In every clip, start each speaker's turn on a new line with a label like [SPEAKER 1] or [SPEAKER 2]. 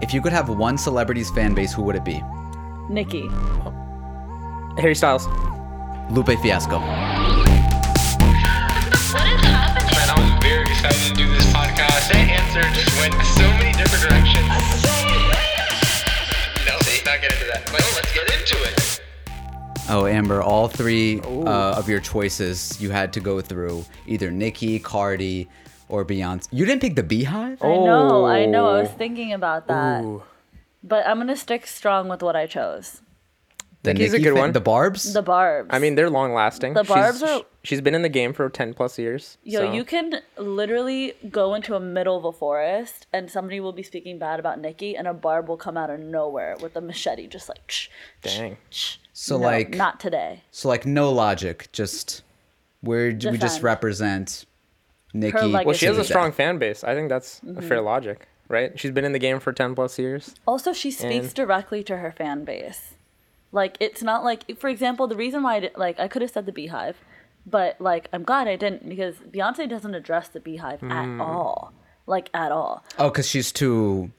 [SPEAKER 1] If you could have one celebrity's fan base, who would it be?
[SPEAKER 2] Nikki.
[SPEAKER 3] Harry Styles.
[SPEAKER 1] Lupe Fiasco.
[SPEAKER 4] Man, I was very excited to do this podcast. That answer just went so many different directions. No, let's not get into that. But let's get into it.
[SPEAKER 1] Oh, Amber, all three uh, of your choices you had to go through either Nicki, Cardi, or Beyonce. You didn't pick the Beehive?
[SPEAKER 2] I know, I know. I was
[SPEAKER 3] Oh.
[SPEAKER 2] thinking about that.
[SPEAKER 3] Ooh.
[SPEAKER 2] But I'm gonna stick strong with what I chose.
[SPEAKER 1] the
[SPEAKER 3] Nicki's a good
[SPEAKER 1] fan-
[SPEAKER 3] one.
[SPEAKER 1] The Barbs?
[SPEAKER 2] The Barbs.
[SPEAKER 3] I mean, they're long lasting.
[SPEAKER 2] The Barbs
[SPEAKER 3] she's,
[SPEAKER 2] are-
[SPEAKER 3] She's been in the game for ten plus years.
[SPEAKER 2] Yo,
[SPEAKER 3] so.
[SPEAKER 2] you can literally go into a middle of a forest and somebody will be speaking bad about Nikki and a barb will come out of nowhere with a machete just like shh.
[SPEAKER 3] Dang.
[SPEAKER 2] Shh,
[SPEAKER 1] So,
[SPEAKER 2] no,
[SPEAKER 1] like-
[SPEAKER 2] not today.
[SPEAKER 1] so, like, no logic. Just, we're, we just
[SPEAKER 2] Defend.
[SPEAKER 1] represent Nicki.
[SPEAKER 2] legacy.
[SPEAKER 3] Well, she has
[SPEAKER 1] to
[SPEAKER 3] a
[SPEAKER 1] the
[SPEAKER 3] strong
[SPEAKER 1] death.
[SPEAKER 3] fan base. I think that's a
[SPEAKER 2] Mm-hmm.
[SPEAKER 3] fair logic, right? She's been in the game for ten plus years.
[SPEAKER 2] Also, she speaks
[SPEAKER 3] And-
[SPEAKER 2] directly to her fan base. Like it's not like, for example, the reason why I did, like I could have said the Beehive, but like I'm glad I didn't because Beyonce doesn't address the Beehive
[SPEAKER 3] Hmm.
[SPEAKER 2] at all, like at all.
[SPEAKER 1] Oh, because she's too.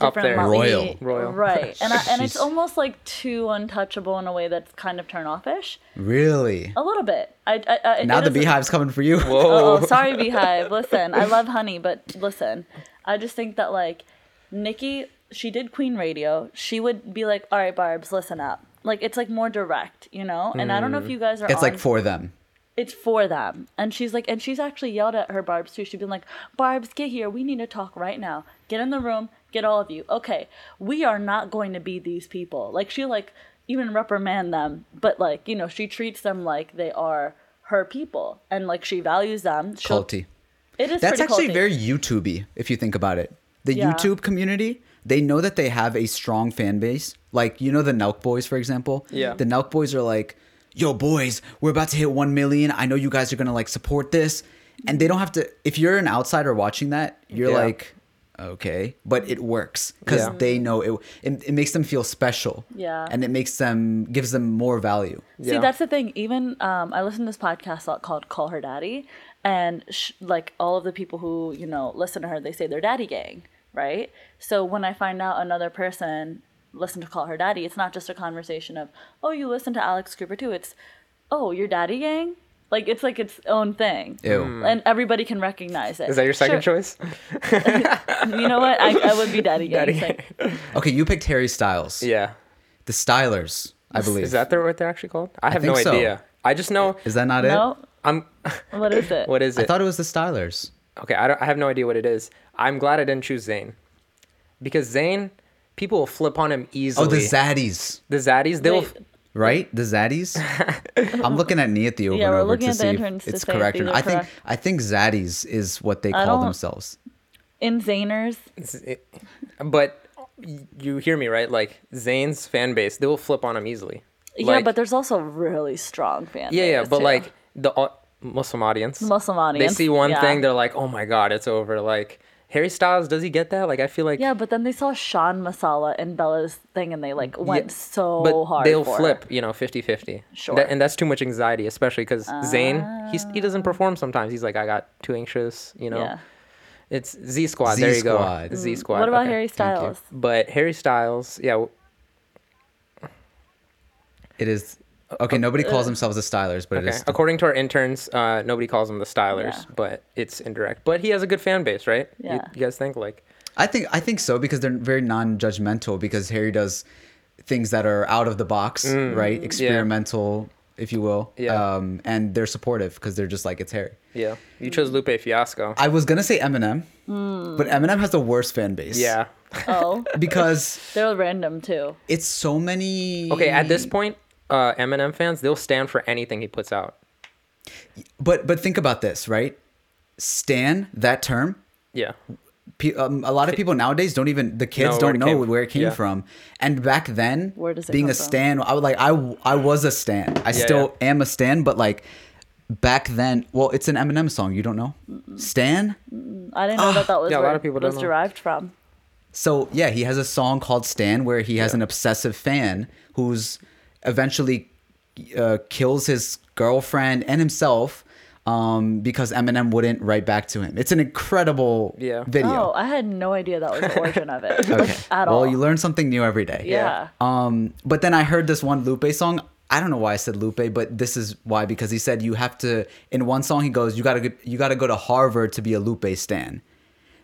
[SPEAKER 3] Up
[SPEAKER 2] different
[SPEAKER 3] there.
[SPEAKER 2] lobby-
[SPEAKER 1] Royal.
[SPEAKER 3] Royal.
[SPEAKER 2] Right. And, I, and it's
[SPEAKER 1] She's-
[SPEAKER 2] almost like too untouchable in a way that's kind of turn offish.
[SPEAKER 1] Really?
[SPEAKER 2] A little bit. I, I, I,
[SPEAKER 1] now
[SPEAKER 2] Oh, it
[SPEAKER 1] the
[SPEAKER 2] is-
[SPEAKER 1] Beehive's coming for you.
[SPEAKER 2] Oh, oh, sorry, Beehive. Listen, I love honey, but listen, I just think that like Nikki, she did Queen Radio. She would be like, all right, Barb's, listen up. Like it's like more direct, you know. And I don't know if you guys are.
[SPEAKER 1] It's like
[SPEAKER 2] on-
[SPEAKER 1] for them.
[SPEAKER 2] it's for them. And she's like, and she's actually yelled at her Barb's too. She'd been like, Barb's, get here. We need to talk right now. Get in the room. Get all of you. Okay, we are not going to be these people. Like she like even reprimand them, but like you know she treats them like they are her people and like she values them. She'll-
[SPEAKER 1] Culty.
[SPEAKER 2] It is
[SPEAKER 1] That's
[SPEAKER 2] pretty
[SPEAKER 1] actually
[SPEAKER 2] culty.
[SPEAKER 1] very YouTubey if you think about it. The
[SPEAKER 2] Yeah.
[SPEAKER 1] YouTube community, they know that they have a strong fan base. Like you know the Nelk Boys, for example.
[SPEAKER 3] Yeah.
[SPEAKER 1] The Nelk Boys are like, "Yo, boys, we're about to hit one million. I know you guys are gonna like support this," and they don't have to. If you're an outsider watching that, you're
[SPEAKER 3] Yeah.
[SPEAKER 1] like, "Okay," but it works because
[SPEAKER 3] Yeah.
[SPEAKER 1] they know it, it. It makes them feel special.
[SPEAKER 2] Yeah.
[SPEAKER 1] And it makes them gives them more value.
[SPEAKER 2] See,
[SPEAKER 3] Yeah.
[SPEAKER 2] that's the thing. Even um, I listen to this podcast lot called "Call Her Daddy," and sh- like all of the people who you know listen to her, they say they're daddy gang, right? So when I find out another person listened to "Call Her Daddy," it's not just a conversation of "Oh, you listen to Alex Cooper too." It's "Oh, you're daddy gang." Like it's like its own thing,
[SPEAKER 1] Ew.
[SPEAKER 3] Mm.
[SPEAKER 2] and everybody can recognize it.
[SPEAKER 3] Is that your second
[SPEAKER 2] Sure.
[SPEAKER 3] choice?
[SPEAKER 2] You know what? I, I would be daddy gang.
[SPEAKER 3] Daddy
[SPEAKER 2] It's like-
[SPEAKER 1] Okay, you picked Harry Styles.
[SPEAKER 3] Yeah.
[SPEAKER 1] The Stylers, I believe.
[SPEAKER 3] Is that the, what they're actually called? I have no
[SPEAKER 1] think so.
[SPEAKER 3] idea. I just know
[SPEAKER 1] Is that not
[SPEAKER 2] no,
[SPEAKER 1] it?
[SPEAKER 3] I'm.
[SPEAKER 2] what is it?
[SPEAKER 3] What is
[SPEAKER 1] I
[SPEAKER 3] it?
[SPEAKER 1] thought it was the Stylers.
[SPEAKER 3] okay, I, don't, I have no idea what it is. I'm glad I didn't choose Zayn, because Zayn, people will flip on him easily.
[SPEAKER 1] Oh, the Zaddies,
[SPEAKER 3] the Zaddies, they'll.
[SPEAKER 2] Wait,
[SPEAKER 1] right? The Zaddies. I'm looking at Neathy over
[SPEAKER 2] Yeah,
[SPEAKER 1] and
[SPEAKER 2] we're
[SPEAKER 1] over
[SPEAKER 2] looking
[SPEAKER 1] to
[SPEAKER 2] at the
[SPEAKER 1] see
[SPEAKER 2] interns
[SPEAKER 1] if
[SPEAKER 2] to
[SPEAKER 1] it's
[SPEAKER 2] see if
[SPEAKER 1] correct or not.
[SPEAKER 2] these are
[SPEAKER 1] I think
[SPEAKER 2] correct.
[SPEAKER 1] I think Zaddies is what they
[SPEAKER 2] I
[SPEAKER 1] call
[SPEAKER 2] don't-
[SPEAKER 1] themselves.
[SPEAKER 2] in Zaners?
[SPEAKER 3] But you hear me right? Like Zayn's fan base, they will flip on him easily.
[SPEAKER 2] yeah,
[SPEAKER 3] Like-
[SPEAKER 2] but there's also really strong fans.
[SPEAKER 3] yeah, yeah, but like the au- Muslim audience,
[SPEAKER 2] Muslim
[SPEAKER 3] they
[SPEAKER 2] audience.
[SPEAKER 3] see one
[SPEAKER 2] yeah.
[SPEAKER 3] thing, they're like, oh my god, it's over. Like Harry Styles, does he get that? Like I feel like
[SPEAKER 2] Yeah, but then they saw Sean Masala and Bella's thing, and they like went so
[SPEAKER 3] but
[SPEAKER 2] hard.
[SPEAKER 3] they'll
[SPEAKER 2] for
[SPEAKER 3] flip, you know, 50 50.
[SPEAKER 2] Sure.
[SPEAKER 3] and that's too much anxiety, especially because Zayn, he's, he doesn't perform sometimes. He's like, I got too anxious, you
[SPEAKER 2] It.
[SPEAKER 3] know.
[SPEAKER 2] Ah. Yeah. Mm.
[SPEAKER 3] It's Z Squad. There you go.
[SPEAKER 1] Z-Squad.
[SPEAKER 3] Z Squad.
[SPEAKER 2] What about
[SPEAKER 3] okay.
[SPEAKER 2] Harry Styles?
[SPEAKER 3] But Harry Styles, yeah, w-
[SPEAKER 1] It is. Okay, nobody calls
[SPEAKER 2] Uh,
[SPEAKER 1] themselves the Stylers, but it
[SPEAKER 3] okay.
[SPEAKER 1] is.
[SPEAKER 3] According to our interns, uh, nobody calls him the Stylers,
[SPEAKER 2] Yeah.
[SPEAKER 3] but it's indirect. But he has a good fan base, right? You-
[SPEAKER 2] Yeah.
[SPEAKER 3] You, guys think like,
[SPEAKER 1] I think I think so because they're very non-judgmental because Harry does things that are out of the box,
[SPEAKER 2] Mm,
[SPEAKER 1] right? Experimental, if you will.
[SPEAKER 3] Yeah.
[SPEAKER 1] Um, and they're supportive because they're just like it's Harry.
[SPEAKER 3] yeah, you chose Lupe Fiasco.
[SPEAKER 1] I was gonna say Eminem,
[SPEAKER 2] Mm.
[SPEAKER 1] but Eminem has the worst fan base.
[SPEAKER 3] yeah.
[SPEAKER 2] Oh,
[SPEAKER 1] Because
[SPEAKER 2] they're random too.
[SPEAKER 1] it's so many.
[SPEAKER 3] Okay, at this point, uh, Eminem fans, they'll stand for anything he puts out.
[SPEAKER 1] But but think about this, right? Stan that term.
[SPEAKER 3] Yeah.
[SPEAKER 1] Pe- um, a lot of people nowadays don't even the kids
[SPEAKER 3] Know where
[SPEAKER 1] don't
[SPEAKER 3] it
[SPEAKER 1] know
[SPEAKER 3] came-
[SPEAKER 1] where it came
[SPEAKER 3] yeah.
[SPEAKER 1] from. And back then,
[SPEAKER 2] Where does it
[SPEAKER 1] being
[SPEAKER 2] come
[SPEAKER 1] a
[SPEAKER 2] from?
[SPEAKER 1] stan, I was like I I was a stan. I still am a stan, but like back then, well, it's an Eminem song. You don't know Stan.
[SPEAKER 2] I didn't know that that was
[SPEAKER 3] Ah, Yeah, a
[SPEAKER 2] where
[SPEAKER 3] lot of people
[SPEAKER 2] it was
[SPEAKER 3] don't know.
[SPEAKER 2] derived from.
[SPEAKER 1] So yeah, he has a song called Stan where he has an obsessive fan who's eventually uh, kills his girlfriend and himself um, because Eminem wouldn't write back to him. It's an incredible
[SPEAKER 3] Yeah.
[SPEAKER 1] video.
[SPEAKER 2] Oh, I had no idea that was the origin of it like,
[SPEAKER 1] okay.
[SPEAKER 2] at
[SPEAKER 1] well,
[SPEAKER 2] all.
[SPEAKER 1] you learn something new every day.
[SPEAKER 2] yeah.
[SPEAKER 1] Um, but then I heard this one Lupe song. I don't know why I said Lupe, but this is why because he said you have to. In one song, he goes, "You gotta, go- you gotta go to Harvard to be a Lupe stan,"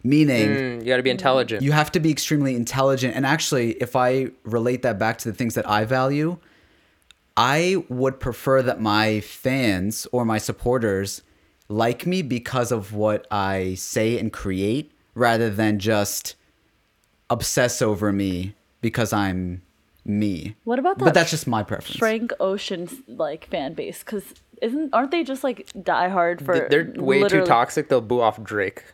[SPEAKER 1] meaning
[SPEAKER 3] Mm, you got to be intelligent.
[SPEAKER 1] you have to be extremely intelligent. And actually, if I relate that back to the things that I value, I would prefer that my fans or my supporters like me because of what I say and create rather than just obsess over me because I'm me.
[SPEAKER 2] What about
[SPEAKER 1] But
[SPEAKER 2] that
[SPEAKER 1] that's just my preference.
[SPEAKER 2] Frank Ocean's like fan base because isn't aren't they just like die hard for?
[SPEAKER 3] Th- They're way too
[SPEAKER 2] literally- Oh.
[SPEAKER 3] toxic. They'll boo off Drake.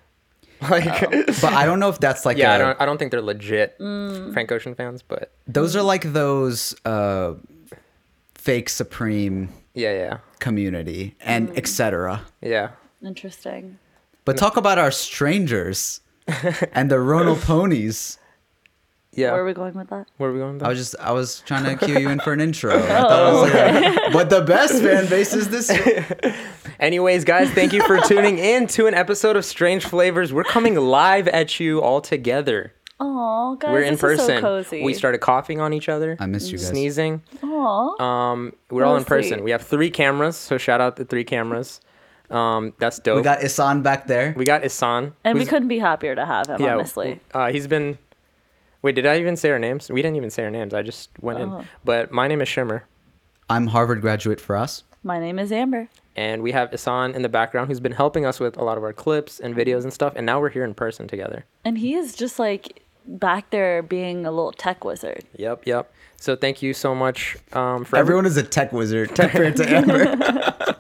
[SPEAKER 3] Like,
[SPEAKER 1] But I don't know if that's like
[SPEAKER 3] yeah, I
[SPEAKER 1] a-
[SPEAKER 3] don't. I don't think they're legit
[SPEAKER 2] Mm.
[SPEAKER 3] Frank Ocean fans, but
[SPEAKER 1] those are like those uh, fake supreme
[SPEAKER 3] yeah,
[SPEAKER 1] community and
[SPEAKER 2] Mm.
[SPEAKER 1] etc.
[SPEAKER 3] yeah, yeah.
[SPEAKER 2] Interesting.
[SPEAKER 1] But talk about our strangers and the Ronal ponies.
[SPEAKER 3] Yeah.
[SPEAKER 2] Where are we going with that?
[SPEAKER 3] Where are we going? With
[SPEAKER 1] I
[SPEAKER 3] that?
[SPEAKER 1] was just I was trying to cue you in for an intro. I thought it was like a- but the best fan base is this.
[SPEAKER 3] Anyways, guys, thank you for tuning in to an episode of Strange Flavors. We're coming live at you all together.
[SPEAKER 2] Oh, guys,
[SPEAKER 3] We're in
[SPEAKER 2] this
[SPEAKER 3] person.
[SPEAKER 2] Is so cozy.
[SPEAKER 3] We started coughing on each other.
[SPEAKER 1] I missed you guys.
[SPEAKER 3] Sneezing.
[SPEAKER 2] Aw.
[SPEAKER 3] Um, we're all
[SPEAKER 2] Oh,
[SPEAKER 3] in person.
[SPEAKER 2] sweet.
[SPEAKER 3] We have three cameras, so shout out the three cameras. Um, that's dope.
[SPEAKER 1] We got Isan back there.
[SPEAKER 3] we got Isan.
[SPEAKER 2] and we
[SPEAKER 3] who's-
[SPEAKER 2] couldn't be happier to have him.
[SPEAKER 3] yeah,
[SPEAKER 2] honestly,
[SPEAKER 3] Uh, he's been. Wait, did I even say our names? We didn't even say our names. I just went
[SPEAKER 2] Oh.
[SPEAKER 3] in. But my name is Shimmer,
[SPEAKER 1] I'm Harvard graduate for us.
[SPEAKER 2] my name is Amber.
[SPEAKER 3] and we have Isan in the background, who's been helping us with a lot of our clips and videos and stuff. And now we're here in person together.
[SPEAKER 2] And he is just like back there being a little tech wizard.
[SPEAKER 3] Yep, yep. So thank you so much um, for everyone.
[SPEAKER 1] Everyone is a tech wizard compared to Amber.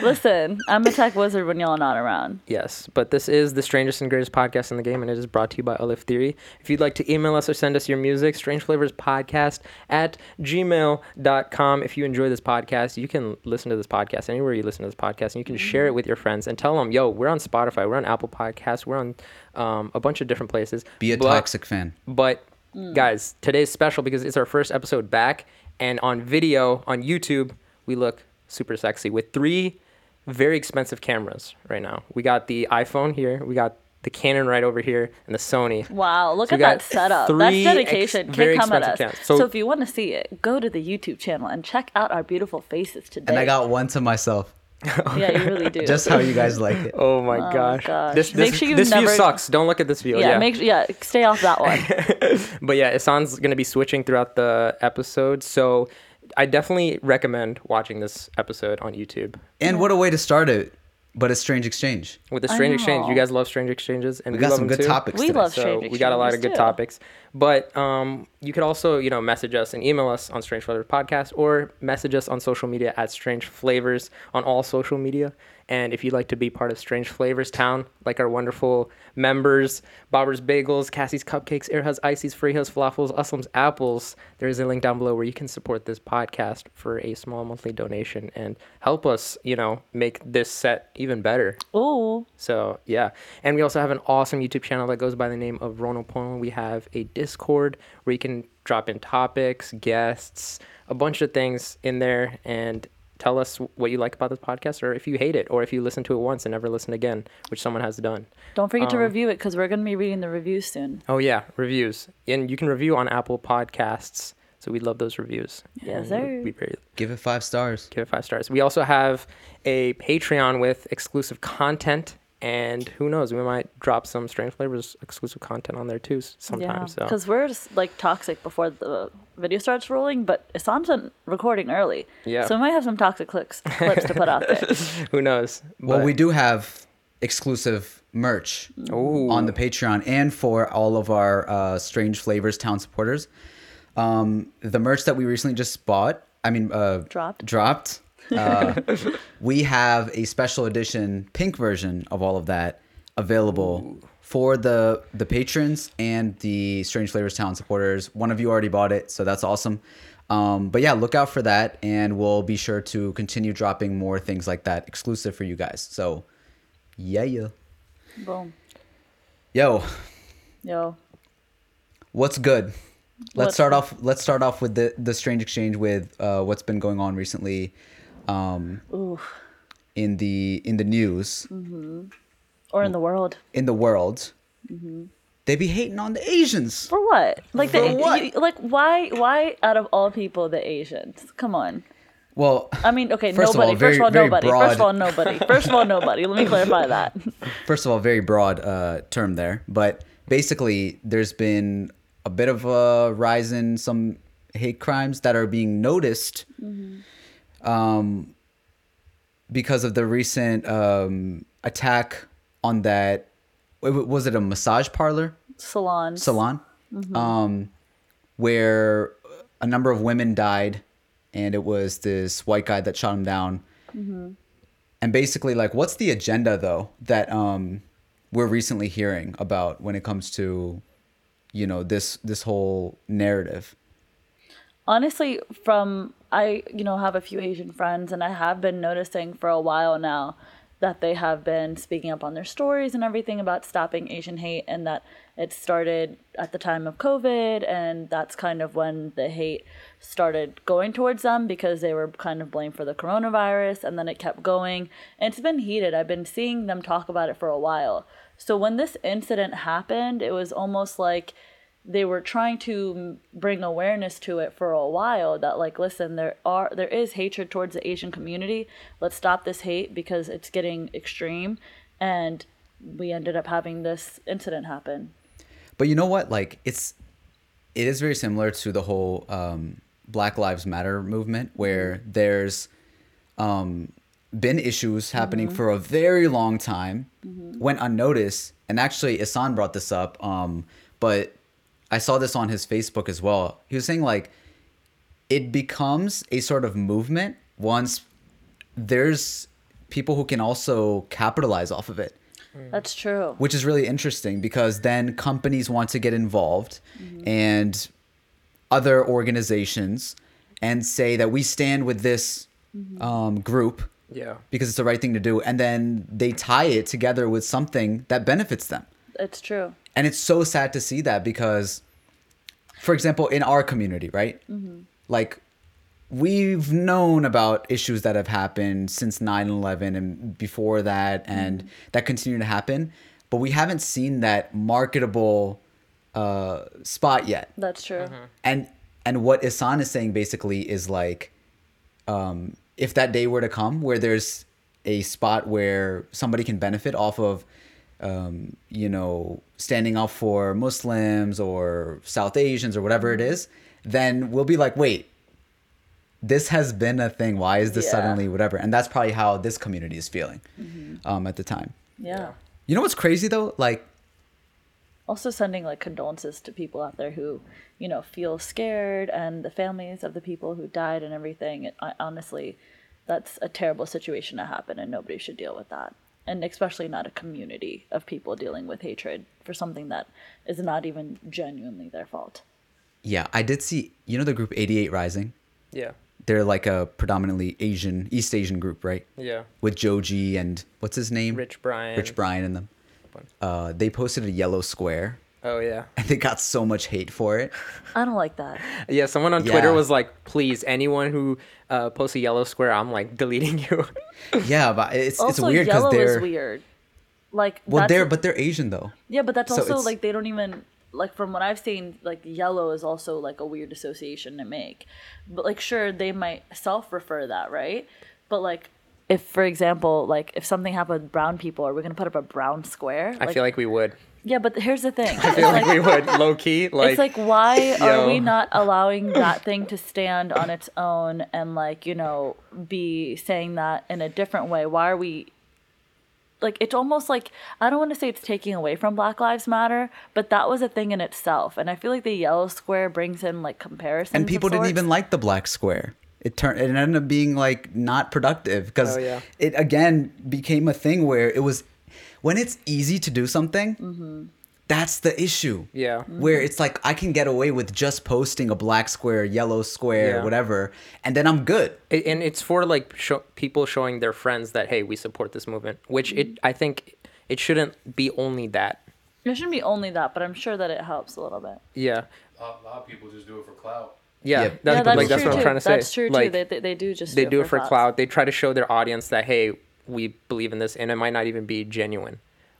[SPEAKER 2] Listen, I'm a tech wizard when y'all are not around.
[SPEAKER 3] Yes, but this is the strangest and greatest podcast in the game, and it is brought to you by Olive Theory. If you'd like to email us or send us your music, strangeflavorspodcast at gmail.com. If you enjoy this podcast, you can listen to this podcast anywhere you listen to this podcast, and you can share it with your friends and tell them, yo, we're on Spotify, we're on Apple Podcasts, we're on um, a bunch of different places.
[SPEAKER 1] Be a
[SPEAKER 3] But-
[SPEAKER 1] toxic fan.
[SPEAKER 3] But
[SPEAKER 2] Mm.
[SPEAKER 3] guys, today's special because it's our first episode back, and on video on YouTube, we look super sexy with three very expensive cameras right now. We got the iPhone here, we got the Canon right over here, and the Sony.
[SPEAKER 2] Wow, look
[SPEAKER 3] So
[SPEAKER 2] at
[SPEAKER 3] we got
[SPEAKER 2] that setup.
[SPEAKER 3] three
[SPEAKER 2] That's dedication. Can't
[SPEAKER 3] ex- very
[SPEAKER 2] come at us.
[SPEAKER 3] expensive cameras. So-
[SPEAKER 2] So, if you want to see it, go to the YouTube channel and check out our beautiful faces today.
[SPEAKER 1] And I got one to myself.
[SPEAKER 2] yeah, you really do.
[SPEAKER 1] Just how you guys like it.
[SPEAKER 3] Oh my gosh.
[SPEAKER 2] gosh.
[SPEAKER 3] This, this,
[SPEAKER 2] Make sure you
[SPEAKER 3] this view
[SPEAKER 2] never-
[SPEAKER 3] sucks. Don't look at this view.
[SPEAKER 2] yeah,
[SPEAKER 3] Yeah.
[SPEAKER 2] make sure, yeah, stay off that one.
[SPEAKER 3] but yeah, Isan's going to be switching throughout the episode. So I definitely recommend watching this episode on YouTube
[SPEAKER 1] And what a way to start it, but a strange exchange.
[SPEAKER 3] with the Strange Exchange. You
[SPEAKER 2] know.
[SPEAKER 3] guys love Strange Exchanges. And
[SPEAKER 1] We
[SPEAKER 3] we,
[SPEAKER 1] got
[SPEAKER 3] love
[SPEAKER 1] some
[SPEAKER 3] them
[SPEAKER 1] good
[SPEAKER 3] too.
[SPEAKER 1] topics.
[SPEAKER 2] We
[SPEAKER 1] today.
[SPEAKER 2] love
[SPEAKER 3] so
[SPEAKER 2] Strange
[SPEAKER 3] we got a lot of
[SPEAKER 2] Exchanges,
[SPEAKER 3] good
[SPEAKER 2] too.
[SPEAKER 3] topics but um, you could also you know message us and email us on strange flavors podcast or message us on social media at strange flavors on all social media and if you'd like to be part of strange flavors town like our wonderful members bobber's bagels cassie's cupcakes airhus ices freehus falafels uslam's apples there is a link down below where you can support this podcast for a small monthly donation and help us you know make this set even better
[SPEAKER 2] Ooh,
[SPEAKER 3] so yeah, and we also have an awesome YouTube channel that goes by the name of Ronald Porn. We have a Discord where you can drop in topics, guests, a bunch of things in there, and tell us what you like about this podcast, or if you hate it, or if you listen to it once and never listen again, which someone has done.
[SPEAKER 2] don't forget
[SPEAKER 3] Um,
[SPEAKER 2] to review it because we're going to be reading the reviews soon.
[SPEAKER 3] Oh yeah, reviews, and you can review on Apple Podcasts. So we love those reviews.
[SPEAKER 2] Yes,
[SPEAKER 3] And we-
[SPEAKER 2] sir.
[SPEAKER 3] We very
[SPEAKER 1] Give it five stars.
[SPEAKER 3] give it five stars. We also have a Patreon with exclusive content, and who knows, we might drop some strange flavors exclusive content on there too s-
[SPEAKER 2] Yeah,
[SPEAKER 3] sometimes. so
[SPEAKER 2] because we're just, like toxic before the video starts rolling, but Isan's been recording early.
[SPEAKER 3] Yeah.
[SPEAKER 2] So we might have some toxic clips, clips to put out there.
[SPEAKER 3] who knows?
[SPEAKER 1] Well,
[SPEAKER 3] But-
[SPEAKER 1] we do have exclusive merch on the Patreon and for all of our uh, Strange Flavors Town supporters. Um, the merch that we recently just bought, I mean, uh,
[SPEAKER 2] Dropped.
[SPEAKER 1] dropped. Uh, we have a special edition pink version of all of that available for the the patrons and the Strange Flavors Town supporters. One of you already bought it, so that's awesome. Um, but yeah, look out for that, and we'll be sure to continue dropping more things like that exclusive for you guys. So, yeah, yeah.
[SPEAKER 2] Boom.
[SPEAKER 1] Yo,
[SPEAKER 2] Yo.
[SPEAKER 1] what's good? Let's
[SPEAKER 2] What's-
[SPEAKER 1] start off. Let's start off with the the strange exchange with uh, what's been going on recently. Um, in the in the news
[SPEAKER 2] or in the world.
[SPEAKER 1] in the world, they be hating on the Asians.
[SPEAKER 2] For what? Like the
[SPEAKER 1] For what?
[SPEAKER 2] you- like why why out of all people the Asians? Come on.
[SPEAKER 1] Well,
[SPEAKER 2] I mean, okay,
[SPEAKER 1] First of all,
[SPEAKER 2] nobody.
[SPEAKER 1] very-
[SPEAKER 2] First of all,
[SPEAKER 1] very
[SPEAKER 2] nobody. First of
[SPEAKER 1] broad.
[SPEAKER 2] all, nobody. First of all, nobody. Let me clarify that.
[SPEAKER 1] first of all, very broad uh, term there, but basically, there's been a bit of a rise in some hate crimes that are being noticed um, because of the recent um, attack on that. wa- wa- Was it a massage parlor?
[SPEAKER 2] Salon.
[SPEAKER 1] salon, um, where a number of women died, and it was this white guy that shot him down. And basically, like, what's the agenda though that um, we're recently hearing about when it comes to, you know, this this whole narrative?
[SPEAKER 2] honestly from i you know have a few asian friends and i have been noticing for a while now that they have been speaking up on their stories and everything about stopping asian hate and that it started at the time of covid and that's kind of when the hate started going towards them because they were kind of blamed for the coronavirus and then it kept going and it's been heated i've been seeing them talk about it for a while so when this incident happened it was almost like they were trying to m- bring awareness to it for a while that like listen there are there is hatred towards the asian community let's stop this hate because it's getting extreme and we ended up having this incident happen
[SPEAKER 1] But you know what? Like it's it is very similar to the whole um, Black Lives Matter movement, where there's um, been issues happening for a very long time, went unnoticed, and actually Isan brought this up. Um, but I saw this on his Facebook as well. He was saying like it becomes a sort of movement once there's people who can also capitalize off of it
[SPEAKER 2] that's true
[SPEAKER 1] which is really interesting because then companies want to get involved and other organizations and say that we stand with this um, group
[SPEAKER 3] Yeah.
[SPEAKER 1] because it's the right thing to do and then they tie it together with something that benefits them
[SPEAKER 2] it's true
[SPEAKER 1] and it's so sad to see that because for example in our community right like we've known about issues that have happened since 9-11 and before that and that continue to happen but we haven't seen that marketable uh, spot yet
[SPEAKER 2] that's true
[SPEAKER 1] and and what Isan is saying basically is like, um, if that day were to come where there's a spot where somebody can benefit off of, um, you know, standing up for Muslims or South Asians or whatever it is, then we'll be like, wait, this has been a thing. Why is this
[SPEAKER 2] Yeah.
[SPEAKER 1] suddenly whatever? And that's probably how this community is feeling um, at the time.
[SPEAKER 2] yeah.
[SPEAKER 3] Yeah.
[SPEAKER 1] You know what's crazy though? Like,
[SPEAKER 2] also sending like condolences to people out there who you know feel scared and the families of the people who died and everything It- I, honestly that's a terrible situation to happen and nobody should deal with that and especially not a community of people dealing with hatred for something that is not even genuinely their fault
[SPEAKER 1] yeah, I did see, you know, the group 88 Rising?
[SPEAKER 3] Yeah.
[SPEAKER 1] they're like a predominantly Asian, East Asian group, right?
[SPEAKER 3] Yeah.
[SPEAKER 1] With Joji and what's his name?
[SPEAKER 3] Rich Brian.
[SPEAKER 1] Rich Brian and them. Uh, they posted a yellow square
[SPEAKER 3] Oh yeah.
[SPEAKER 1] and they got so much hate for it.
[SPEAKER 2] i don't like that
[SPEAKER 3] Yeah. Someone on Twitter
[SPEAKER 1] Yeah.
[SPEAKER 3] was like, "Please, anyone who uh, posts a yellow square, I'm like deleting you."
[SPEAKER 1] Yeah, but it's it's
[SPEAKER 2] also
[SPEAKER 1] weird because
[SPEAKER 2] yellow
[SPEAKER 1] they're
[SPEAKER 2] is weird like
[SPEAKER 1] well,
[SPEAKER 2] that's
[SPEAKER 1] they're but they're Asian though.
[SPEAKER 2] Yeah, but that's
[SPEAKER 1] So
[SPEAKER 2] also
[SPEAKER 1] it's-
[SPEAKER 2] like they don't even like from what I've seen, like yellow is also like a weird association to make. But like sure they might self refer that, right? But like if for example, like if something happened with brown people, are we gonna put up a brown square?
[SPEAKER 3] I feel like we would.
[SPEAKER 2] Yeah, but here's the thing.
[SPEAKER 3] I feel like we would low key. Like,
[SPEAKER 2] it's like why are
[SPEAKER 3] yo.
[SPEAKER 2] we not allowing that thing to stand on its own and like you know be saying that in a different way why are we like it's almost like i don't want to say it's taking away from black lives matter but that was a thing in itself and i feel like the yellow square brings in like comparisons
[SPEAKER 1] And
[SPEAKER 2] of
[SPEAKER 1] people didn't
[SPEAKER 2] sorts.
[SPEAKER 1] even like the black square. It turned it ended up being like not productive because
[SPEAKER 3] Oh, yeah.
[SPEAKER 1] it again became a thing where it was when it's easy to do something, that's the issue.
[SPEAKER 3] Mm-hmm. Yeah.
[SPEAKER 1] Where it's like I can get away with just posting a black square, yellow square,
[SPEAKER 3] Yeah.
[SPEAKER 1] whatever, and then I'm good.
[SPEAKER 3] It- and it's for like show, people showing their friends that hey, we support this movement. Which
[SPEAKER 2] Mm.
[SPEAKER 3] it, I think, it shouldn't be only that.
[SPEAKER 2] it shouldn't be only that but i'm sure that it helps a little bit
[SPEAKER 3] Yeah.
[SPEAKER 4] A lot, a lot of people just do it for clout.
[SPEAKER 3] Yeah.
[SPEAKER 1] Yeah,
[SPEAKER 3] That's,
[SPEAKER 2] yeah, that's
[SPEAKER 3] like,
[SPEAKER 2] true
[SPEAKER 3] that's what
[SPEAKER 2] too.
[SPEAKER 3] I'm trying to say.
[SPEAKER 2] that's true
[SPEAKER 3] Like,
[SPEAKER 2] too they, they, they do just
[SPEAKER 3] they do it for
[SPEAKER 2] clout.
[SPEAKER 3] clout. They try to show their audience that hey, we believe in this, and it might not even be genuine.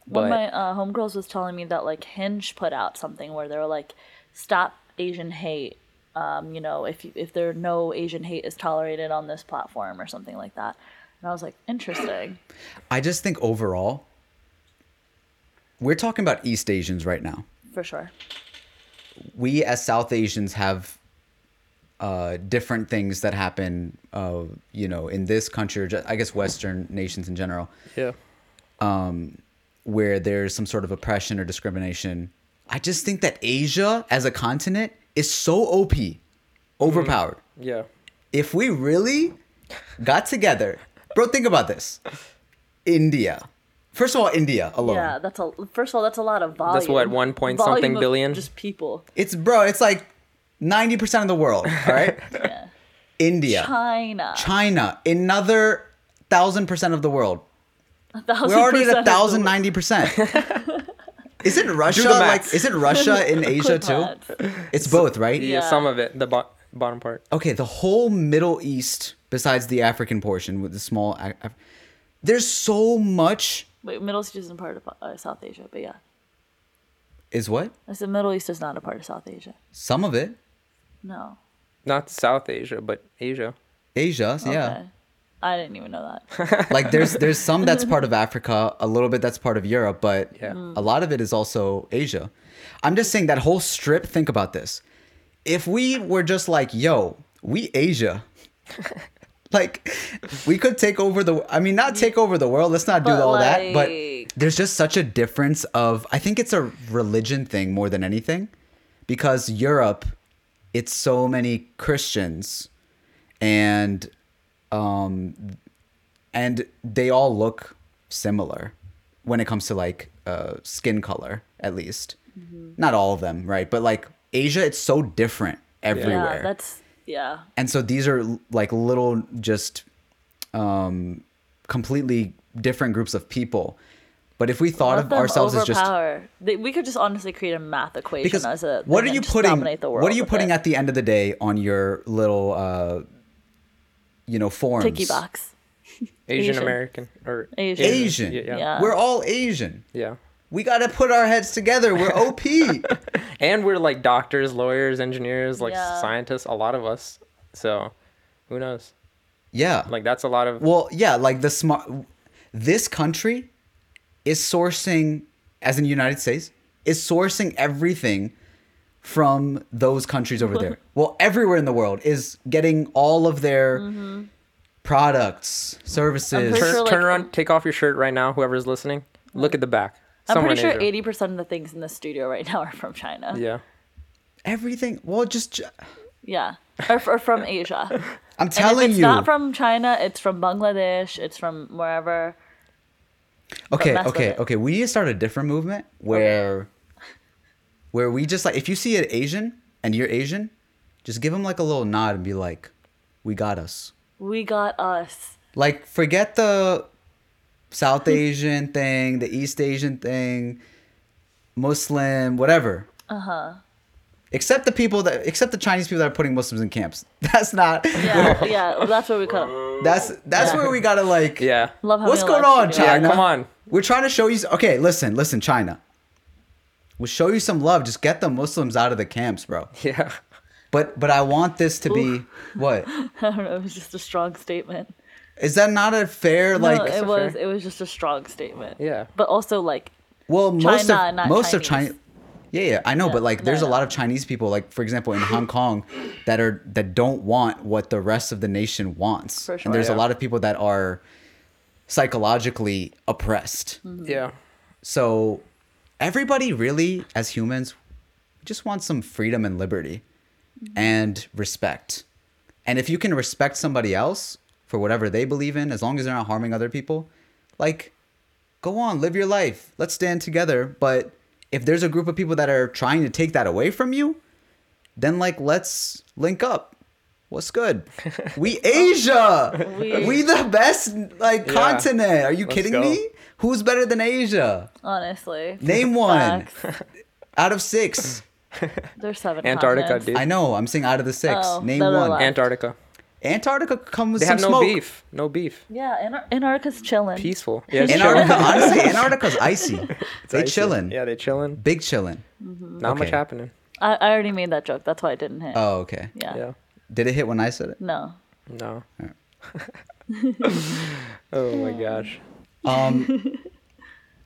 [SPEAKER 2] One
[SPEAKER 3] But
[SPEAKER 2] of my uh, homegirls was telling me that like Hinge put out something where they were like, "Stop Asian hate." Um, you know, if you, if there no Asian hate is tolerated on this platform or something like that, and I was like, interesting.
[SPEAKER 1] I just think overall, we're talking about East Asians right now.
[SPEAKER 2] For sure.
[SPEAKER 1] We as South Asians have uh, different things that happen, uh, you know, in this country, or ju- I guess Western nations in general,
[SPEAKER 3] yeah,
[SPEAKER 1] where there's some sort of oppression or discrimination. I just think that Asia as a continent is so OP, overpowered.
[SPEAKER 2] Mm.
[SPEAKER 3] yeah,
[SPEAKER 1] If we really got together, bro, think about this India. First of all, India alone.
[SPEAKER 2] Yeah, that's a first of all, that's a lot of volume.
[SPEAKER 3] Oh. what, one point
[SPEAKER 2] Volume
[SPEAKER 3] something
[SPEAKER 2] of
[SPEAKER 3] billion?
[SPEAKER 2] Just people.
[SPEAKER 1] It's bro, it's like 90% of the world, all right? India,
[SPEAKER 2] China.
[SPEAKER 1] China, another 1000% of the world.
[SPEAKER 2] A thousand
[SPEAKER 1] We're already at
[SPEAKER 2] percent of the world.
[SPEAKER 1] 1090%. Isn't Russia like
[SPEAKER 3] maths.
[SPEAKER 1] isn't Russia in Asia
[SPEAKER 2] Quick
[SPEAKER 1] too?
[SPEAKER 2] maths.
[SPEAKER 1] It's both, right?
[SPEAKER 3] yeah,
[SPEAKER 2] Yeah.
[SPEAKER 3] Some of it, the bo- bottom part.
[SPEAKER 1] Okay, the whole Middle East besides the African portion with the small Af- Af- There's so much
[SPEAKER 2] Wait, Middle East isn't part of uh, South Asia, but yeah,
[SPEAKER 1] is what?
[SPEAKER 2] I said Middle East is not a part of South Asia.
[SPEAKER 1] Some of it
[SPEAKER 2] No.
[SPEAKER 3] Not South Asia, but Asia.
[SPEAKER 1] Asia, so yeah.
[SPEAKER 2] Okay. I didn't even know that.
[SPEAKER 1] like there's there's some that's
[SPEAKER 2] Mm-hmm.
[SPEAKER 1] part of Africa, a little bit that's part of Europe, but
[SPEAKER 3] Yeah. Mm.
[SPEAKER 1] a lot of it is also Asia. I'm just saying that whole strip. Think about this: if we were just like, "Yo, we Asia," like we could take over the. I mean, not take over the world. Let's not do
[SPEAKER 2] But,
[SPEAKER 1] all that. But
[SPEAKER 2] like-
[SPEAKER 1] there's just such a difference of. I think it's a religion thing more than anything, because Europe, it's so many Christians, and um, and they all look similar when it comes to like uh, skin color at least
[SPEAKER 2] Mm-hmm.
[SPEAKER 1] not all of them right but like asia it's so different everywhere
[SPEAKER 2] Yeah, that's yeah.
[SPEAKER 1] and so these are like little just um completely different groups of people but if we thought
[SPEAKER 2] Let
[SPEAKER 1] of
[SPEAKER 2] them
[SPEAKER 1] ourselves as just
[SPEAKER 2] overpower. They- we could just honestly create a math equation
[SPEAKER 1] because
[SPEAKER 2] as a
[SPEAKER 1] what
[SPEAKER 2] and
[SPEAKER 1] are
[SPEAKER 2] then
[SPEAKER 1] you
[SPEAKER 2] just
[SPEAKER 1] putting
[SPEAKER 2] dominate the world
[SPEAKER 1] what are you
[SPEAKER 2] with
[SPEAKER 1] putting
[SPEAKER 2] it.
[SPEAKER 1] at the end of the day on your little uh you know forms
[SPEAKER 2] Tiki box?
[SPEAKER 3] Asian,
[SPEAKER 2] Asian.
[SPEAKER 3] American or
[SPEAKER 2] Asian.
[SPEAKER 1] asian
[SPEAKER 3] Yeah, yeah,
[SPEAKER 2] Yeah.
[SPEAKER 1] we're all asian
[SPEAKER 3] yeah.
[SPEAKER 1] We gotta put our heads together. We're OP.
[SPEAKER 3] And we're like doctors, lawyers, engineers, like
[SPEAKER 2] Yeah.
[SPEAKER 3] scientists. A lot of us. So, who knows?
[SPEAKER 1] yeah.
[SPEAKER 3] Like that's a lot of
[SPEAKER 1] well, yeah, like the smart this country is sourcing as in the United States is sourcing everything from those countries over there. well, everywhere in the world is getting all of their products, services.
[SPEAKER 2] Mm-hmm. pretty
[SPEAKER 3] turn,
[SPEAKER 2] sure, like-
[SPEAKER 3] turn around, take off your shirt right now. Whoever's listening, look at the back.
[SPEAKER 2] I'm
[SPEAKER 3] Somewhere
[SPEAKER 2] pretty
[SPEAKER 3] in
[SPEAKER 2] sure
[SPEAKER 3] Asia.
[SPEAKER 2] eighty percent of the things in the studio right now are from China.
[SPEAKER 3] Yeah,
[SPEAKER 1] everything. Well, just j-
[SPEAKER 2] Yeah. Or, or from Asia.
[SPEAKER 1] I'm
[SPEAKER 2] And
[SPEAKER 1] telling
[SPEAKER 2] if it's
[SPEAKER 1] you.
[SPEAKER 2] not from China, it's from Bangladesh, it's from wherever.
[SPEAKER 1] okay,
[SPEAKER 2] mess with
[SPEAKER 1] okay,
[SPEAKER 2] it.
[SPEAKER 1] okay. We need to start a different movement where where we just like if you see an Asian and you're Asian, just give them like a little nod and be like, "We got us."
[SPEAKER 2] We got us.
[SPEAKER 1] Like forget the
[SPEAKER 2] Hmm.
[SPEAKER 1] South Asian thing, the East Asian thing, Muslim, whatever. Uh-huh. Except the people that except the Chinese people that are putting Muslims in camps. That's not
[SPEAKER 2] Yeah, yeah. well, that's what we call.
[SPEAKER 1] that's that's
[SPEAKER 2] Yeah.
[SPEAKER 1] where we got to like
[SPEAKER 3] yeah.
[SPEAKER 2] Love how
[SPEAKER 1] What's
[SPEAKER 2] we
[SPEAKER 1] going
[SPEAKER 2] like
[SPEAKER 1] on,
[SPEAKER 2] to do
[SPEAKER 1] China?
[SPEAKER 2] that.
[SPEAKER 3] Yeah, come on.
[SPEAKER 1] We're trying to show you. Okay, listen, listen, China. We'll show you some love. Just get the Muslims out of the camps, bro.
[SPEAKER 3] Yeah,
[SPEAKER 1] But but I want this to be what?
[SPEAKER 2] I don't know. It was just a strong statement.
[SPEAKER 1] Is that not a fair like?
[SPEAKER 2] no, it
[SPEAKER 3] so
[SPEAKER 2] was.
[SPEAKER 3] fair.
[SPEAKER 2] It was just a strong statement.
[SPEAKER 3] Yeah.
[SPEAKER 2] But also, like,
[SPEAKER 1] well, most
[SPEAKER 2] China,
[SPEAKER 1] of
[SPEAKER 2] not
[SPEAKER 1] most of
[SPEAKER 2] Chinese.
[SPEAKER 1] China. Yeah, yeah, I know, but like, there's
[SPEAKER 2] no,
[SPEAKER 1] a
[SPEAKER 2] no.
[SPEAKER 1] lot of Chinese people, like for example, in Hong Kong, that are that don't want what the rest of the nation wants,
[SPEAKER 2] For sure.
[SPEAKER 1] and there's
[SPEAKER 3] Yeah.
[SPEAKER 1] a lot of people that are psychologically oppressed.
[SPEAKER 3] yeah,
[SPEAKER 1] So everybody really as humans we just want some freedom and liberty
[SPEAKER 3] Mm-hmm.
[SPEAKER 1] and respect. And if you can respect somebody else for whatever they believe in as long as they're not harming other people, like go on, live your life. Let's stand together, but if there's a group of people that are trying to take that away from you, then like let's link up. What's good? We Asia. we,
[SPEAKER 2] We-
[SPEAKER 1] the best like
[SPEAKER 3] Yeah.
[SPEAKER 1] continent. Are you
[SPEAKER 3] Let's
[SPEAKER 1] kidding
[SPEAKER 3] go.
[SPEAKER 1] me? Who's better than Asia?
[SPEAKER 2] honestly,
[SPEAKER 1] Name one
[SPEAKER 2] Facts.
[SPEAKER 1] out of six.
[SPEAKER 2] There's seven.
[SPEAKER 3] Antarctica,
[SPEAKER 2] continents.
[SPEAKER 3] dude.
[SPEAKER 1] I know. I'm saying out of the six.
[SPEAKER 2] Oh,
[SPEAKER 1] Name
[SPEAKER 2] blah, blah,
[SPEAKER 3] Hmm.
[SPEAKER 1] one.
[SPEAKER 2] blah.
[SPEAKER 3] Antarctica.
[SPEAKER 1] Antarctica could come with
[SPEAKER 3] They
[SPEAKER 1] some
[SPEAKER 3] have no
[SPEAKER 1] smoke.
[SPEAKER 3] beef. No beef.
[SPEAKER 2] Yeah, Anar- Antarctica's chilling.
[SPEAKER 3] Peaceful. Yeah, it's chilling.
[SPEAKER 1] Antarctica, honestly, Antarctica's icy. they
[SPEAKER 3] Icy.
[SPEAKER 1] chilling.
[SPEAKER 3] Yeah, they chilling.
[SPEAKER 1] Big chilling.
[SPEAKER 3] Not much
[SPEAKER 1] Okay.
[SPEAKER 3] happening.
[SPEAKER 2] I, I already made that joke. That's why I didn't hit.
[SPEAKER 1] Oh, okay.
[SPEAKER 2] yeah.
[SPEAKER 3] Yeah.
[SPEAKER 1] Did it hit when I said it?
[SPEAKER 2] No.
[SPEAKER 3] No. oh my gosh.
[SPEAKER 1] Um,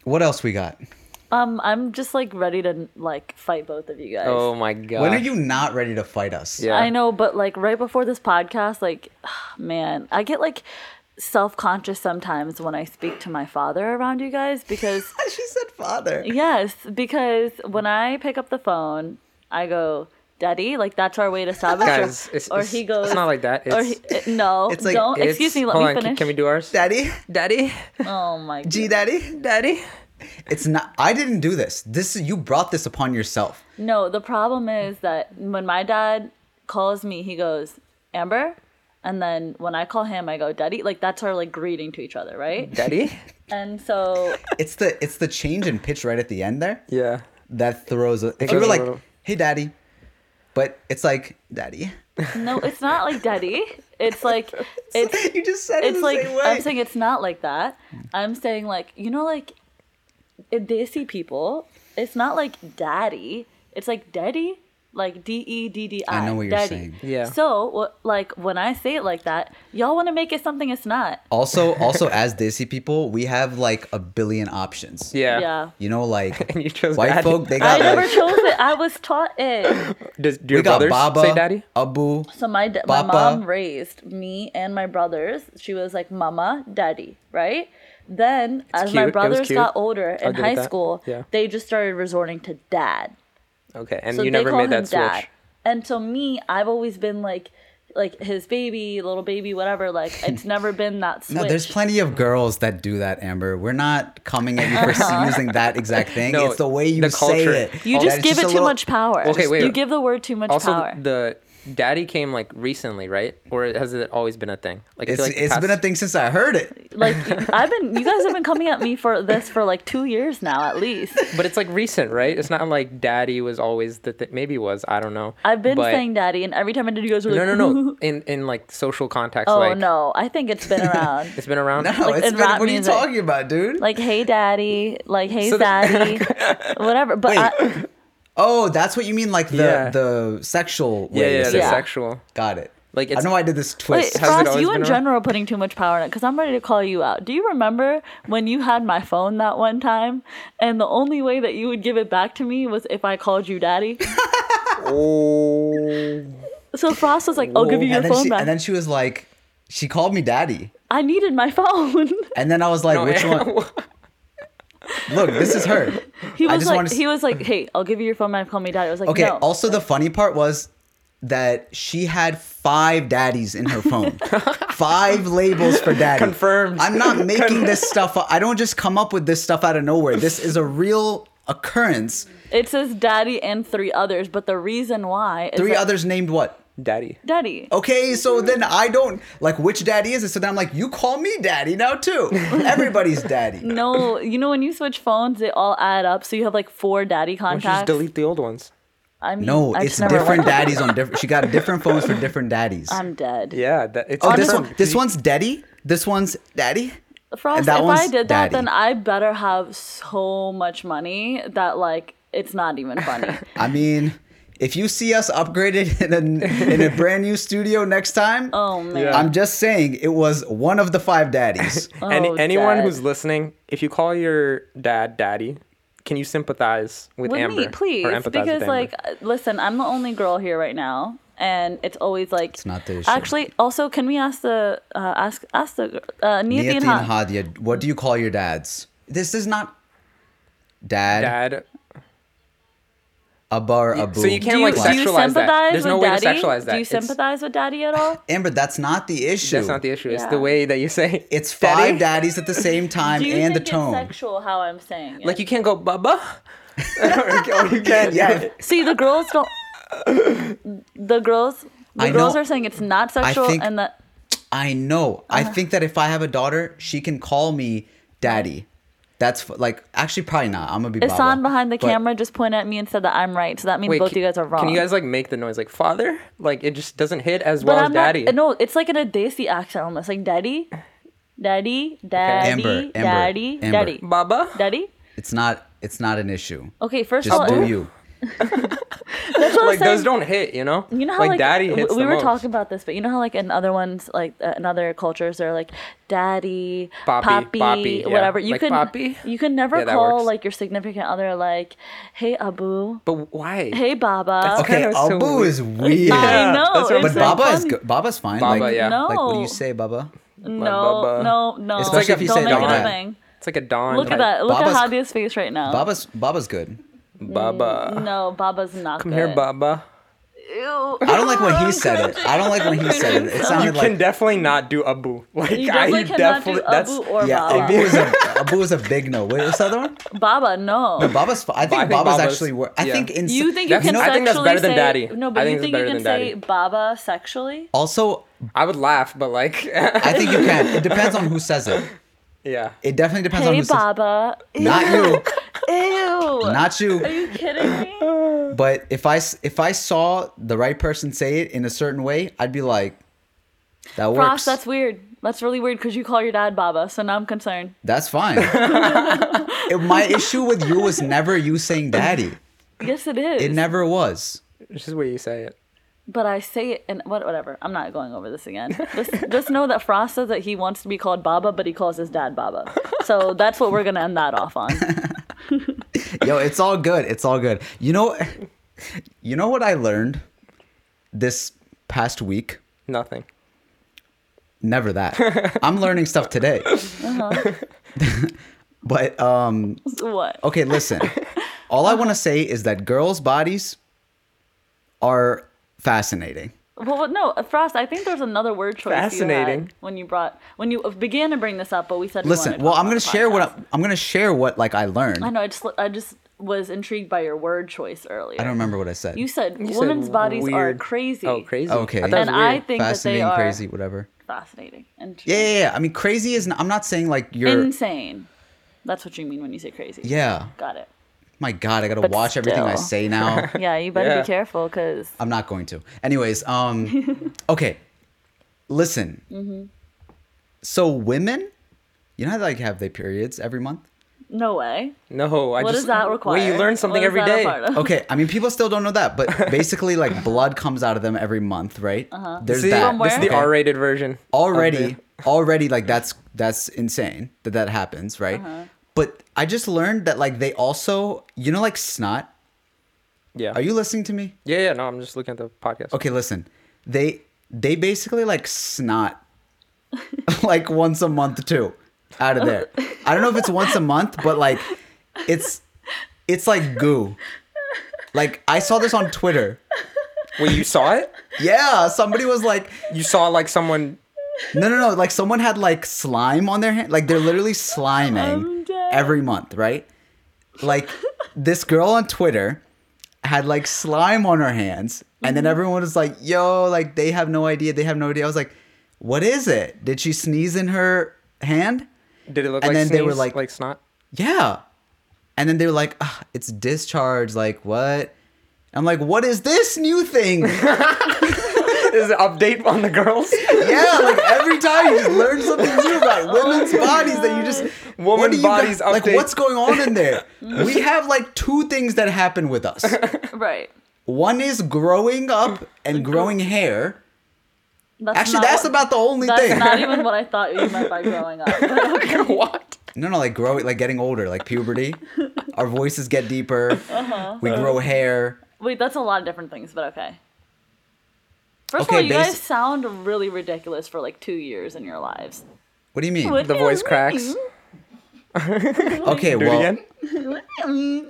[SPEAKER 1] what else we got?
[SPEAKER 3] Uh,
[SPEAKER 2] Um, I'm just like ready to like fight both of you guys.
[SPEAKER 3] Oh my god.
[SPEAKER 1] When are you not ready to fight us?
[SPEAKER 3] Yeah.
[SPEAKER 2] I know, but like right before this podcast, like, man, I get like self conscious sometimes when I speak to my father around you guys because,
[SPEAKER 1] she said father.
[SPEAKER 2] yes, because when I pick up the phone, I go, Daddy, like that's our way to establish. our-"
[SPEAKER 3] Guys, it's,
[SPEAKER 2] or
[SPEAKER 3] it's-
[SPEAKER 2] he goes,
[SPEAKER 3] It's not like that. It's,
[SPEAKER 2] Or he, eh, no,
[SPEAKER 1] It's like-
[SPEAKER 2] don't.
[SPEAKER 3] it's-
[SPEAKER 2] Excuse me, let
[SPEAKER 3] hold
[SPEAKER 2] me
[SPEAKER 3] on, can-
[SPEAKER 2] finish.
[SPEAKER 3] Can we do ours?
[SPEAKER 1] Daddy,
[SPEAKER 3] Daddy,
[SPEAKER 2] oh my
[SPEAKER 1] G
[SPEAKER 2] god.
[SPEAKER 1] daddy, daddy. It's not. I didn't do this. This you brought this upon yourself.
[SPEAKER 2] No, the problem is that when my dad calls me, he goes, Amber. And then when I call him, I go, Daddy. Like that's our like greeting to each other, right?
[SPEAKER 3] Daddy.
[SPEAKER 2] And so
[SPEAKER 1] It's the it's the change in pitch right at the end there
[SPEAKER 3] Yeah.
[SPEAKER 1] that throws. it. If
[SPEAKER 3] goes
[SPEAKER 1] you were
[SPEAKER 3] a
[SPEAKER 1] like,
[SPEAKER 3] little-
[SPEAKER 1] hey daddy, but it's like daddy.
[SPEAKER 2] No, it's not like daddy. It's like it's
[SPEAKER 1] you just said it
[SPEAKER 2] it's
[SPEAKER 1] the
[SPEAKER 2] like
[SPEAKER 1] same way.
[SPEAKER 2] I'm saying it's not like that. I'm saying like you know like if they see people, it's not like daddy. It's like daddy, like D E D D I.
[SPEAKER 1] I know what you're
[SPEAKER 2] daddy.
[SPEAKER 1] saying.
[SPEAKER 3] Yeah.
[SPEAKER 2] So wh- like when I say it like that, y'all want to make it something it's not.
[SPEAKER 1] also, also as Desi people, we have like a billion options.
[SPEAKER 3] Yeah.
[SPEAKER 2] yeah.
[SPEAKER 1] You know, like
[SPEAKER 3] And you chose
[SPEAKER 1] white
[SPEAKER 3] daddy.
[SPEAKER 1] folk. They
[SPEAKER 2] I
[SPEAKER 1] got
[SPEAKER 2] never
[SPEAKER 1] like
[SPEAKER 2] chose it. I was taught it.
[SPEAKER 3] Does
[SPEAKER 1] we
[SPEAKER 3] do your
[SPEAKER 1] got
[SPEAKER 3] brothers
[SPEAKER 1] Baba,
[SPEAKER 3] say daddy?
[SPEAKER 1] Abu.
[SPEAKER 2] So my d- my
[SPEAKER 1] Papa.
[SPEAKER 2] mom raised me and my brothers. She was like mama, daddy, right? Then as
[SPEAKER 3] cute. It
[SPEAKER 2] my
[SPEAKER 3] was
[SPEAKER 2] brothers
[SPEAKER 3] cute.
[SPEAKER 2] got older
[SPEAKER 3] I'll
[SPEAKER 2] in
[SPEAKER 3] give it
[SPEAKER 2] high
[SPEAKER 3] that.
[SPEAKER 2] school,
[SPEAKER 3] Yeah.
[SPEAKER 2] they just started resorting to dad.
[SPEAKER 3] Okay. And
[SPEAKER 2] So
[SPEAKER 3] you
[SPEAKER 2] they
[SPEAKER 3] never
[SPEAKER 2] call
[SPEAKER 3] made
[SPEAKER 2] him
[SPEAKER 3] that switch.
[SPEAKER 2] dad. And so me, I've always been like like his baby, little baby, whatever. Like it's never been that switch.
[SPEAKER 1] No, there's plenty of girls that do that, Amber. We're not coming at you for using that exact thing.
[SPEAKER 3] No,
[SPEAKER 1] it's the way you
[SPEAKER 3] the
[SPEAKER 1] say
[SPEAKER 3] culture.
[SPEAKER 1] it.
[SPEAKER 2] Uh-huh. you
[SPEAKER 1] That
[SPEAKER 2] just
[SPEAKER 1] it's
[SPEAKER 2] give
[SPEAKER 1] a
[SPEAKER 2] it too
[SPEAKER 1] little-
[SPEAKER 2] much power.
[SPEAKER 3] Okay, wait.
[SPEAKER 2] You give the word too much
[SPEAKER 3] Also,
[SPEAKER 2] power.
[SPEAKER 3] the daddy came like recently, right? Or has it always been a thing? Like I
[SPEAKER 1] It's,
[SPEAKER 3] feel like the
[SPEAKER 1] it's been a
[SPEAKER 3] past-
[SPEAKER 1] thing since I heard it.
[SPEAKER 2] like I've been, you guys have been coming at me for this for like two years now, at least.
[SPEAKER 3] But it's like recent, right? It's not like daddy was always the thing. Maybe was I don't know.
[SPEAKER 2] I've been
[SPEAKER 3] But-
[SPEAKER 2] saying daddy, and every time I did, you guys were like,
[SPEAKER 3] no, no, no. In in like social context,
[SPEAKER 2] oh
[SPEAKER 3] like
[SPEAKER 2] no, I think it's been around.
[SPEAKER 3] it's been around.
[SPEAKER 1] No,
[SPEAKER 2] Like,
[SPEAKER 1] it's
[SPEAKER 2] in
[SPEAKER 1] been.
[SPEAKER 2] rap
[SPEAKER 1] What are you
[SPEAKER 2] music.
[SPEAKER 1] talking about, dude?
[SPEAKER 2] like, hey, daddy, like, hey,
[SPEAKER 3] So the-
[SPEAKER 2] daddy, whatever. But I,
[SPEAKER 1] oh, that's what you mean, like the
[SPEAKER 3] Yeah.
[SPEAKER 1] the sexual
[SPEAKER 3] yeah,
[SPEAKER 1] way.
[SPEAKER 3] yeah,
[SPEAKER 1] to
[SPEAKER 3] the
[SPEAKER 1] say it.
[SPEAKER 2] Yeah.
[SPEAKER 3] sexual.
[SPEAKER 1] Got it.
[SPEAKER 3] Like,
[SPEAKER 1] I
[SPEAKER 3] it's-
[SPEAKER 1] know I did this
[SPEAKER 2] wait,
[SPEAKER 1] twist.
[SPEAKER 3] Has it
[SPEAKER 2] Frost,
[SPEAKER 3] always
[SPEAKER 2] you
[SPEAKER 3] been
[SPEAKER 2] and
[SPEAKER 3] around?
[SPEAKER 2] Jen are putting too much power in it because I'm ready to call you out. Do you remember when you had my phone that one time, and the only way that you would give it back to me was if I called you daddy?
[SPEAKER 3] Oh,
[SPEAKER 2] So Frost was like, I'll give you your
[SPEAKER 1] and, then
[SPEAKER 2] phone
[SPEAKER 1] she,
[SPEAKER 2] back.
[SPEAKER 1] and then she was like, she called me daddy,
[SPEAKER 2] I needed my phone.
[SPEAKER 1] and then I was like, which one? Look, this is her.
[SPEAKER 2] he
[SPEAKER 1] I
[SPEAKER 2] was
[SPEAKER 1] just
[SPEAKER 2] like,
[SPEAKER 1] wanna s-
[SPEAKER 2] he was like, hey, I'll give you your phone back. Call me daddy. I was like,
[SPEAKER 1] Okay.
[SPEAKER 2] no.
[SPEAKER 1] Also, the funny part was that she had five daddies in her phone, five labels for daddy.
[SPEAKER 3] Confirmed.
[SPEAKER 1] I'm not making this stuff up. I don't just come up with this stuff out of nowhere. This is a real occurrence.
[SPEAKER 2] It says daddy and three others, but the reason why is
[SPEAKER 1] Three
[SPEAKER 2] that
[SPEAKER 1] others named what?
[SPEAKER 3] daddy.
[SPEAKER 2] daddy.
[SPEAKER 1] Okay, so then I don't like which daddy is it. So then I'm like, you call me daddy now too. Everybody's daddy.
[SPEAKER 2] No, you know when you switch phones, they all add up. So you have like four daddy
[SPEAKER 3] Why don't you just
[SPEAKER 2] contacts.
[SPEAKER 3] delete the old ones?
[SPEAKER 2] I mean,
[SPEAKER 1] No,
[SPEAKER 2] I
[SPEAKER 1] it's
[SPEAKER 2] just never
[SPEAKER 1] different
[SPEAKER 2] went-
[SPEAKER 1] daddies on different. She got different phones for different daddies.
[SPEAKER 2] I'm dead.
[SPEAKER 3] Yeah, that, it's
[SPEAKER 1] oh, this
[SPEAKER 3] confirmed.
[SPEAKER 1] one, this one's daddy. This one's daddy.
[SPEAKER 2] Frost,
[SPEAKER 1] And that
[SPEAKER 2] if I
[SPEAKER 1] one's
[SPEAKER 2] did that,
[SPEAKER 1] daddy.
[SPEAKER 2] then I better have so much money that like it's not even funny.
[SPEAKER 1] I mean, if you see us upgraded in a, in a brand new studio next time,
[SPEAKER 2] oh man.
[SPEAKER 3] Yeah.
[SPEAKER 1] I'm just saying it was one of the five daddies.
[SPEAKER 3] Any,
[SPEAKER 2] Oh,
[SPEAKER 3] anyone
[SPEAKER 2] Dad.
[SPEAKER 3] who's listening, if you call your dad daddy, can you sympathize with,
[SPEAKER 2] With
[SPEAKER 3] Amber?
[SPEAKER 2] me, please,
[SPEAKER 3] Or empathize with
[SPEAKER 2] because
[SPEAKER 3] Amber?
[SPEAKER 2] like, uh, listen, I'm the only girl here right now, and it's always like it's
[SPEAKER 1] not the issue.
[SPEAKER 2] Actually, also, can we ask the uh, ask ask the uh, Niathi
[SPEAKER 1] Niathi
[SPEAKER 2] and
[SPEAKER 1] and
[SPEAKER 2] Ha-
[SPEAKER 1] Hadia, what do you call your dads? This is not dad,
[SPEAKER 3] dad.
[SPEAKER 1] Abba, or Abu.
[SPEAKER 3] So you can't
[SPEAKER 2] do you,
[SPEAKER 3] like
[SPEAKER 2] do you
[SPEAKER 3] sexualize that.
[SPEAKER 2] sympathize with
[SPEAKER 3] There's no way
[SPEAKER 2] daddy?
[SPEAKER 3] to sexualize that.
[SPEAKER 2] Do you
[SPEAKER 3] It's-
[SPEAKER 2] sympathize with daddy at all?
[SPEAKER 1] Amber, that's not the issue.
[SPEAKER 3] That's not the issue. It's
[SPEAKER 2] Yeah.
[SPEAKER 3] the way that you say.
[SPEAKER 1] It's
[SPEAKER 3] daddy.
[SPEAKER 1] five daddies at the same time
[SPEAKER 2] Do you
[SPEAKER 1] and the
[SPEAKER 2] think
[SPEAKER 1] tone.
[SPEAKER 2] it's sexual how I'm saying it?
[SPEAKER 3] Like you can't go bubba. or you can.
[SPEAKER 1] yeah,
[SPEAKER 2] See, the girls don't. The girls, the
[SPEAKER 1] I
[SPEAKER 2] girls
[SPEAKER 1] know-
[SPEAKER 2] are saying it's not sexual,
[SPEAKER 1] think-
[SPEAKER 2] and that Uh-huh.
[SPEAKER 1] I know. I think that if I have a daughter, she can call me daddy. That's f- like actually probably not. I'm gonna be.
[SPEAKER 2] Isan
[SPEAKER 1] Baba.
[SPEAKER 2] behind the
[SPEAKER 1] But
[SPEAKER 2] camera just pointed at me and said that I'm right. So that means
[SPEAKER 3] Wait,
[SPEAKER 2] both
[SPEAKER 3] can-
[SPEAKER 2] you guys are wrong.
[SPEAKER 3] Can you guys like make the noise like father? Like it just doesn't hit as
[SPEAKER 2] But
[SPEAKER 3] well
[SPEAKER 2] I'm
[SPEAKER 3] as daddy.
[SPEAKER 2] not. No, it's like in a Desi accent almost. Like daddy, daddy, daddy,
[SPEAKER 1] Amber, Amber,
[SPEAKER 2] daddy,
[SPEAKER 1] Amber.
[SPEAKER 2] daddy,
[SPEAKER 3] Baba.
[SPEAKER 2] daddy.
[SPEAKER 1] It's not. It's not an issue.
[SPEAKER 2] Okay, first
[SPEAKER 1] Just
[SPEAKER 2] of all,
[SPEAKER 1] do you.
[SPEAKER 2] that's what I was
[SPEAKER 3] like those
[SPEAKER 2] saying.
[SPEAKER 3] don't hit, you know.
[SPEAKER 2] You know how
[SPEAKER 3] like,
[SPEAKER 2] like,
[SPEAKER 3] daddy
[SPEAKER 2] w-
[SPEAKER 3] hits
[SPEAKER 2] we
[SPEAKER 3] the
[SPEAKER 2] were
[SPEAKER 3] most.
[SPEAKER 2] talking about this, but you know how like in other ones, like uh, in other cultures, they're like daddy,
[SPEAKER 3] Papi,
[SPEAKER 2] poppy,
[SPEAKER 3] papi, yeah.
[SPEAKER 2] whatever. You
[SPEAKER 3] Like,
[SPEAKER 2] can
[SPEAKER 3] papi?
[SPEAKER 2] you can never
[SPEAKER 3] Yeah, that
[SPEAKER 2] call
[SPEAKER 3] works.
[SPEAKER 2] like your significant other like, hey Abu,
[SPEAKER 3] But why?
[SPEAKER 2] hey Baba.
[SPEAKER 1] Okay,
[SPEAKER 3] kinda so
[SPEAKER 1] Abu
[SPEAKER 3] weird.
[SPEAKER 1] is weird.
[SPEAKER 2] I
[SPEAKER 3] Yeah,
[SPEAKER 2] know.
[SPEAKER 3] that's what I'm
[SPEAKER 1] But
[SPEAKER 2] it's
[SPEAKER 3] saying.
[SPEAKER 2] so
[SPEAKER 1] Baba is
[SPEAKER 2] funny.
[SPEAKER 1] good. Baba's fine.
[SPEAKER 3] Baba,
[SPEAKER 1] like,
[SPEAKER 3] yeah.
[SPEAKER 2] No,
[SPEAKER 1] Like what do you
[SPEAKER 2] Oh.
[SPEAKER 1] say, Baba?
[SPEAKER 2] no,
[SPEAKER 3] Baba.
[SPEAKER 2] no, no.
[SPEAKER 1] Especially
[SPEAKER 2] Like,
[SPEAKER 1] if you
[SPEAKER 2] don't
[SPEAKER 1] say it
[SPEAKER 2] make
[SPEAKER 1] like
[SPEAKER 2] it a
[SPEAKER 1] that.
[SPEAKER 2] thing.
[SPEAKER 3] It's like a don.
[SPEAKER 2] Look at that. Look
[SPEAKER 1] Baba's-
[SPEAKER 2] at Hadia's face right now.
[SPEAKER 1] Baba's Baba's good.
[SPEAKER 3] Baba.
[SPEAKER 2] No, Baba's not.
[SPEAKER 3] Come
[SPEAKER 2] good.
[SPEAKER 3] here, Baba.
[SPEAKER 2] Ew.
[SPEAKER 1] I don't like
[SPEAKER 2] Oh,
[SPEAKER 1] when he said it. I don't like when he said it. It
[SPEAKER 3] You
[SPEAKER 1] sounded
[SPEAKER 3] can
[SPEAKER 1] like
[SPEAKER 3] definitely not do Abu. Like
[SPEAKER 2] You definitely
[SPEAKER 3] I
[SPEAKER 2] cannot do
[SPEAKER 3] definitely that's
[SPEAKER 2] Abu or
[SPEAKER 1] yeah.
[SPEAKER 2] Baba.
[SPEAKER 1] Abu is a Abu is a big no. Wait, what's the other one?
[SPEAKER 2] Baba, no.
[SPEAKER 1] Baba's. fi- I think,
[SPEAKER 3] I think
[SPEAKER 1] Baba's,
[SPEAKER 3] Baba's-
[SPEAKER 1] actually. Wor- I
[SPEAKER 3] yeah.
[SPEAKER 1] think in
[SPEAKER 2] You think you
[SPEAKER 3] That's-
[SPEAKER 2] can
[SPEAKER 3] I think that's
[SPEAKER 2] sexually
[SPEAKER 3] better than
[SPEAKER 2] say-
[SPEAKER 3] daddy.
[SPEAKER 2] No, but
[SPEAKER 3] I
[SPEAKER 2] you
[SPEAKER 3] think it's
[SPEAKER 2] think you
[SPEAKER 3] better
[SPEAKER 2] can
[SPEAKER 3] than
[SPEAKER 2] say
[SPEAKER 3] daddy.
[SPEAKER 2] Baba sexually?
[SPEAKER 1] also.
[SPEAKER 3] I would laugh, but like
[SPEAKER 1] I think you can. It depends on who says it.
[SPEAKER 3] yeah.
[SPEAKER 1] It definitely depends on
[SPEAKER 2] Hey,
[SPEAKER 1] who says.
[SPEAKER 2] Baba. Ew.
[SPEAKER 1] Not you.
[SPEAKER 2] Ew.
[SPEAKER 1] Not you.
[SPEAKER 2] Are you kidding me?
[SPEAKER 1] But if I s- if I saw the right person say it in a certain way, I'd be like, that
[SPEAKER 2] Ross,
[SPEAKER 1] works.
[SPEAKER 2] that's weird. That's really weird because you call your dad Baba, so now I'm concerned.
[SPEAKER 1] That's fine. It- my issue with you was never you saying daddy.
[SPEAKER 2] Yes, it is.
[SPEAKER 1] It never was.
[SPEAKER 3] It's just where you say it.
[SPEAKER 2] but I say it and what, whatever. I'm not going over this again. Just, just know that Frost says that he wants to be called Baba, but he calls his dad Baba. So that's what we're gonna end that off on.
[SPEAKER 1] Yo, it's all good. It's all good. You know, you know what I learned this past week.
[SPEAKER 3] Nothing.
[SPEAKER 1] Never that. I'm learning stuff today.
[SPEAKER 2] Uh-huh.
[SPEAKER 1] but um,
[SPEAKER 2] what?
[SPEAKER 1] okay, listen. All I want to say is that girls' bodies are fascinating.
[SPEAKER 2] Well, well, no, Frost. I think there's another word choice. You
[SPEAKER 3] Fascinating.
[SPEAKER 2] had when you brought when you began to bring this up, but we said we wanted
[SPEAKER 1] Listen,
[SPEAKER 2] to
[SPEAKER 1] well,
[SPEAKER 2] talk
[SPEAKER 1] I'm
[SPEAKER 2] about
[SPEAKER 1] gonna
[SPEAKER 2] the
[SPEAKER 1] share what
[SPEAKER 2] podcast.
[SPEAKER 1] I'm, I'm gonna share what like I learned.
[SPEAKER 2] I
[SPEAKER 1] I
[SPEAKER 2] know. I just I just was intrigued by your word choice earlier.
[SPEAKER 1] don't remember what I said.
[SPEAKER 2] You said
[SPEAKER 3] You said
[SPEAKER 2] women's bodies are
[SPEAKER 3] weird.
[SPEAKER 2] crazy.
[SPEAKER 3] Oh, crazy.
[SPEAKER 1] Okay.
[SPEAKER 3] I thought it was
[SPEAKER 2] And I
[SPEAKER 3] weird.
[SPEAKER 2] think that they
[SPEAKER 1] fascinating,
[SPEAKER 2] are
[SPEAKER 1] crazy, whatever.
[SPEAKER 2] fascinating. and
[SPEAKER 1] Yeah, yeah, yeah. I mean, crazy is. Not, I'm not saying like you're.
[SPEAKER 2] Insane. That's what you mean when you say crazy.
[SPEAKER 1] Yeah.
[SPEAKER 2] Got it.
[SPEAKER 1] My God, I gotta
[SPEAKER 2] But
[SPEAKER 1] watch everything I
[SPEAKER 2] still.
[SPEAKER 1] say now.
[SPEAKER 2] Yeah, you better
[SPEAKER 3] Yeah.
[SPEAKER 2] be careful because
[SPEAKER 1] I'm not going to. Anyways, um, okay. Listen.
[SPEAKER 2] Mm-hmm.
[SPEAKER 1] So women, you know how they like have their periods every month.
[SPEAKER 2] no way.
[SPEAKER 3] No, I
[SPEAKER 2] What does
[SPEAKER 3] just
[SPEAKER 2] that require?
[SPEAKER 3] Wait, you learn something
[SPEAKER 2] What is
[SPEAKER 3] every
[SPEAKER 2] that a
[SPEAKER 3] day.
[SPEAKER 2] part of?
[SPEAKER 1] Okay, I mean people still don't know that, but basically like blood comes out of them every month, right? Uh-huh. There's
[SPEAKER 3] See,
[SPEAKER 1] that.
[SPEAKER 2] From
[SPEAKER 3] this is the
[SPEAKER 1] okay?
[SPEAKER 3] R-rated version.
[SPEAKER 1] already already like that's that's insane that that happens right but i just learned that like they also you know like snot
[SPEAKER 3] Yeah.
[SPEAKER 1] are you listening to me
[SPEAKER 3] Yeah, yeah. No, I'm just looking at the podcast.
[SPEAKER 1] okay listen they they basically like snot like once a month too out of there i don't know if it's once a month but like it's it's like goo like i saw this on twitter
[SPEAKER 3] Wait, you saw it?
[SPEAKER 1] yeah somebody was like
[SPEAKER 3] You saw like someone
[SPEAKER 1] No, no, no. Like someone had like slime on their hand. Like they're literally
[SPEAKER 2] I'm
[SPEAKER 1] sliming
[SPEAKER 2] dead.
[SPEAKER 1] every month, right? Like this girl on Twitter had like slime on her hands. And
[SPEAKER 2] Mm-hmm.
[SPEAKER 1] then everyone was like, yo, like they have no idea. They have no idea. I was like, what is it? Did she sneeze in her hand?
[SPEAKER 3] did it look
[SPEAKER 1] And
[SPEAKER 3] like
[SPEAKER 1] then they were
[SPEAKER 3] sneeze,
[SPEAKER 1] like-
[SPEAKER 3] like snot?
[SPEAKER 1] Yeah. And then they were like, "Ugh, it's discharge. Like, what? I'm like, what is this new thing?
[SPEAKER 3] Is an update on the girls?
[SPEAKER 1] Yeah, like every time you just learn something new about women's bodies that you just
[SPEAKER 3] Woman
[SPEAKER 1] what do you
[SPEAKER 3] bodies
[SPEAKER 1] got- like
[SPEAKER 3] update.
[SPEAKER 1] what's going on in there? we have like two things that happen with us.
[SPEAKER 2] Right.
[SPEAKER 1] One is growing up and growing hair.
[SPEAKER 2] That's
[SPEAKER 1] Actually,
[SPEAKER 2] not
[SPEAKER 1] that's
[SPEAKER 2] what-
[SPEAKER 1] about the only
[SPEAKER 2] That's
[SPEAKER 1] thing.
[SPEAKER 2] not even what I thought you meant by growing up. But okay.
[SPEAKER 3] what?
[SPEAKER 1] No, no, like growing, like getting older, like puberty. Our voices get deeper.
[SPEAKER 2] Uh-huh.
[SPEAKER 1] We grow hair.
[SPEAKER 2] Wait, that's a lot of different things, but okay. First
[SPEAKER 1] Okay,
[SPEAKER 2] of all, you guys
[SPEAKER 1] basi-
[SPEAKER 2] sound really ridiculous for like two years in your lives.
[SPEAKER 1] What do you mean?
[SPEAKER 2] What
[SPEAKER 3] The
[SPEAKER 2] do
[SPEAKER 3] voice
[SPEAKER 2] you
[SPEAKER 3] cracks.
[SPEAKER 2] mean?
[SPEAKER 1] Okay,
[SPEAKER 3] Do
[SPEAKER 1] well,
[SPEAKER 3] it again.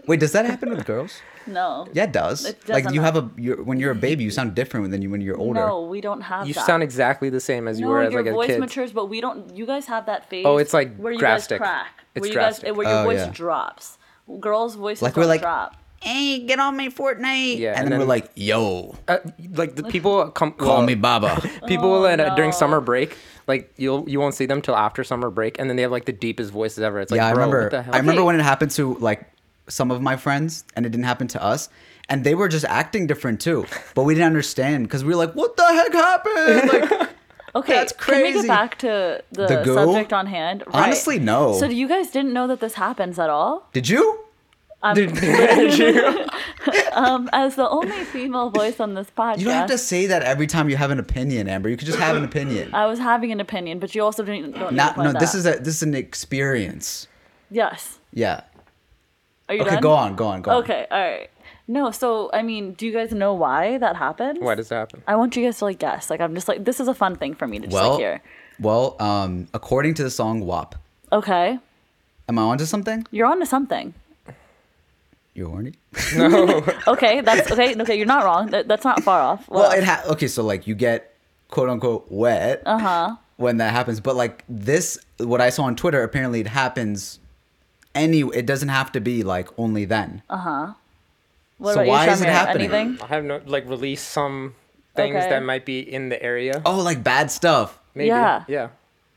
[SPEAKER 1] wait, does that happen with girls?
[SPEAKER 2] No.
[SPEAKER 1] Yeah, it does.
[SPEAKER 2] It
[SPEAKER 1] like
[SPEAKER 2] doesn't.
[SPEAKER 1] you have a you're, when you're a baby, you sound different than you when you're older.
[SPEAKER 2] No, we don't have
[SPEAKER 3] You
[SPEAKER 2] that.
[SPEAKER 3] sound exactly the same as you
[SPEAKER 2] no,
[SPEAKER 3] were as
[SPEAKER 2] your
[SPEAKER 3] like a
[SPEAKER 2] voice
[SPEAKER 3] kid.
[SPEAKER 2] matures, but we don't. You guys have that phase.
[SPEAKER 3] Oh, it's, like,
[SPEAKER 2] where
[SPEAKER 3] drastic.
[SPEAKER 2] you guys crack.
[SPEAKER 3] It's
[SPEAKER 2] where you
[SPEAKER 3] drastic.
[SPEAKER 2] guys where your
[SPEAKER 1] Oh,
[SPEAKER 2] voice
[SPEAKER 1] yeah.
[SPEAKER 2] drops. Girls' voices
[SPEAKER 1] Like, we're
[SPEAKER 2] don't
[SPEAKER 1] like-
[SPEAKER 2] drop.
[SPEAKER 1] hey, get on my Fortnite.
[SPEAKER 3] Yeah,
[SPEAKER 1] and,
[SPEAKER 3] and
[SPEAKER 1] then, we're
[SPEAKER 3] then-
[SPEAKER 1] like, yo,
[SPEAKER 3] Uh, like the people come
[SPEAKER 1] call
[SPEAKER 3] well,
[SPEAKER 1] me Baba.
[SPEAKER 3] People
[SPEAKER 2] Oh,
[SPEAKER 3] that uh, during
[SPEAKER 2] no.
[SPEAKER 3] summer break, like you'll you won't see them till after summer break, and then they have like the deepest voices ever. It's like,
[SPEAKER 1] yeah, I
[SPEAKER 3] bro,
[SPEAKER 1] remember.
[SPEAKER 3] what the hell?
[SPEAKER 1] I remember
[SPEAKER 2] Okay.
[SPEAKER 1] when it happened to like some of my friends, and it didn't happen to us. And they were just acting different too, but we didn't understand because we were like, "What the heck happened?" Like,
[SPEAKER 2] Okay,
[SPEAKER 1] That's
[SPEAKER 2] Can we
[SPEAKER 1] crazy.
[SPEAKER 2] get back to the,
[SPEAKER 1] The goo?
[SPEAKER 2] subject on hand? Right.
[SPEAKER 1] Honestly, no.
[SPEAKER 2] So you guys didn't know that this happens at all?
[SPEAKER 1] did you?
[SPEAKER 2] Um, as the only female voice on this podcast,
[SPEAKER 1] You don't have to say that every time you have an opinion, Amber. You could just have an opinion.
[SPEAKER 2] I was having an opinion, but you also didn't. Don't need to
[SPEAKER 1] Not,
[SPEAKER 2] point
[SPEAKER 1] no, this
[SPEAKER 2] that.
[SPEAKER 1] is a this is an experience.
[SPEAKER 2] yes.
[SPEAKER 1] Yeah.
[SPEAKER 2] Are you
[SPEAKER 1] Okay,
[SPEAKER 2] done?
[SPEAKER 1] go on, go on, go on.
[SPEAKER 2] Okay, all right. No, so I mean, do you guys know why that happens?
[SPEAKER 3] Why does that happen?
[SPEAKER 2] I want you guys to like guess. Like, I'm just like, this is a fun thing for me to just
[SPEAKER 1] Well,
[SPEAKER 2] like hear.
[SPEAKER 1] well, um, according to the song WAP,
[SPEAKER 2] Okay,
[SPEAKER 1] am I onto something?
[SPEAKER 2] you're onto something.
[SPEAKER 1] You're horny?
[SPEAKER 2] Okay, that's okay. Okay, you're not wrong. That, that's not far off.
[SPEAKER 1] Well, it ha- okay, so like you get quote unquote wet uh-huh. when that happens, but like this, what I saw on Twitter, apparently it happens any. It doesn't have to be like only then.
[SPEAKER 2] Uh-huh.
[SPEAKER 1] Uh huh.
[SPEAKER 2] what
[SPEAKER 1] so
[SPEAKER 2] about
[SPEAKER 1] why
[SPEAKER 2] you,
[SPEAKER 1] is it
[SPEAKER 2] Shamir?
[SPEAKER 1] happening?
[SPEAKER 2] Anything?
[SPEAKER 3] I have no like release some things
[SPEAKER 2] Okay.
[SPEAKER 3] that might be in the area.
[SPEAKER 1] Oh, like bad stuff.
[SPEAKER 3] Maybe.
[SPEAKER 2] Yeah.
[SPEAKER 3] Yeah.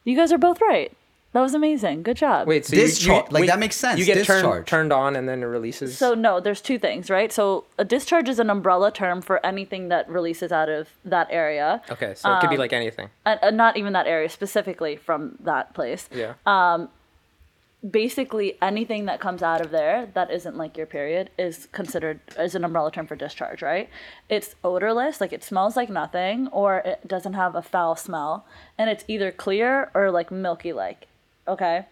[SPEAKER 2] You guys are both right. That was amazing. Good job.
[SPEAKER 3] Wait. So you- you-
[SPEAKER 1] Discharge- like,
[SPEAKER 3] wait,
[SPEAKER 1] that makes sense,
[SPEAKER 3] You get
[SPEAKER 1] discharge.
[SPEAKER 3] turned turned on, and then it releases.
[SPEAKER 2] So no, there's two things, right? So a discharge is an umbrella term for anything that releases out of that area.
[SPEAKER 3] okay. So it
[SPEAKER 2] Um,
[SPEAKER 3] could be like anything.
[SPEAKER 2] And, and not even that area specifically from that place.
[SPEAKER 3] Yeah.
[SPEAKER 2] Basically, anything that comes out of there that isn't like your period is considered is an umbrella term for discharge, right? It's odorless, like it smells like nothing, or it doesn't have a foul smell, and it's either clear or like milky like. Okay.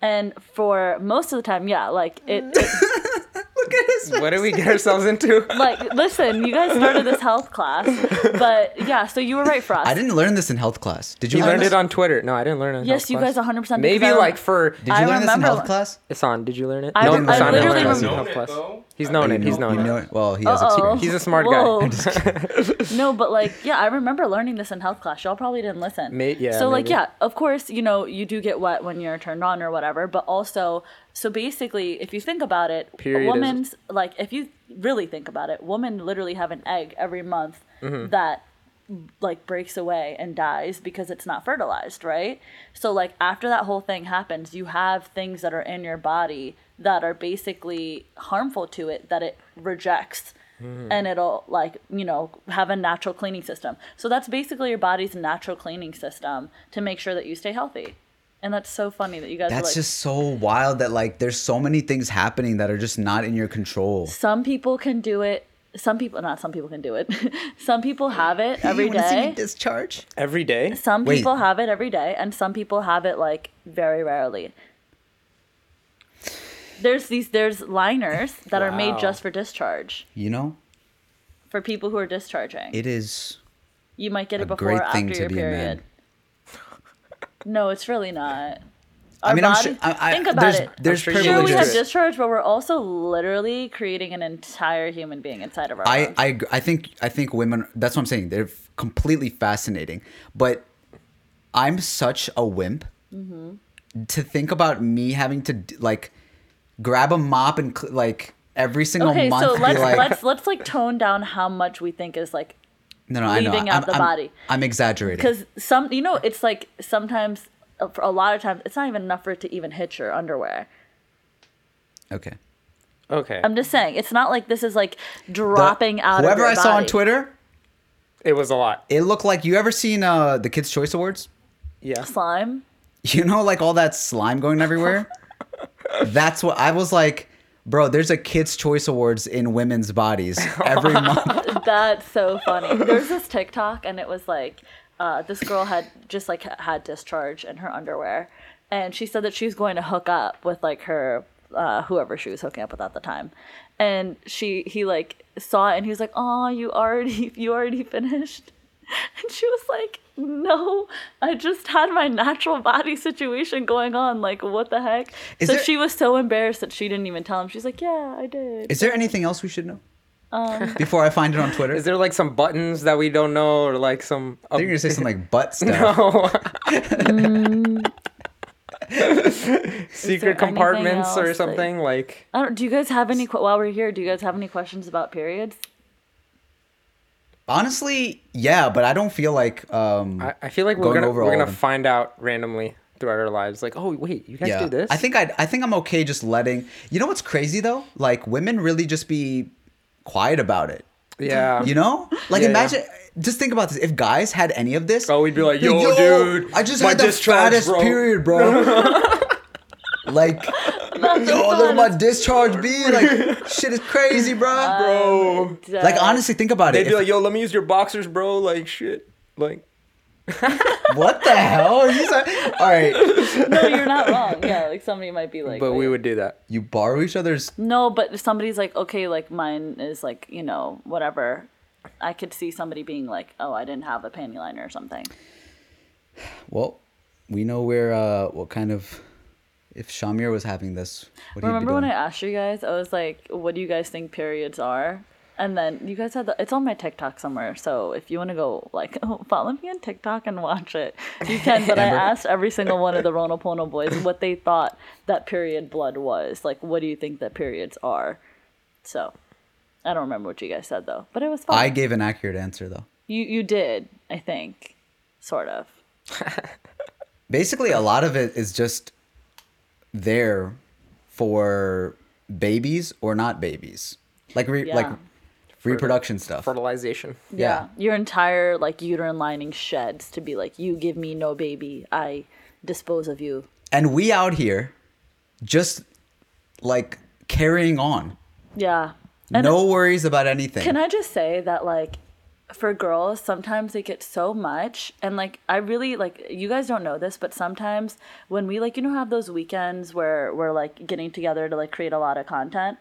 [SPEAKER 2] And for most of the time, yeah, like it, it
[SPEAKER 1] Look at his
[SPEAKER 3] what did we get ourselves into?
[SPEAKER 2] like listen you guys started this health class but yeah so you were right for us
[SPEAKER 1] I didn't learn this in health class. Did you,
[SPEAKER 3] You
[SPEAKER 1] learn
[SPEAKER 3] learned
[SPEAKER 1] this?
[SPEAKER 3] it on Twitter. No, I didn't learn it. in
[SPEAKER 2] yes
[SPEAKER 3] health
[SPEAKER 2] you
[SPEAKER 3] class.
[SPEAKER 2] guys 100%
[SPEAKER 3] Maybe
[SPEAKER 2] because I-
[SPEAKER 3] like for
[SPEAKER 1] Did you
[SPEAKER 2] I
[SPEAKER 1] learn this in
[SPEAKER 2] remember-
[SPEAKER 1] health class?
[SPEAKER 3] Isan, did you learn it?
[SPEAKER 2] I
[SPEAKER 3] no,
[SPEAKER 2] rem- I
[SPEAKER 3] Ihsan didn't
[SPEAKER 2] literally
[SPEAKER 3] learn it in
[SPEAKER 2] remember-
[SPEAKER 3] Health Plus. He's known it. He's known
[SPEAKER 1] You
[SPEAKER 3] it.
[SPEAKER 1] know it. Well, he has
[SPEAKER 2] Uh-oh.
[SPEAKER 1] experience.
[SPEAKER 3] He's a smart
[SPEAKER 2] Oh, Whoa.
[SPEAKER 3] guy.
[SPEAKER 2] no but like yeah i remember learning this in health class y'all probably didn't listen
[SPEAKER 3] May- yeah,
[SPEAKER 2] so like
[SPEAKER 3] maybe.
[SPEAKER 2] yeah of course you know you do get wet when you're turned on or whatever but also so basically if you think about it a
[SPEAKER 3] Period is-
[SPEAKER 2] woman's like if you really think about it women literally have an egg every month
[SPEAKER 3] Mm-hmm.
[SPEAKER 2] that like breaks away and dies because it's not fertilized, right? So like after that whole thing happens, you have things that are in your body that are basically harmful to it that it rejects. And it'll like you know have a natural cleaning system. So that's basically your body's natural cleaning system to make sure that you stay healthy. And that's so funny that you guys. are
[SPEAKER 1] That's
[SPEAKER 2] like,
[SPEAKER 1] just so wild that like there's so many things happening that are just not in your control.
[SPEAKER 2] some people can do it. Some people, not some people can do it. some people have it every day.
[SPEAKER 1] discharge?
[SPEAKER 3] Every day.
[SPEAKER 2] Some
[SPEAKER 1] Wait.
[SPEAKER 2] people have it every day, and some people have it like very rarely. There's these there's liners that are made
[SPEAKER 3] Wow.
[SPEAKER 2] just for discharge
[SPEAKER 1] You know,
[SPEAKER 2] for people who are discharging.
[SPEAKER 1] it is
[SPEAKER 2] you might get
[SPEAKER 1] a
[SPEAKER 2] it before or
[SPEAKER 1] great
[SPEAKER 2] after
[SPEAKER 1] thing to
[SPEAKER 2] your
[SPEAKER 1] be a
[SPEAKER 2] period.
[SPEAKER 1] man.
[SPEAKER 2] No, it's really not.
[SPEAKER 1] I
[SPEAKER 2] Our
[SPEAKER 1] mean,
[SPEAKER 2] body-
[SPEAKER 1] I'm sure. I, I,
[SPEAKER 2] think about
[SPEAKER 1] there's,
[SPEAKER 2] it.
[SPEAKER 1] There's
[SPEAKER 3] sure you
[SPEAKER 2] Sure,
[SPEAKER 1] privileges.
[SPEAKER 2] we have
[SPEAKER 3] Religious.
[SPEAKER 2] discharge, but we're also literally creating an entire human being inside of our.
[SPEAKER 1] I,
[SPEAKER 2] own.
[SPEAKER 1] I I think I think women. That's what I'm saying. They're f- completely fascinating. But I'm such a wimp.
[SPEAKER 2] Mm-hmm.
[SPEAKER 1] To think about me having to d- like grab a mop and cl- like every single
[SPEAKER 2] okay,
[SPEAKER 1] month.
[SPEAKER 2] so
[SPEAKER 1] be
[SPEAKER 2] let's
[SPEAKER 1] like,
[SPEAKER 2] let's let's like tone down how much we think is like
[SPEAKER 1] no, no, I know.
[SPEAKER 2] leaving
[SPEAKER 1] I'm,
[SPEAKER 2] out the
[SPEAKER 1] I'm-
[SPEAKER 2] body.
[SPEAKER 1] I'm exaggerating.
[SPEAKER 2] because some you know it's like sometimes uh, for a lot of times it's not even enough for it to even hit your underwear
[SPEAKER 1] Okay.
[SPEAKER 3] Okay.
[SPEAKER 2] i'm just saying it's not like this is like dropping
[SPEAKER 1] The-
[SPEAKER 2] out of
[SPEAKER 1] Whoever
[SPEAKER 2] your
[SPEAKER 1] I saw on
[SPEAKER 2] body.
[SPEAKER 1] Twitter,
[SPEAKER 3] it was a lot.
[SPEAKER 1] it looked like you ever seen uh the Kids Choice Awards?
[SPEAKER 3] Yeah.
[SPEAKER 2] slime
[SPEAKER 1] You know, like all that slime going everywhere. That's what I was like, bro. There's a Kids Choice Awards in women's bodies every month.
[SPEAKER 2] that's so funny there's this tiktok and it was like uh, this girl had just like ha- had discharge in her underwear and she said that she was going to hook up with like her uh, whoever she was hooking up with at the time and she he like saw it and he was like oh you already you already finished And she was like, No, I just had my natural body situation going on. Like, what the heck?
[SPEAKER 1] Is
[SPEAKER 2] so
[SPEAKER 1] there-
[SPEAKER 2] she was so embarrassed that she didn't even tell him. She's like, Yeah, I did.
[SPEAKER 1] Is there anything else we should know? Before I find it on Twitter,
[SPEAKER 3] Is there like some buttons that we don't know, or like some?
[SPEAKER 1] I think you're gonna say something like butt stuff.
[SPEAKER 3] no. secret
[SPEAKER 2] Mm. anything
[SPEAKER 3] compartments
[SPEAKER 2] else
[SPEAKER 3] or
[SPEAKER 2] that-
[SPEAKER 3] something like
[SPEAKER 2] I don't. Do you guys have any? que- While we're here, do you guys have any questions about periods?
[SPEAKER 1] Honestly, yeah, but I don't feel like um
[SPEAKER 3] I, I feel like we're
[SPEAKER 1] Going
[SPEAKER 3] gonna
[SPEAKER 1] over
[SPEAKER 3] we're
[SPEAKER 1] all
[SPEAKER 3] gonna
[SPEAKER 1] of them.
[SPEAKER 3] find out randomly throughout our lives. Like, oh wait, you guys
[SPEAKER 1] yeah.
[SPEAKER 3] do this?
[SPEAKER 1] I think I I think I'm okay just letting. You know what's crazy though? Like women really just be quiet about it.
[SPEAKER 3] yeah.
[SPEAKER 1] You know? Like
[SPEAKER 3] Yeah, yeah.
[SPEAKER 1] imagine just think about this. If guys had any of this,
[SPEAKER 3] Oh, we'd be like, yo, dude,
[SPEAKER 1] I just
[SPEAKER 3] my
[SPEAKER 1] had the
[SPEAKER 3] discharge,
[SPEAKER 1] fattest
[SPEAKER 3] bro."
[SPEAKER 1] period, bro. like yo, look at my discharge B. Like shit is crazy, bro.
[SPEAKER 3] Uh, bro.
[SPEAKER 2] uh,
[SPEAKER 1] Like honestly, think about
[SPEAKER 3] They'd
[SPEAKER 1] it.
[SPEAKER 3] be
[SPEAKER 1] If-
[SPEAKER 3] like, yo, let me use your boxers, bro. Like shit. Like
[SPEAKER 1] what the hell? He's like, all right,
[SPEAKER 2] no, you're not wrong. Yeah, like somebody might be like,
[SPEAKER 3] But
[SPEAKER 2] "Oh,
[SPEAKER 3] we
[SPEAKER 2] yeah."
[SPEAKER 3] would do that.
[SPEAKER 1] you borrow each other's
[SPEAKER 2] No, but if somebody's like, okay, like mine is like, you know, whatever. I could see somebody being like, oh, I didn't have a panty liner or something.
[SPEAKER 1] Well, we know where uh what kind of if Shamir was having this, what he'd be
[SPEAKER 2] Remember when I
[SPEAKER 1] doing.
[SPEAKER 2] asked you guys, I was like, what do you guys think periods are? And then you guys had the, it's on my TikTok somewhere. So if you want to go like follow me on TikTok and watch it, you can. But I
[SPEAKER 1] Amber.
[SPEAKER 2] asked every single one of the Ronopono boys what they thought that period blood was. Like, what do you think that periods are? So I don't remember what you guys said though, but it was fun.
[SPEAKER 1] I gave an accurate answer though.
[SPEAKER 2] You you did, I think, sort of.
[SPEAKER 1] Basically, a lot of it is just there for babies or not babies, like re-
[SPEAKER 2] Yeah.
[SPEAKER 1] like reproduction stuff.
[SPEAKER 3] Fertilization.
[SPEAKER 1] yeah.
[SPEAKER 2] Your entire like uterine lining sheds to be like, you give me no baby, I dispose of you.
[SPEAKER 1] and we out here just like carrying on,
[SPEAKER 2] Yeah. And
[SPEAKER 1] no worries about anything.
[SPEAKER 2] can I just say that like for girls, sometimes they get so much and like I really like you guys don't know this, but sometimes when we like you know have those weekends where we're like getting together to like create a lot of content,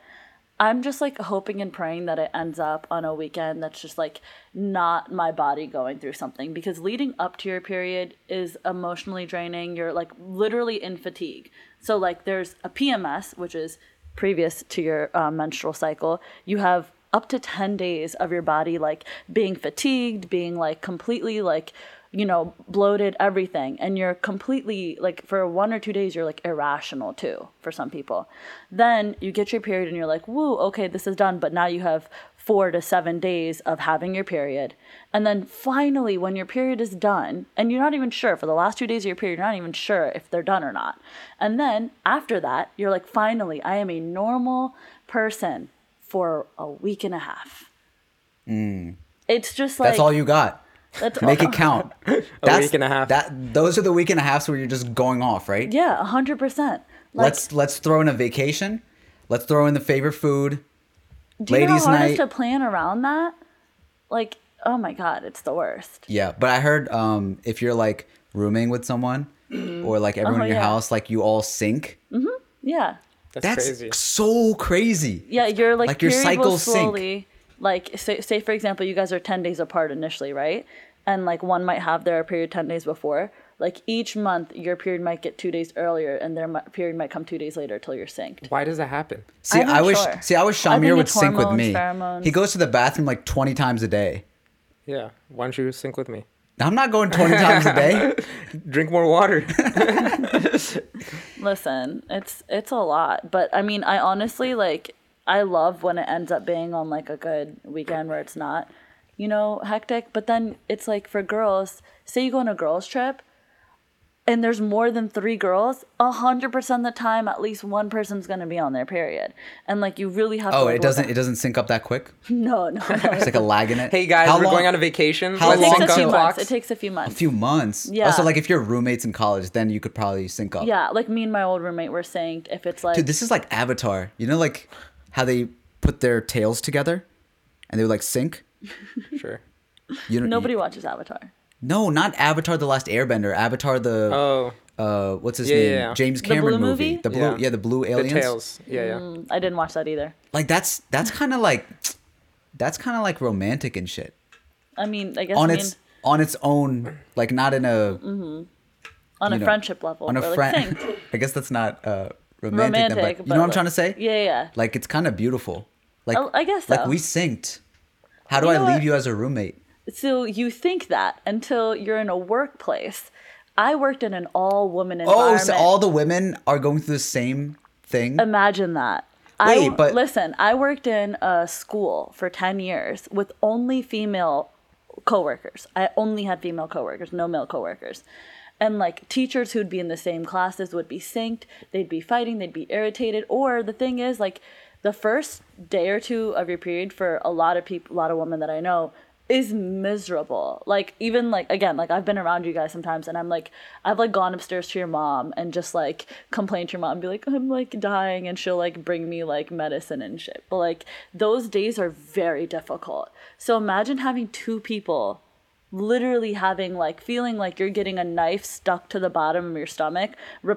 [SPEAKER 2] I'm just like hoping and praying that it ends up on a weekend that's just like not my body going through something because leading up to your period is emotionally draining. You're like literally in fatigue. So, like, there's a PMS, which is previous to your uh, menstrual cycle. You have up to 10 days of your body like being fatigued, being like completely like, you know, bloated, everything. And you're completely like for one or two days, you're like irrational too for some people. Then you get your period and you're like, woo, okay, this is done. But now you have four to seven days of having your period. And then finally, when your period is done, and you're not even sure for the last two days of your period, you're not even sure if they're done or not. And then after that, you're like, finally, I am a normal person for a week and a half. It's just like
[SPEAKER 1] Hmm. That's all you got.
[SPEAKER 2] that's all-
[SPEAKER 1] Make it count. That's,
[SPEAKER 3] week and a half.
[SPEAKER 1] That those are the week and a halves where you're just going off, right?
[SPEAKER 2] Yeah, hundred percent. Like,
[SPEAKER 1] let's let's throw in a vacation. Let's throw in the favorite food.
[SPEAKER 2] do you know
[SPEAKER 1] ladies'
[SPEAKER 2] how hard it is
[SPEAKER 1] night.
[SPEAKER 2] to plan around that? Like, oh my god, it's the worst.
[SPEAKER 1] Yeah, but I heard um, if you're like rooming with someone or like everyone
[SPEAKER 2] Oh,
[SPEAKER 1] in your
[SPEAKER 2] yeah.
[SPEAKER 1] house, like you all sync.
[SPEAKER 2] Yeah,
[SPEAKER 3] That's,
[SPEAKER 1] That's
[SPEAKER 3] crazy.
[SPEAKER 1] so crazy.
[SPEAKER 2] yeah. You're like,
[SPEAKER 1] like your
[SPEAKER 2] period will
[SPEAKER 1] cycles sync.
[SPEAKER 2] slowly. Like, say, say for example, you guys are ten days apart initially, right? And like one might have their period ten days before. Like each month, your period might get two days earlier, and their mi- period might come two days later till you're synced.
[SPEAKER 3] Why does that happen?
[SPEAKER 1] See,
[SPEAKER 2] I'm
[SPEAKER 1] I
[SPEAKER 2] not
[SPEAKER 1] wish
[SPEAKER 2] sure.
[SPEAKER 1] see I wish
[SPEAKER 2] I think
[SPEAKER 1] Shamir would
[SPEAKER 2] it's
[SPEAKER 1] sync with
[SPEAKER 2] hormones,
[SPEAKER 1] me.
[SPEAKER 2] pheromones.
[SPEAKER 1] He goes to the bathroom like 20 times a day.
[SPEAKER 3] Yeah. Why don't you sync with me?
[SPEAKER 1] I'm not going 20 times a day.
[SPEAKER 3] Drink more water.
[SPEAKER 2] Listen, it's it's a lot, but I mean, I honestly like I love when it ends up being on like a good weekend where it's not, you know, hectic, but then it's like for girls, say you go on a girls trip and there's more than 3 girls, 100% of the time at least one person's going to be on their period. And like you really have to
[SPEAKER 1] Oh,
[SPEAKER 2] like,
[SPEAKER 1] it
[SPEAKER 2] work
[SPEAKER 1] doesn't
[SPEAKER 2] on-
[SPEAKER 1] it doesn't sync up that quick.
[SPEAKER 2] No, no. no.
[SPEAKER 1] It's like a lag in it.
[SPEAKER 3] hey guys,
[SPEAKER 1] How
[SPEAKER 3] we're
[SPEAKER 1] long-
[SPEAKER 3] going on a vacation.
[SPEAKER 1] how
[SPEAKER 3] Let's
[SPEAKER 2] It
[SPEAKER 1] long
[SPEAKER 3] sync
[SPEAKER 2] takes a
[SPEAKER 3] up
[SPEAKER 2] few months.
[SPEAKER 3] clocks.
[SPEAKER 2] It takes a few months.
[SPEAKER 1] few months.
[SPEAKER 2] Yeah.
[SPEAKER 1] Also, like if your roommates in college, then you could probably sync up.
[SPEAKER 2] yeah, like me and my old roommate were saying if it's like
[SPEAKER 1] Dude, this is like Avatar. You know, like how they put their tails together and they would like sync.
[SPEAKER 3] sure.
[SPEAKER 1] You know,
[SPEAKER 2] nobody watches Avatar.
[SPEAKER 1] No, not Avatar: The Last Airbender. Avatar the
[SPEAKER 3] Oh,
[SPEAKER 1] uh, what's his
[SPEAKER 3] Yeah,
[SPEAKER 1] name?
[SPEAKER 3] yeah, yeah.
[SPEAKER 1] James
[SPEAKER 2] The
[SPEAKER 1] Cameron
[SPEAKER 2] blue
[SPEAKER 1] movie.
[SPEAKER 2] movie?
[SPEAKER 1] The blue,
[SPEAKER 3] Yeah.
[SPEAKER 1] yeah. the blue
[SPEAKER 3] the
[SPEAKER 1] aliens.
[SPEAKER 3] tails. Yeah, yeah.
[SPEAKER 2] Mm, I didn't watch that either.
[SPEAKER 1] Like that's that's kind of like that's kind of like romantic and shit
[SPEAKER 2] I mean, I guess
[SPEAKER 1] on
[SPEAKER 2] I
[SPEAKER 1] its
[SPEAKER 2] mean- Mm,
[SPEAKER 1] on its own. Like not in a
[SPEAKER 2] on a
[SPEAKER 1] you know,
[SPEAKER 2] friendship level
[SPEAKER 1] on a
[SPEAKER 2] or like
[SPEAKER 1] friend.
[SPEAKER 2] think
[SPEAKER 1] I guess that's not uh, romantic, then, but you know
[SPEAKER 2] romantic but,
[SPEAKER 1] what I'm
[SPEAKER 2] like-
[SPEAKER 1] trying to say?
[SPEAKER 2] yeah yeah, yeah
[SPEAKER 1] Like it's kind of beautiful. Like
[SPEAKER 2] I- I guess
[SPEAKER 1] like
[SPEAKER 2] so.
[SPEAKER 1] we synced. How do
[SPEAKER 2] You
[SPEAKER 1] I
[SPEAKER 2] know
[SPEAKER 1] leave
[SPEAKER 2] what?
[SPEAKER 1] you as a roommate?
[SPEAKER 2] so you think that until you're in a workplace I worked in an all woman
[SPEAKER 1] Oh,
[SPEAKER 2] environment.
[SPEAKER 1] so all the women are going through the same thing.
[SPEAKER 2] Imagine that. I,
[SPEAKER 1] Wait, but-
[SPEAKER 2] listen, I worked in a school for 10 years with only female coworkers. I only had female coworkers, no male coworkers. And like teachers who'd be in the same classes would be synced, they'd be fighting, they'd be irritated. Or the thing is, like the first day or two of your period for a lot of people, a lot of women that I know, is miserable. Like even like again, like I've been around you guys sometimes and I'm like I've like gone upstairs to your mom and just like complained to your mom and be like I'm like dying and she'll like bring me like medicine and shit. But like those days are very difficult. So imagine having two people literally having like feeling like you're getting a knife stuck to the bottom of your stomach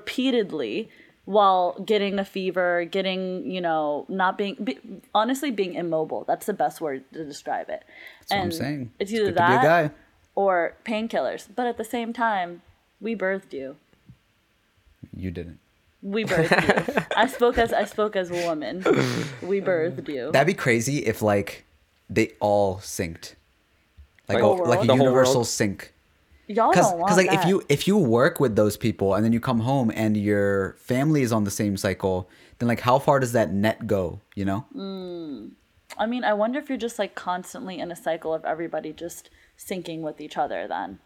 [SPEAKER 2] repeatedly while getting a fever, getting, you know, not being be, honestly being immobile. That's the best word to describe it.
[SPEAKER 1] what I'm saying.
[SPEAKER 2] It's
[SPEAKER 1] It's
[SPEAKER 2] either
[SPEAKER 1] good to
[SPEAKER 2] that
[SPEAKER 1] be a guy.
[SPEAKER 2] or painkillers. But at the same time, we birthed you.
[SPEAKER 1] You didn't.
[SPEAKER 2] We birthed you. I spoke as I spoke as a woman. We birthed you.
[SPEAKER 1] That'd be crazy if like they all synced, like a,
[SPEAKER 3] Like
[SPEAKER 2] whole world?
[SPEAKER 1] like a
[SPEAKER 3] The whole
[SPEAKER 1] universal
[SPEAKER 3] world?
[SPEAKER 1] sync.
[SPEAKER 2] Y'all
[SPEAKER 1] Because
[SPEAKER 2] don't want
[SPEAKER 1] because like if
[SPEAKER 2] that.
[SPEAKER 1] you if you work with those people and then you come home and your family is on the same cycle, then like how far does that net go? You know.
[SPEAKER 2] I mean, I wonder if you're just like constantly in a cycle of everybody just syncing with each other then.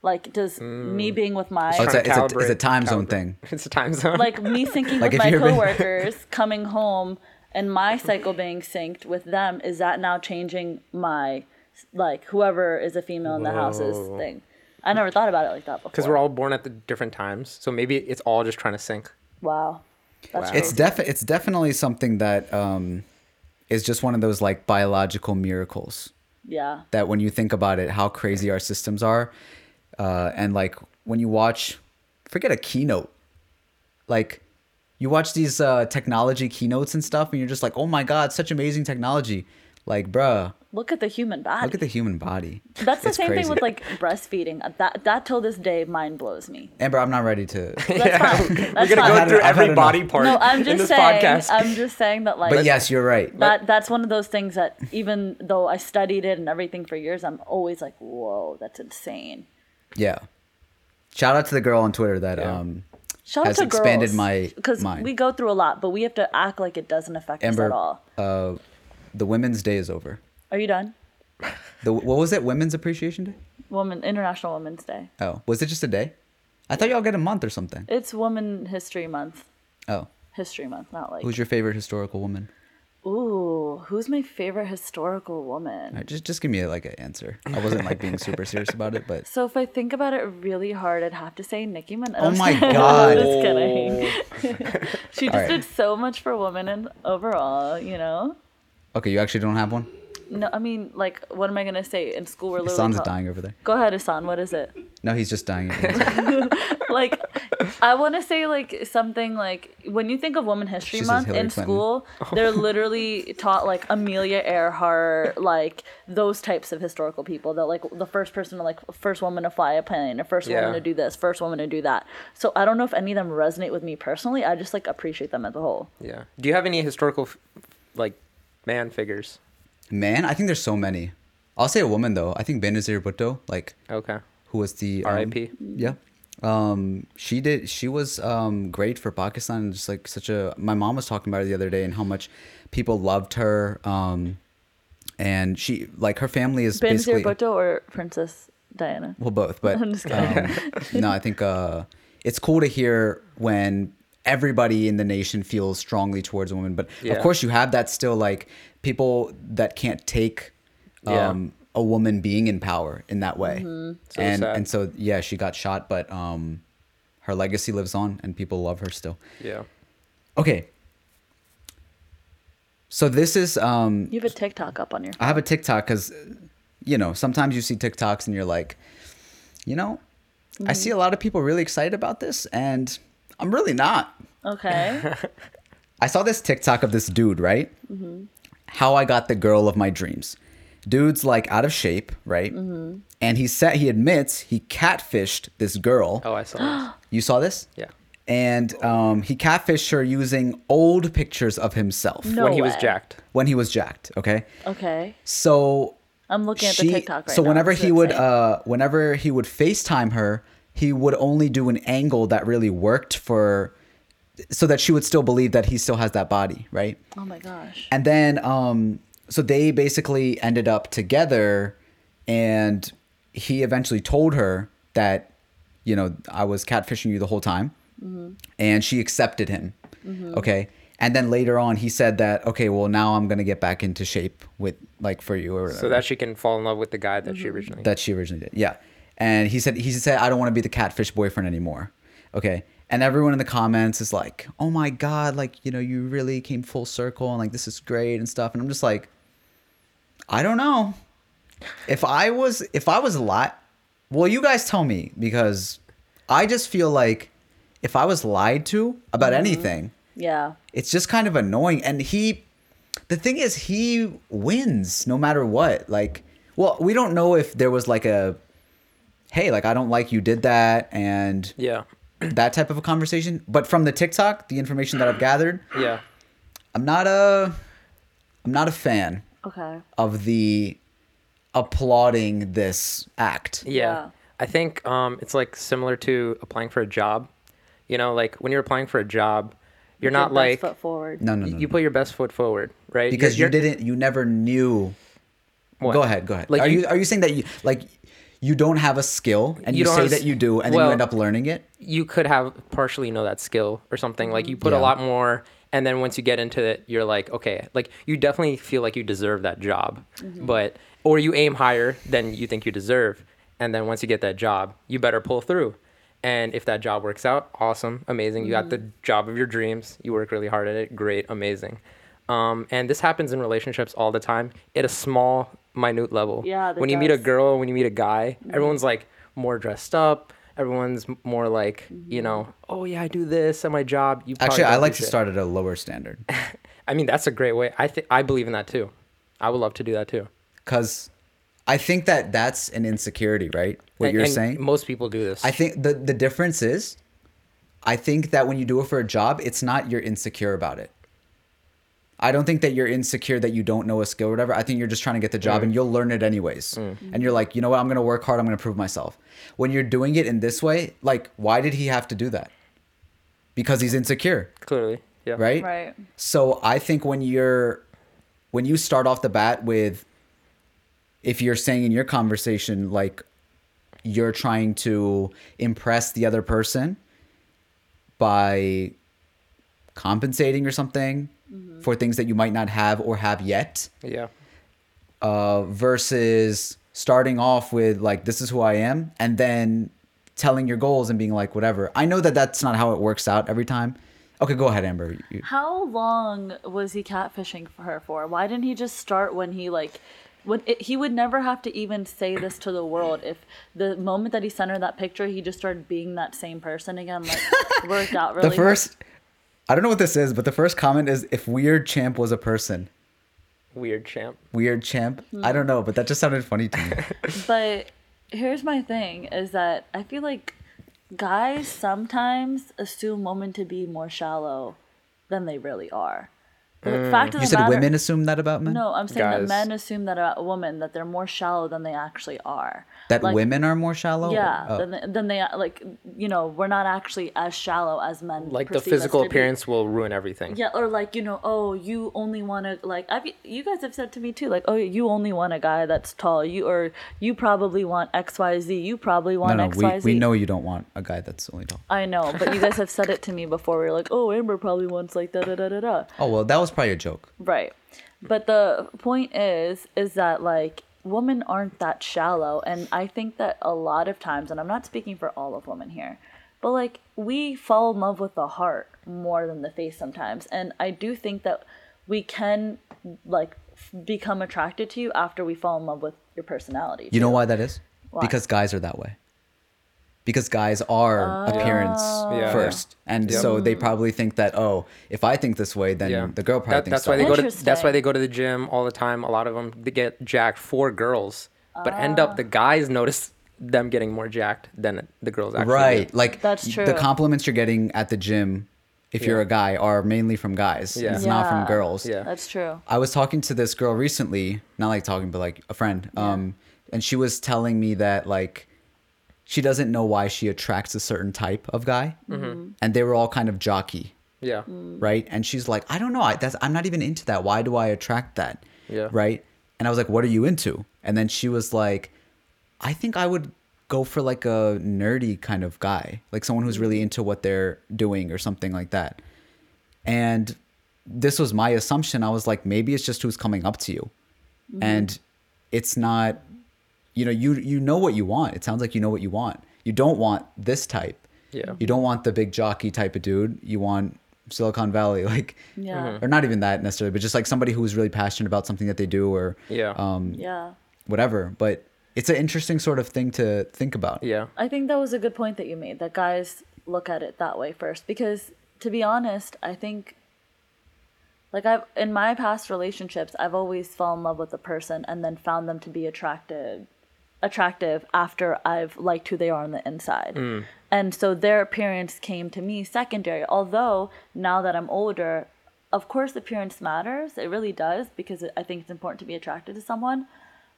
[SPEAKER 2] Like does me being with my
[SPEAKER 1] Oh, it's, a, it's, a, it's a
[SPEAKER 3] Calibrate-
[SPEAKER 1] time zone
[SPEAKER 3] calibrate.
[SPEAKER 1] thing.
[SPEAKER 3] It's a time zone.
[SPEAKER 2] like me syncing
[SPEAKER 1] Like,
[SPEAKER 2] with
[SPEAKER 1] if
[SPEAKER 2] my
[SPEAKER 1] you're-
[SPEAKER 2] coworkers coming home and my cycle being synced with them is that now changing my like whoever is a female in the house's
[SPEAKER 3] Whoa.
[SPEAKER 2] thing i never thought about it like that before
[SPEAKER 3] because we're all born at the different times, so maybe it's all just trying to sync.
[SPEAKER 2] wow that's
[SPEAKER 3] Wow.
[SPEAKER 2] true.
[SPEAKER 1] It's def it's definitely something that um, is just one of those like biological miracles.
[SPEAKER 2] yeah
[SPEAKER 1] that when you think about it, how crazy our systems are, uh, and like when you watch, forget a keynote, like you watch these uh, technology keynotes and stuff, and you're just like, oh my god, such amazing technology, like bruh,
[SPEAKER 2] look at the human body
[SPEAKER 1] look at the human body.
[SPEAKER 2] that's the
[SPEAKER 1] It's
[SPEAKER 2] same
[SPEAKER 1] crazy.
[SPEAKER 2] thing with like breastfeeding that that till this day mind blows me
[SPEAKER 1] Amber, I'm not ready to.
[SPEAKER 2] that's fine that's
[SPEAKER 3] We're
[SPEAKER 2] fine
[SPEAKER 3] gonna go
[SPEAKER 1] had-
[SPEAKER 3] through
[SPEAKER 1] I've had
[SPEAKER 3] every body
[SPEAKER 1] enough.
[SPEAKER 3] part
[SPEAKER 2] no i'm
[SPEAKER 3] in
[SPEAKER 2] just
[SPEAKER 3] this
[SPEAKER 2] saying
[SPEAKER 3] podcast.
[SPEAKER 2] i'm just saying that like
[SPEAKER 1] But yes, you're right.
[SPEAKER 2] that that's one of those things that even though I studied it and everything for years, I'm always like, whoa, that's insane.
[SPEAKER 1] Yeah. Shout out to the girl on Twitter that
[SPEAKER 3] Yeah.
[SPEAKER 1] um,
[SPEAKER 2] Shout
[SPEAKER 1] Has
[SPEAKER 2] out to
[SPEAKER 1] expanded
[SPEAKER 2] girls,
[SPEAKER 1] my mind.
[SPEAKER 2] we go through a lot, but we have to act like it doesn't affect us at
[SPEAKER 1] Amber,
[SPEAKER 2] all.
[SPEAKER 1] uh, the Women's Day is over.
[SPEAKER 2] Are you done?
[SPEAKER 1] The what was it? Women's Appreciation Day?
[SPEAKER 2] Woman International Women's Day.
[SPEAKER 1] Oh, was it just a day? I thought y'all get a month or something.
[SPEAKER 2] It's Woman History Month.
[SPEAKER 1] Oh.
[SPEAKER 2] History Month, not like
[SPEAKER 1] Who's your favorite historical woman?
[SPEAKER 2] ooh, who's my favorite historical woman?
[SPEAKER 1] All right, just just give me like an answer. I wasn't like being super serious about it, but
[SPEAKER 2] So if I think about it really hard, I'd have to say Nicki Minaj.
[SPEAKER 1] Oh my
[SPEAKER 2] I'm
[SPEAKER 1] God.
[SPEAKER 3] Oh.
[SPEAKER 2] just kidding. she just
[SPEAKER 1] All right.
[SPEAKER 2] did so much for women and overall, you know.
[SPEAKER 1] okay, you actually don't have one.
[SPEAKER 2] No, I mean, like, what am I gonna say? In school, we're literally.
[SPEAKER 1] Son's
[SPEAKER 2] call-
[SPEAKER 1] dying over there.
[SPEAKER 2] Go ahead, Asan. What is it?
[SPEAKER 1] No, he's just dying.
[SPEAKER 2] Like, I want to say like something like when you think of Women
[SPEAKER 1] She
[SPEAKER 2] History
[SPEAKER 1] says
[SPEAKER 2] Month
[SPEAKER 1] Hillary
[SPEAKER 2] in
[SPEAKER 1] Clinton.
[SPEAKER 2] school, they're literally taught like Amelia Earhart, like those types of historical people. That like the first person to like first woman to fly a plane, the first
[SPEAKER 3] Yeah.
[SPEAKER 2] woman to do this, first woman to do that. So I don't know if any of them resonate with me personally. I just like appreciate them as a whole.
[SPEAKER 3] yeah. Do you have any historical, f- like, man figures?
[SPEAKER 1] Man, I think there's so many. I'll say a woman though. I think Benazir Bhutto, like
[SPEAKER 3] Okay.
[SPEAKER 1] who was the um,
[SPEAKER 3] R.I.P..
[SPEAKER 1] Yeah. Um, she did. She was um great for Pakistan. and Just like such a. My mom was talking about her the other day and how much people loved her. Um, and she like her family is
[SPEAKER 2] Benazir
[SPEAKER 1] basically
[SPEAKER 2] Bhutto or Princess Diana?
[SPEAKER 1] Well, both, but
[SPEAKER 2] I'm just
[SPEAKER 1] um, no, I think uh, it's cool to hear when everybody in the nation feels strongly towards a woman. But
[SPEAKER 3] Yeah.
[SPEAKER 1] of course, you have that still like people that can't take um,
[SPEAKER 3] Yeah.
[SPEAKER 1] a woman being in power in that way.
[SPEAKER 2] Mm-hmm.
[SPEAKER 3] So
[SPEAKER 1] and
[SPEAKER 3] sad.
[SPEAKER 1] and so yeah, she got shot, but um, her legacy lives on, and people love her still.
[SPEAKER 3] Yeah.
[SPEAKER 1] Okay. So this is um,
[SPEAKER 2] You have a TikTok up on your.
[SPEAKER 1] I have a TikTok because, you know, sometimes you see TikToks and you're like, you know, I see a lot of people really excited about this, and I'm really not.
[SPEAKER 2] Okay.
[SPEAKER 1] I saw this TikTok of this dude, right? How I got the girl of my dreams. Dude's like out of shape, right? And he said he admits he catfished this girl.
[SPEAKER 3] Oh, I saw. this.
[SPEAKER 1] You saw this?
[SPEAKER 3] Yeah.
[SPEAKER 1] And um, he catfished her using old pictures of himself
[SPEAKER 2] No
[SPEAKER 3] when he was
[SPEAKER 2] way.
[SPEAKER 3] jacked.
[SPEAKER 1] when he was jacked. Okay,
[SPEAKER 2] Okay.
[SPEAKER 1] so
[SPEAKER 2] I'm looking at the
[SPEAKER 1] she-
[SPEAKER 2] TikTok right
[SPEAKER 1] so
[SPEAKER 2] now.
[SPEAKER 1] whenever
[SPEAKER 2] It's
[SPEAKER 1] he would
[SPEAKER 2] insane.
[SPEAKER 1] uh whenever he would FaceTime her, he would only do an angle that really worked for so that she would still believe that he still has that body, right?
[SPEAKER 2] Oh my gosh.
[SPEAKER 1] And then, um, so they basically ended up together, and he eventually told her that, you know, I was catfishing you the whole time,
[SPEAKER 2] Mm-hmm.
[SPEAKER 1] and she accepted him. Okay. And then later on, he said that, okay, well, now I'm going to get back into shape with, like, for you or whatever
[SPEAKER 3] so that she can fall in love with the guy that
[SPEAKER 2] Mm-hmm.
[SPEAKER 3] she originally.
[SPEAKER 1] that she originally did. Yeah. And he said he said I don't want to be the catfish boyfriend anymore. Okay. And everyone in the comments is like, "Oh my god, like, you know, you really came full circle and like this is great and stuff." And I'm just like I don't know. If I was if I was a lot, well, you guys tell me because I just feel like if I was lied to about anything,
[SPEAKER 2] Yeah.
[SPEAKER 1] it's just kind of annoying and he the thing is he wins no matter what like well we don't know if there was like a hey like i don't like you did that and
[SPEAKER 3] yeah,
[SPEAKER 1] that type of a conversation but from the tiktok the information that i've gathered
[SPEAKER 3] yeah.
[SPEAKER 1] i'm not a i'm not a fan
[SPEAKER 2] Okay.
[SPEAKER 1] of the applauding this act
[SPEAKER 3] Yeah.
[SPEAKER 2] Yeah.
[SPEAKER 3] I think um, it's like similar to applying for a job. You know, like when you're applying for a job, you're
[SPEAKER 2] Your
[SPEAKER 3] not
[SPEAKER 2] best
[SPEAKER 3] like
[SPEAKER 2] foot forward.
[SPEAKER 1] no no no
[SPEAKER 3] you put your best foot forward, right?
[SPEAKER 1] because you
[SPEAKER 3] You're-
[SPEAKER 1] didn't you never knew
[SPEAKER 3] what?
[SPEAKER 1] go ahead go ahead
[SPEAKER 3] Like
[SPEAKER 1] are
[SPEAKER 3] you-
[SPEAKER 1] you, are you saying that you like you don't have a skill and
[SPEAKER 3] You
[SPEAKER 1] you,
[SPEAKER 3] don't
[SPEAKER 1] say
[SPEAKER 3] have a
[SPEAKER 1] that
[SPEAKER 3] s-
[SPEAKER 1] you do and then
[SPEAKER 3] well-
[SPEAKER 1] you end up learning it
[SPEAKER 3] You could have partially know that skill or something. Like you put a
[SPEAKER 1] Yeah.
[SPEAKER 3] lot more, and then once you get into it, you're like, okay, like you definitely feel like you deserve that job,
[SPEAKER 2] Mm-hmm.
[SPEAKER 3] but or you aim higher than you think you deserve, and then once you get that job, you better pull through. And if that job works out, awesome, amazing. You
[SPEAKER 2] Mm-hmm.
[SPEAKER 3] got the job of your dreams. You work really hard at it. Great, amazing. Um, and this happens in relationships all the time at a small, minute level.
[SPEAKER 2] Yeah, that
[SPEAKER 3] When you meet a
[SPEAKER 2] does.
[SPEAKER 3] girl, when you meet a guy,
[SPEAKER 2] Mm-hmm.
[SPEAKER 3] everyone's like more dressed up. Everyone's m- more like, you know,
[SPEAKER 2] Mm-hmm.
[SPEAKER 3] oh yeah, I do this at my job. You probably
[SPEAKER 1] Actually, I
[SPEAKER 3] don't
[SPEAKER 1] like
[SPEAKER 3] do
[SPEAKER 1] to
[SPEAKER 3] shit."
[SPEAKER 1] start at a lower standard
[SPEAKER 3] I mean, that's a great way. I think I believe in that too. I would love to do that too.
[SPEAKER 1] because I think that that's an insecurity, right? What
[SPEAKER 3] And-
[SPEAKER 1] you're
[SPEAKER 3] and
[SPEAKER 1] saying.
[SPEAKER 3] Most people do this.
[SPEAKER 1] I think the the difference is, I think that when you do it for a job, it's not you're insecure about it. I don't think that you're insecure that you don't know a skill or whatever. I think you're just trying to get the
[SPEAKER 3] Mm.
[SPEAKER 1] job and you'll learn it anyways. And you're like, you know what? I'm going to work hard. I'm going to prove myself. When you're doing it in this way, like, why did he have to do that? Because he's insecure,
[SPEAKER 3] clearly. Yeah.
[SPEAKER 1] right?
[SPEAKER 2] Right.
[SPEAKER 1] So I think when you're when you start off the bat with if you're saying in your conversation like you're trying to impress the other person by compensating or something for things that you might not have or have yet
[SPEAKER 3] Yeah.
[SPEAKER 1] uh, versus starting off with like this is who I am and then telling your goals and being like whatever. I know that that's not how it works out every time. Okay, go ahead Amber. You-
[SPEAKER 2] How long was he catfishing for her for? Why didn't he just start when he like when it, he would never have to even say this to the world if the moment that he sent her that picture he just started being that same person again like worked out really
[SPEAKER 1] the first i don't know what this is but the first comment is if weird champ was a person
[SPEAKER 3] Weird champ.
[SPEAKER 1] weird champ i don't know but that just sounded funny to me
[SPEAKER 2] But here's my thing is that I feel like guys sometimes assume women to be more shallow than they really are. The fact
[SPEAKER 1] Mm. you
[SPEAKER 2] of the
[SPEAKER 1] said
[SPEAKER 2] matter,
[SPEAKER 1] women assume that about men
[SPEAKER 2] No, I'm saying that
[SPEAKER 3] Guys.
[SPEAKER 2] men assume that about women that they're more shallow than they actually are.
[SPEAKER 1] that
[SPEAKER 2] Like,
[SPEAKER 1] women are more shallow
[SPEAKER 2] Yeah,
[SPEAKER 1] Oh.
[SPEAKER 2] then, they, then they like you know we're not actually as shallow as men.
[SPEAKER 3] Like the
[SPEAKER 2] perceive us
[SPEAKER 3] physical
[SPEAKER 2] to be.
[SPEAKER 3] appearance will ruin everything.
[SPEAKER 2] Yeah, or like you know, oh, you only want to like I've you guys have said to me too, like oh, you only want a guy that's tall. You or you probably want X Y Z. You probably
[SPEAKER 1] no
[SPEAKER 2] want
[SPEAKER 1] no
[SPEAKER 2] X Y
[SPEAKER 1] we,
[SPEAKER 2] Z.
[SPEAKER 1] we know you don't want a guy that's only tall
[SPEAKER 2] I know, but you guys have said it to me before. We were like, oh, Amber probably wants like da da da da da.
[SPEAKER 1] oh well that was probably a joke
[SPEAKER 2] Right. But the point is, is that like women aren't that shallow. And I think that a lot of times, and I'm not speaking for all of women here, but like we fall in love with the heart more than the face sometimes. And I do think that we can like f- become attracted to you after we fall in love with your personality.
[SPEAKER 1] you know
[SPEAKER 2] too.
[SPEAKER 1] why that is because guys are that way because guys are
[SPEAKER 2] Oh.
[SPEAKER 1] appearance
[SPEAKER 3] Yeah.
[SPEAKER 1] first and so
[SPEAKER 2] Hmm.
[SPEAKER 1] they probably think that oh if i think this way then
[SPEAKER 3] Yeah.
[SPEAKER 1] Mm, the girl probably
[SPEAKER 3] That-
[SPEAKER 1] thinks
[SPEAKER 3] that's why they
[SPEAKER 1] that
[SPEAKER 3] go
[SPEAKER 1] way.
[SPEAKER 3] to that's why
[SPEAKER 2] Interesting.
[SPEAKER 3] they go to the gym all the time. A lot of them they get jacked for girls, but end up the
[SPEAKER 2] Ah.
[SPEAKER 3] guys notice them getting more jacked than the girls actually. do.
[SPEAKER 1] Right. Like
[SPEAKER 2] That's
[SPEAKER 1] y- The
[SPEAKER 2] true.
[SPEAKER 1] compliments you're getting at the gym, if you're
[SPEAKER 3] Yeah.
[SPEAKER 1] a guy, are mainly from guys.
[SPEAKER 3] Yeah.
[SPEAKER 1] It's not from
[SPEAKER 2] Yeah.
[SPEAKER 1] girls.
[SPEAKER 3] Yeah.
[SPEAKER 2] That's true.
[SPEAKER 1] I was talking to this girl recently, not like talking, but like a friend. Um, and she was telling me that like she doesn't know why she attracts a certain type of guy,
[SPEAKER 3] Mm-hmm.
[SPEAKER 2] Mm-hmm.
[SPEAKER 1] and they were all kind of jockey,
[SPEAKER 3] Yeah.
[SPEAKER 2] Mm.
[SPEAKER 1] right? And she's like, I don't know, I, that's I'm not even into that. Why do I attract that?
[SPEAKER 3] Yeah.
[SPEAKER 1] right. And I was like, What are you into? And then she was like, I think I would go for like a nerdy kind of guy, like someone who's really into what they're doing or something like that. And this was my assumption. I was like, maybe it's just who's coming up to you. And it's not you know, you you know what you want. It sounds like you know what you want. You don't want this type.
[SPEAKER 3] Yeah.
[SPEAKER 1] You don't want the big jockey type of dude. You want Silicon Valley, like
[SPEAKER 2] Yeah. Mhm.
[SPEAKER 1] or not even that necessarily, but just like somebody who's really passionate about something that they do or
[SPEAKER 3] Yeah.
[SPEAKER 1] um
[SPEAKER 2] Yeah.
[SPEAKER 1] whatever. But it's an interesting sort of thing to think about.
[SPEAKER 3] Yeah.
[SPEAKER 2] I think that was a good point that you made that guys look at it that way first because to be honest, I think like I've in my past relationships, I've always fallen in love with a person and then found them to be attractive attractive after I've liked who they are on the inside.
[SPEAKER 3] Hmm.
[SPEAKER 2] And so their appearance came to me secondary. Although now that I'm older, of course appearance matters. It really does because I think it's important to be attracted to someone.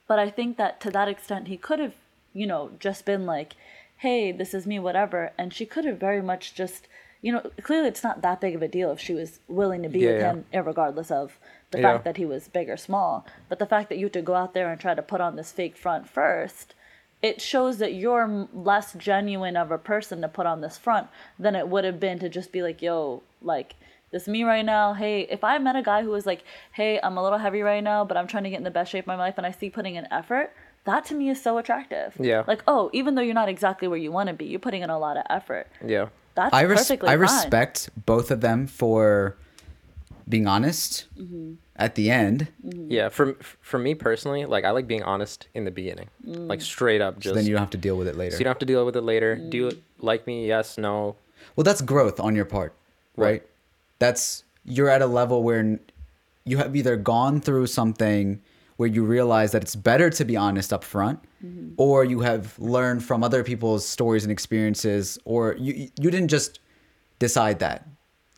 [SPEAKER 2] But I think that to that extent, he could have, you know, just been like, hey, this is me, whatever. And she could have very much just, you know, clearly it's not that big of a deal if she was willing to be
[SPEAKER 3] Yeah,
[SPEAKER 2] with
[SPEAKER 3] yeah.
[SPEAKER 2] him, regardless of the
[SPEAKER 3] Yeah.
[SPEAKER 2] fact that he was big or small. But the fact that you have to go out there and try to put on this fake front first. It shows that you're m- less genuine of a person to put on this front than it would have been to just be like, yo, like, this me right now. Hey, if I met a guy who was like, hey, I'm a little heavy right now, but I'm trying to get in the best shape of my life and I see putting in effort, that to me is so attractive.
[SPEAKER 3] Yeah.
[SPEAKER 2] Like, oh, even though you're not exactly where you want to be, you're putting in a lot of effort.
[SPEAKER 3] Yeah.
[SPEAKER 2] That's
[SPEAKER 1] I res-
[SPEAKER 2] perfectly
[SPEAKER 1] I
[SPEAKER 2] fine.
[SPEAKER 1] respect both of them for being honest at the end.
[SPEAKER 2] Mm.
[SPEAKER 3] Yeah. For for me personally, like I like being honest in the beginning,
[SPEAKER 2] Mm.
[SPEAKER 3] like straight up. Just
[SPEAKER 1] Then you don't have to deal with it later.
[SPEAKER 3] so you don't have to deal with it later. Do
[SPEAKER 2] Mm.
[SPEAKER 3] you like me? Yes. No.
[SPEAKER 1] Well, that's growth on your part, right? That's you're at a level where n- you have either gone through something where you realize that it's better to be honest up front or you have learned from other people's stories and experiences or you you- you didn't just decide that.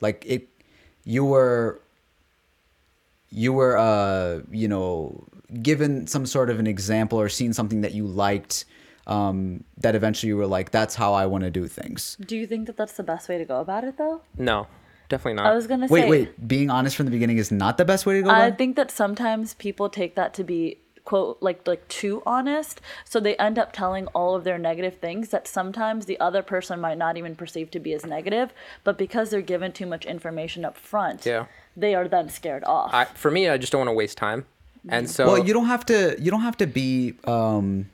[SPEAKER 1] Like it you were you were uh you know given some sort of an example or seen something that you liked um that eventually you were like that's how I want to do things.
[SPEAKER 2] Do you think that that's the best way to go about it, though?
[SPEAKER 3] No. Definitely not.
[SPEAKER 2] I was gonna
[SPEAKER 1] Wait,
[SPEAKER 2] say.
[SPEAKER 1] wait. Being honest from the beginning is not the best way
[SPEAKER 3] Uh,
[SPEAKER 1] to go.
[SPEAKER 2] I
[SPEAKER 1] about it?
[SPEAKER 2] think that sometimes people take that to be quote like like too honest, so they end up telling all of their negative things that sometimes the other person might not even perceive to be as negative, but because they're given too much information up front,
[SPEAKER 3] Yeah.
[SPEAKER 2] they are then scared off.
[SPEAKER 3] I, for me, I just don't want to waste time.
[SPEAKER 2] Mm.
[SPEAKER 3] And so,
[SPEAKER 1] well, you don't have to. You don't have to be um,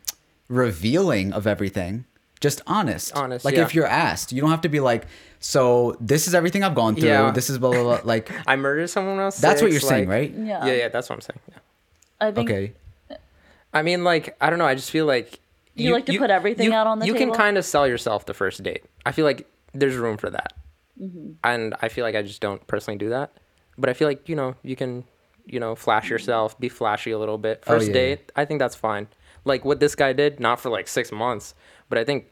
[SPEAKER 1] revealing of everything. Just honest.
[SPEAKER 3] Honest,
[SPEAKER 1] Like
[SPEAKER 3] yeah.
[SPEAKER 1] if you're asked, you don't have to be like, "So this is everything I've gone through.
[SPEAKER 3] Yeah.
[SPEAKER 1] This is blah blah blah." Like
[SPEAKER 3] I murdered someone else.
[SPEAKER 1] that's what you're
[SPEAKER 3] six,
[SPEAKER 1] saying, right?
[SPEAKER 3] like-
[SPEAKER 2] yeah.
[SPEAKER 3] Yeah, yeah, that's what I'm saying. Yeah.
[SPEAKER 2] I think
[SPEAKER 1] Okay.
[SPEAKER 3] I mean, like, I don't know. I just feel like
[SPEAKER 2] You like to put everything
[SPEAKER 3] you-
[SPEAKER 2] out on the
[SPEAKER 3] You
[SPEAKER 2] table?
[SPEAKER 3] can kind of sell yourself the first date. I feel like there's room for that,
[SPEAKER 2] Mm-hmm.
[SPEAKER 3] and I feel like I just don't personally do that. But I feel like you know you can you know
[SPEAKER 2] Mm-hmm.
[SPEAKER 3] flash yourself, be flashy a little bit. First
[SPEAKER 1] Oh, yeah,
[SPEAKER 3] date, I think that's fine. Like what this guy did, not for like six months, but I think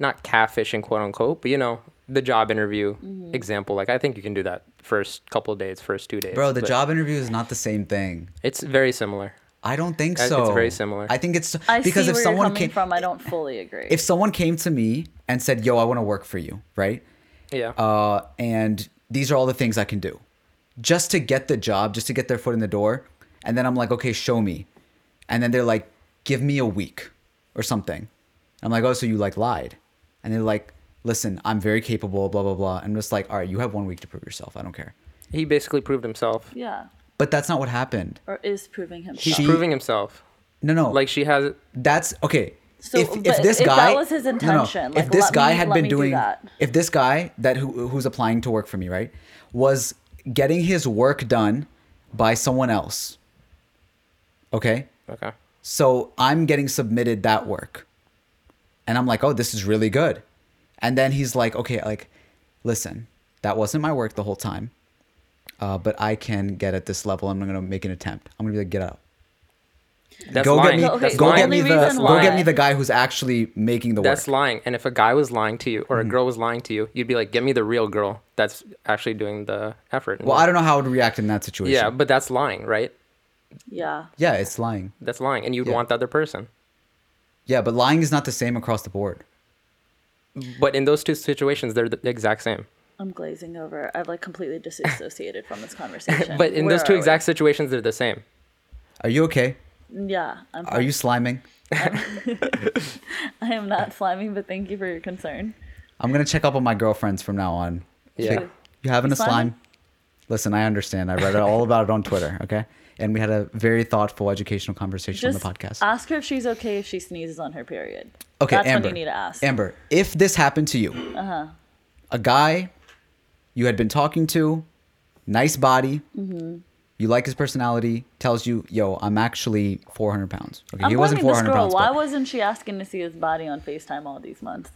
[SPEAKER 3] not catfishing, quote unquote, but you know the job interview
[SPEAKER 2] Mm-hmm.
[SPEAKER 3] example. Like I think you can do that first couple of days, first two days.
[SPEAKER 1] Bro, the
[SPEAKER 3] but
[SPEAKER 1] job interview is not the same thing.
[SPEAKER 3] It's very similar.
[SPEAKER 1] I don't think
[SPEAKER 3] I- it's
[SPEAKER 1] so.
[SPEAKER 3] very similar.
[SPEAKER 1] I think it's
[SPEAKER 2] I
[SPEAKER 1] because
[SPEAKER 2] see
[SPEAKER 1] if
[SPEAKER 2] where
[SPEAKER 1] someone came,
[SPEAKER 2] you're coming from. I don't fully agree.
[SPEAKER 1] if someone came to me and said, "Yo, I want to work for you," right?
[SPEAKER 3] Yeah.
[SPEAKER 1] uh, and these are all the things I can do just to get the job, just to get their foot in the door. And then I'm like, okay, show me. And then they're like, give me a week or something. I'm like, oh, so you like lied. And they're like, listen, I'm very capable, blah, blah, blah. And I'm just like, all right, you have one week to prove yourself. I don't care.
[SPEAKER 3] he basically proved himself.
[SPEAKER 2] yeah,
[SPEAKER 1] But that's not what happened.
[SPEAKER 2] or is proving himself.
[SPEAKER 3] He's
[SPEAKER 1] She-
[SPEAKER 3] proving himself.
[SPEAKER 1] No, no.
[SPEAKER 3] Like she has
[SPEAKER 1] that's okay.
[SPEAKER 2] So,
[SPEAKER 1] if, if
[SPEAKER 2] but
[SPEAKER 1] this
[SPEAKER 2] if that
[SPEAKER 1] guy
[SPEAKER 2] was his
[SPEAKER 1] no, no.
[SPEAKER 2] intention, like,
[SPEAKER 1] if this
[SPEAKER 2] let
[SPEAKER 1] guy
[SPEAKER 2] me-
[SPEAKER 1] had
[SPEAKER 2] let
[SPEAKER 1] been
[SPEAKER 2] me do
[SPEAKER 1] doing,
[SPEAKER 2] that.
[SPEAKER 1] if this guy that who, who's applying to work for me, right, was getting his work done by someone else. Okay,
[SPEAKER 3] Okay.
[SPEAKER 1] so I'm getting submitted that work, and I'm like, oh, this is really good, and then he's like, okay, like, listen, that wasn't my work the whole time, uh, but I can get at this level. I'm gonna make an attempt. I'm gonna be like, get out.
[SPEAKER 3] That's
[SPEAKER 1] go
[SPEAKER 3] lying.
[SPEAKER 1] get me,
[SPEAKER 2] No, okay,
[SPEAKER 3] That's
[SPEAKER 1] go
[SPEAKER 3] lying.
[SPEAKER 1] get me
[SPEAKER 2] only
[SPEAKER 1] the,
[SPEAKER 2] reason
[SPEAKER 1] go get
[SPEAKER 2] why-
[SPEAKER 1] me the guy who's actually making the
[SPEAKER 3] That's
[SPEAKER 1] work.
[SPEAKER 3] lying. And if a guy was lying to you or a
[SPEAKER 1] Mm.
[SPEAKER 3] girl was lying to you, you'd be like, "Get me the real girl that's actually doing the effort."
[SPEAKER 1] Well, I don't know how I would react in that situation.
[SPEAKER 3] Yeah, but that's lying, right?
[SPEAKER 2] yeah,
[SPEAKER 1] yeah, it's lying.
[SPEAKER 3] That's lying, and you'd
[SPEAKER 1] Yeah.
[SPEAKER 3] want the other person.
[SPEAKER 1] Yeah, but lying is not the same across the board.
[SPEAKER 3] But in those two situations, they're the exact same.
[SPEAKER 2] I'm glazing over. I've like completely disassociated from this conversation.
[SPEAKER 3] But in
[SPEAKER 2] Where
[SPEAKER 3] those two
[SPEAKER 2] are we?
[SPEAKER 3] exact situations, they're the same.
[SPEAKER 1] Are you okay?
[SPEAKER 2] yeah, I'm
[SPEAKER 1] Are you sliming?
[SPEAKER 2] I am not sliming, but thank you for your concern.
[SPEAKER 1] I'm gonna check up on my girlfriends from now on.
[SPEAKER 3] Yeah.
[SPEAKER 2] True.
[SPEAKER 1] You having a
[SPEAKER 2] Slime?
[SPEAKER 1] slime? Listen, I understand. I read it all about it on Twitter. Okay, and we had a very thoughtful, educational conversation
[SPEAKER 2] Just
[SPEAKER 1] on the podcast.
[SPEAKER 2] ask her if she's okay if she sneezes on her period.
[SPEAKER 1] okay,
[SPEAKER 2] that's
[SPEAKER 1] Amber.
[SPEAKER 2] when you need to ask. Uh-huh.
[SPEAKER 1] Amber, if this happened to you, a guy you had been talking to, nice body,
[SPEAKER 2] Mm-hmm.
[SPEAKER 1] you like his personality, tells you, "Yo, I'm actually 400 pounds." Okay,
[SPEAKER 2] I'm
[SPEAKER 1] he wasn't
[SPEAKER 2] blaming this
[SPEAKER 1] 400
[SPEAKER 2] girl.
[SPEAKER 1] pounds.
[SPEAKER 2] Why
[SPEAKER 1] but-
[SPEAKER 2] wasn't she asking to see his body on Facetime all these months?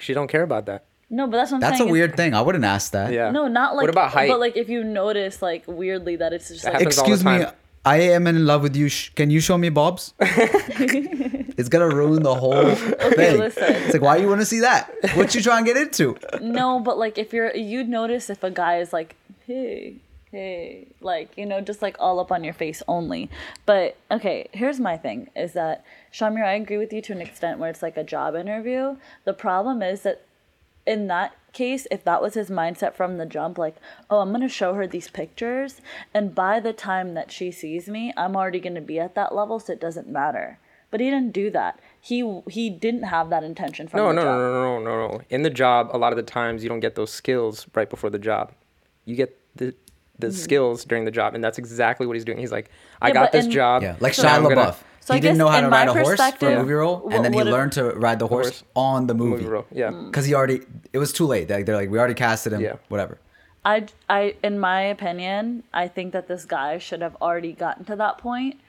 [SPEAKER 3] She don't care about that.
[SPEAKER 2] No, but that's what I'm
[SPEAKER 1] that's a
[SPEAKER 2] saying. is-
[SPEAKER 1] weird thing. I wouldn't ask that.
[SPEAKER 3] Yeah.
[SPEAKER 2] No, not like.
[SPEAKER 3] What about height?
[SPEAKER 2] But like, if you notice, like weirdly, that it's just
[SPEAKER 3] That
[SPEAKER 2] like.
[SPEAKER 3] happens all the
[SPEAKER 1] Excuse me,
[SPEAKER 3] time.
[SPEAKER 1] I am in love with you. Sh- Can you show me Bob's? it's gonna ruin the whole thing.
[SPEAKER 2] listen.
[SPEAKER 1] It's like, why you want to see that? What you trying to get into?
[SPEAKER 2] No, but like if you're you'd notice if a guy is like, hey, hey, like you know, just like all up on your face only. But okay, here's my thing: is that Shamir, I agree with you to an extent where it's like a job interview. The problem is that in that case, if that was his mindset from the jump, like, oh, I'm gonna show her these pictures, and by the time that she sees me, I'm already gonna be at that level, so it doesn't matter. But he didn't do that. He he didn't have that intention from
[SPEAKER 3] No,
[SPEAKER 2] the
[SPEAKER 3] no,
[SPEAKER 2] jump.
[SPEAKER 3] no, no, no, no, no. In the job, a lot of the times you don't get those skills right before the job. You get the the skills during the job, and that's exactly what he's doing. He's like,
[SPEAKER 2] Mm-hmm.
[SPEAKER 3] I
[SPEAKER 2] Yeah,
[SPEAKER 3] got
[SPEAKER 2] but
[SPEAKER 3] this
[SPEAKER 2] in-
[SPEAKER 3] job.
[SPEAKER 1] Yeah, like
[SPEAKER 3] so
[SPEAKER 1] Shia
[SPEAKER 3] I'm
[SPEAKER 1] LaBeouf.
[SPEAKER 3] gonna-
[SPEAKER 2] So I
[SPEAKER 1] he didn't
[SPEAKER 2] guess
[SPEAKER 1] know how
[SPEAKER 2] in
[SPEAKER 1] to ride a
[SPEAKER 2] my
[SPEAKER 1] horse for a
[SPEAKER 2] perspective-
[SPEAKER 1] movie role,
[SPEAKER 2] Wh-
[SPEAKER 1] and then he
[SPEAKER 2] what if-
[SPEAKER 1] learned to ride the horse
[SPEAKER 3] horse.
[SPEAKER 1] on the movie.
[SPEAKER 3] Movie role, yeah.
[SPEAKER 2] Mm.
[SPEAKER 1] because he already it was too late. Like, They're like, we already casted him.
[SPEAKER 3] Yeah.
[SPEAKER 1] whatever.
[SPEAKER 2] I, I, in my opinion, I think that this guy should have already gotten to that point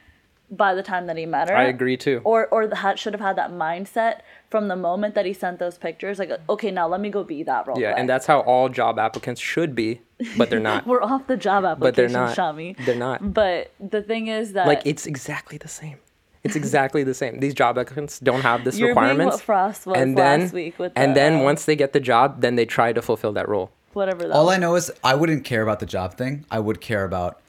[SPEAKER 2] by the time that he met her.
[SPEAKER 3] I agree, too.
[SPEAKER 2] Or, or the hat should have had that mindset from the moment that he sent those pictures. Like, okay, now let me go be that role.
[SPEAKER 3] Yeah,
[SPEAKER 2] play.
[SPEAKER 3] and that's how all job applicants should be, but they're not.
[SPEAKER 2] we're off the job
[SPEAKER 3] but they're
[SPEAKER 2] application,
[SPEAKER 3] not.
[SPEAKER 2] Shami.
[SPEAKER 3] They're not.
[SPEAKER 2] But the thing is that
[SPEAKER 3] Like it's exactly the same. It's exactly the same. These job applicants don't have this
[SPEAKER 2] You're being what
[SPEAKER 3] requirements.
[SPEAKER 2] Frost was
[SPEAKER 3] and then,
[SPEAKER 2] last week with
[SPEAKER 3] and
[SPEAKER 2] the,
[SPEAKER 3] then
[SPEAKER 2] uh,
[SPEAKER 3] once they get the job, then they try to fulfill that role.
[SPEAKER 2] whatever. That
[SPEAKER 1] All I know is I wouldn't care about the job thing. I would care about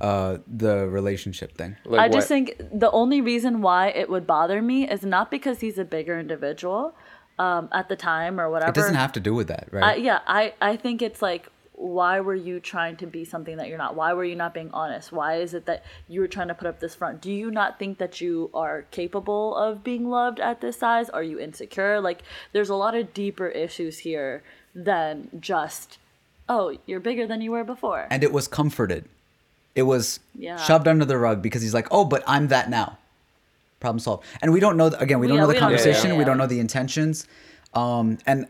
[SPEAKER 1] uh, the relationship thing.
[SPEAKER 3] Like
[SPEAKER 2] I just
[SPEAKER 3] what?
[SPEAKER 2] think the only reason why it would bother me is not because he's a bigger individual um, at the time or whatever.
[SPEAKER 1] It doesn't have to do with that,
[SPEAKER 2] I,
[SPEAKER 1] right?
[SPEAKER 2] Uh, yeah, I, I think it's like, why were you trying to be something that you're not? Why were you not being honest? Why is it that you were trying to put up this front? Do you not think that you are capable of being loved at this size? Are you insecure? Like, there's a lot of deeper issues here than just, oh, you're bigger than you were before.
[SPEAKER 1] and it was comforted. It was
[SPEAKER 2] Yeah.
[SPEAKER 1] shoved under the rug because he's like, "Oh, but I'm that now." Problem solved. And we don't know again. We don't
[SPEAKER 2] Yeah,
[SPEAKER 1] know the
[SPEAKER 2] we don't know.
[SPEAKER 1] conversation.
[SPEAKER 2] Yeah, yeah.
[SPEAKER 1] We don't know the intentions. Um, and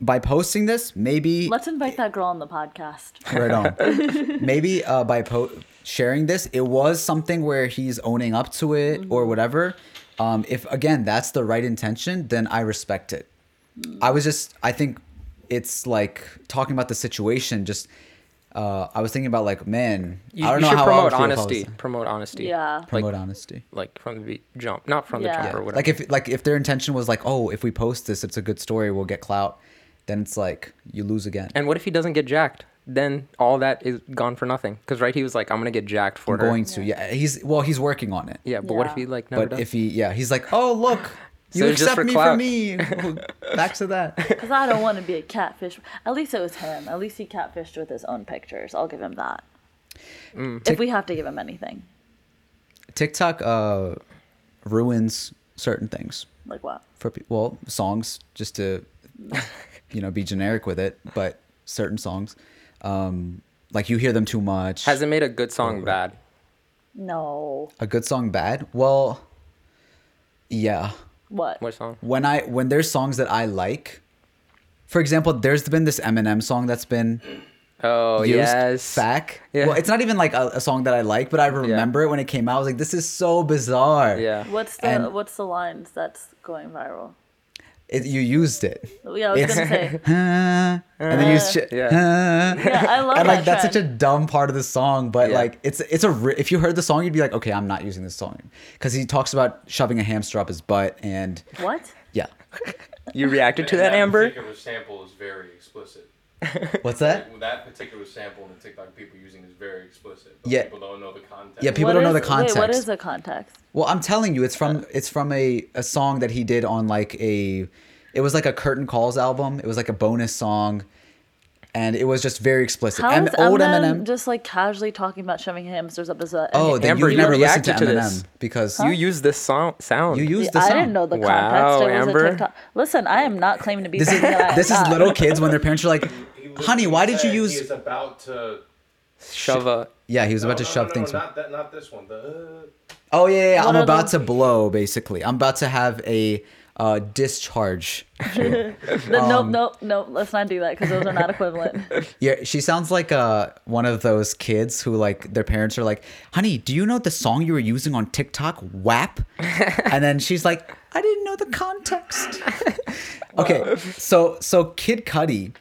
[SPEAKER 1] by posting this, maybe
[SPEAKER 2] Let's invite that girl on the podcast.
[SPEAKER 1] right on. maybe uh, by po- sharing this, it was something where he's owning up to it
[SPEAKER 3] Mm-hmm.
[SPEAKER 1] or whatever. Um, if again, that's the right intention, then I respect it. I was just, I think it's like talking about the situation. Just, uh, I was thinking about like, man,
[SPEAKER 3] you,
[SPEAKER 1] I don't
[SPEAKER 3] you
[SPEAKER 1] know
[SPEAKER 3] should
[SPEAKER 1] how I would feel
[SPEAKER 3] promote
[SPEAKER 1] if I was
[SPEAKER 3] honesty.
[SPEAKER 1] them.
[SPEAKER 3] Promote honesty.
[SPEAKER 2] Yeah.
[SPEAKER 1] E Promote
[SPEAKER 3] like,
[SPEAKER 1] honesty.
[SPEAKER 3] like from the jump, not from
[SPEAKER 2] Yeah.
[SPEAKER 3] the
[SPEAKER 2] Yeah.
[SPEAKER 3] jump or whatever.
[SPEAKER 1] Like if like if their intention was like, oh, if we post this, it's a good story, we'll get clout. Then it's like you lose again.
[SPEAKER 3] and what if he doesn't get jacked? Then all that is gone for nothing. Because right, he was like, I'm gonna get jacked for
[SPEAKER 1] I'm
[SPEAKER 3] her.
[SPEAKER 1] going to yeah. He's well, he's working on it.
[SPEAKER 3] Yeah, but what if
[SPEAKER 2] Yeah.
[SPEAKER 3] he like never
[SPEAKER 1] but
[SPEAKER 3] does?
[SPEAKER 1] if he yeah he's like oh look you
[SPEAKER 3] So it's just
[SPEAKER 1] accept
[SPEAKER 3] for
[SPEAKER 1] me for
[SPEAKER 3] clout.
[SPEAKER 1] me back to that
[SPEAKER 2] Because I don't want to be a catfish. At least it was him. At least he catfished with his own pictures. I'll give him that. If we have to give him anything,
[SPEAKER 1] tiktok uh ruins certain things
[SPEAKER 2] like what?
[SPEAKER 1] for people well songs just to you know be generic with it but certain songs um like you hear them too much
[SPEAKER 3] Has it made a good song bad?
[SPEAKER 2] No.
[SPEAKER 1] a good song bad well yeah
[SPEAKER 2] What?
[SPEAKER 3] What song?
[SPEAKER 1] when I when there's songs that I like, for example, there's been this Eminem song that's been
[SPEAKER 3] Oh
[SPEAKER 1] used
[SPEAKER 3] yes.
[SPEAKER 1] back.
[SPEAKER 3] Yeah.
[SPEAKER 1] Well, it's not even like a, a song that I like, but I remember it when it came out. I was like, this is so bizarre.
[SPEAKER 3] Yeah.
[SPEAKER 2] What's the
[SPEAKER 1] And-
[SPEAKER 2] What's the lines that's going viral?
[SPEAKER 1] It, you used it.
[SPEAKER 2] Yeah, I was gonna say.
[SPEAKER 1] and then you used shit.
[SPEAKER 3] Uh, Yeah.
[SPEAKER 2] Yeah, I love
[SPEAKER 1] And like
[SPEAKER 2] that
[SPEAKER 1] that's
[SPEAKER 2] trend.
[SPEAKER 1] such a dumb part of the song, but
[SPEAKER 3] Yeah.
[SPEAKER 1] like it's it's a ri- if you heard the song you'd be like okay I'm not using this song because he talks about shoving a hamster up his butt and
[SPEAKER 2] What?
[SPEAKER 1] yeah
[SPEAKER 3] You reacted to that,
[SPEAKER 5] that
[SPEAKER 3] Amber?
[SPEAKER 5] particular sample is very explicit.
[SPEAKER 1] what's that
[SPEAKER 5] That particular sample and the TikTok people using is very explicit. But
[SPEAKER 1] Yeah.
[SPEAKER 5] People don't know the context.
[SPEAKER 1] Yeah, people
[SPEAKER 2] What
[SPEAKER 1] don't know
[SPEAKER 2] is-
[SPEAKER 1] the
[SPEAKER 2] Wait, what
[SPEAKER 1] context.
[SPEAKER 2] is the context?
[SPEAKER 1] Well, I'm telling you, it's from it's from a, a song that he did on like a It was like a Curtain Calls album. It was like a bonus song, and it was just very explicit.
[SPEAKER 2] How
[SPEAKER 1] M-
[SPEAKER 2] is
[SPEAKER 1] old
[SPEAKER 2] Eminem
[SPEAKER 1] Eminem.
[SPEAKER 2] just like casually talking about shoving hamsters up his uh,
[SPEAKER 1] oh, then
[SPEAKER 3] Amber,
[SPEAKER 1] you
[SPEAKER 3] you
[SPEAKER 1] never listened to
[SPEAKER 3] reacted to
[SPEAKER 1] Eminem
[SPEAKER 3] this.
[SPEAKER 1] because
[SPEAKER 3] You
[SPEAKER 1] you
[SPEAKER 3] use this song sound.
[SPEAKER 1] you used the
[SPEAKER 2] I
[SPEAKER 1] song.
[SPEAKER 2] didn't know the
[SPEAKER 3] Wow,
[SPEAKER 2] context. It was
[SPEAKER 3] Amber.
[SPEAKER 2] a TikTok. Listen, I am not claiming to be.
[SPEAKER 1] This is
[SPEAKER 2] something that I'm
[SPEAKER 1] this is
[SPEAKER 2] not.
[SPEAKER 1] little kids when their parents are like,
[SPEAKER 5] He literally
[SPEAKER 1] "Honey, why did you
[SPEAKER 5] said
[SPEAKER 1] use?"
[SPEAKER 5] He is about to.
[SPEAKER 3] shove a
[SPEAKER 1] Yeah, he was about to
[SPEAKER 5] No, no,
[SPEAKER 1] shove
[SPEAKER 5] no,
[SPEAKER 1] things.
[SPEAKER 5] No, not that. Not this one. The. uh,
[SPEAKER 1] Oh yeah, yeah, yeah. I'm
[SPEAKER 2] What are
[SPEAKER 1] about
[SPEAKER 2] the-
[SPEAKER 1] to blow. Basically, I'm about to have a uh, discharge.
[SPEAKER 2] No,
[SPEAKER 1] um,
[SPEAKER 2] nope, nope, nope. Let's not do that because those are not equivalent.
[SPEAKER 1] Yeah, she sounds like uh, one of those kids who like their parents are like, "Honey, do you know the song you were using on TikTok? WAP." and then she's like, "I didn't know the context." okay, so so Kid Cudi,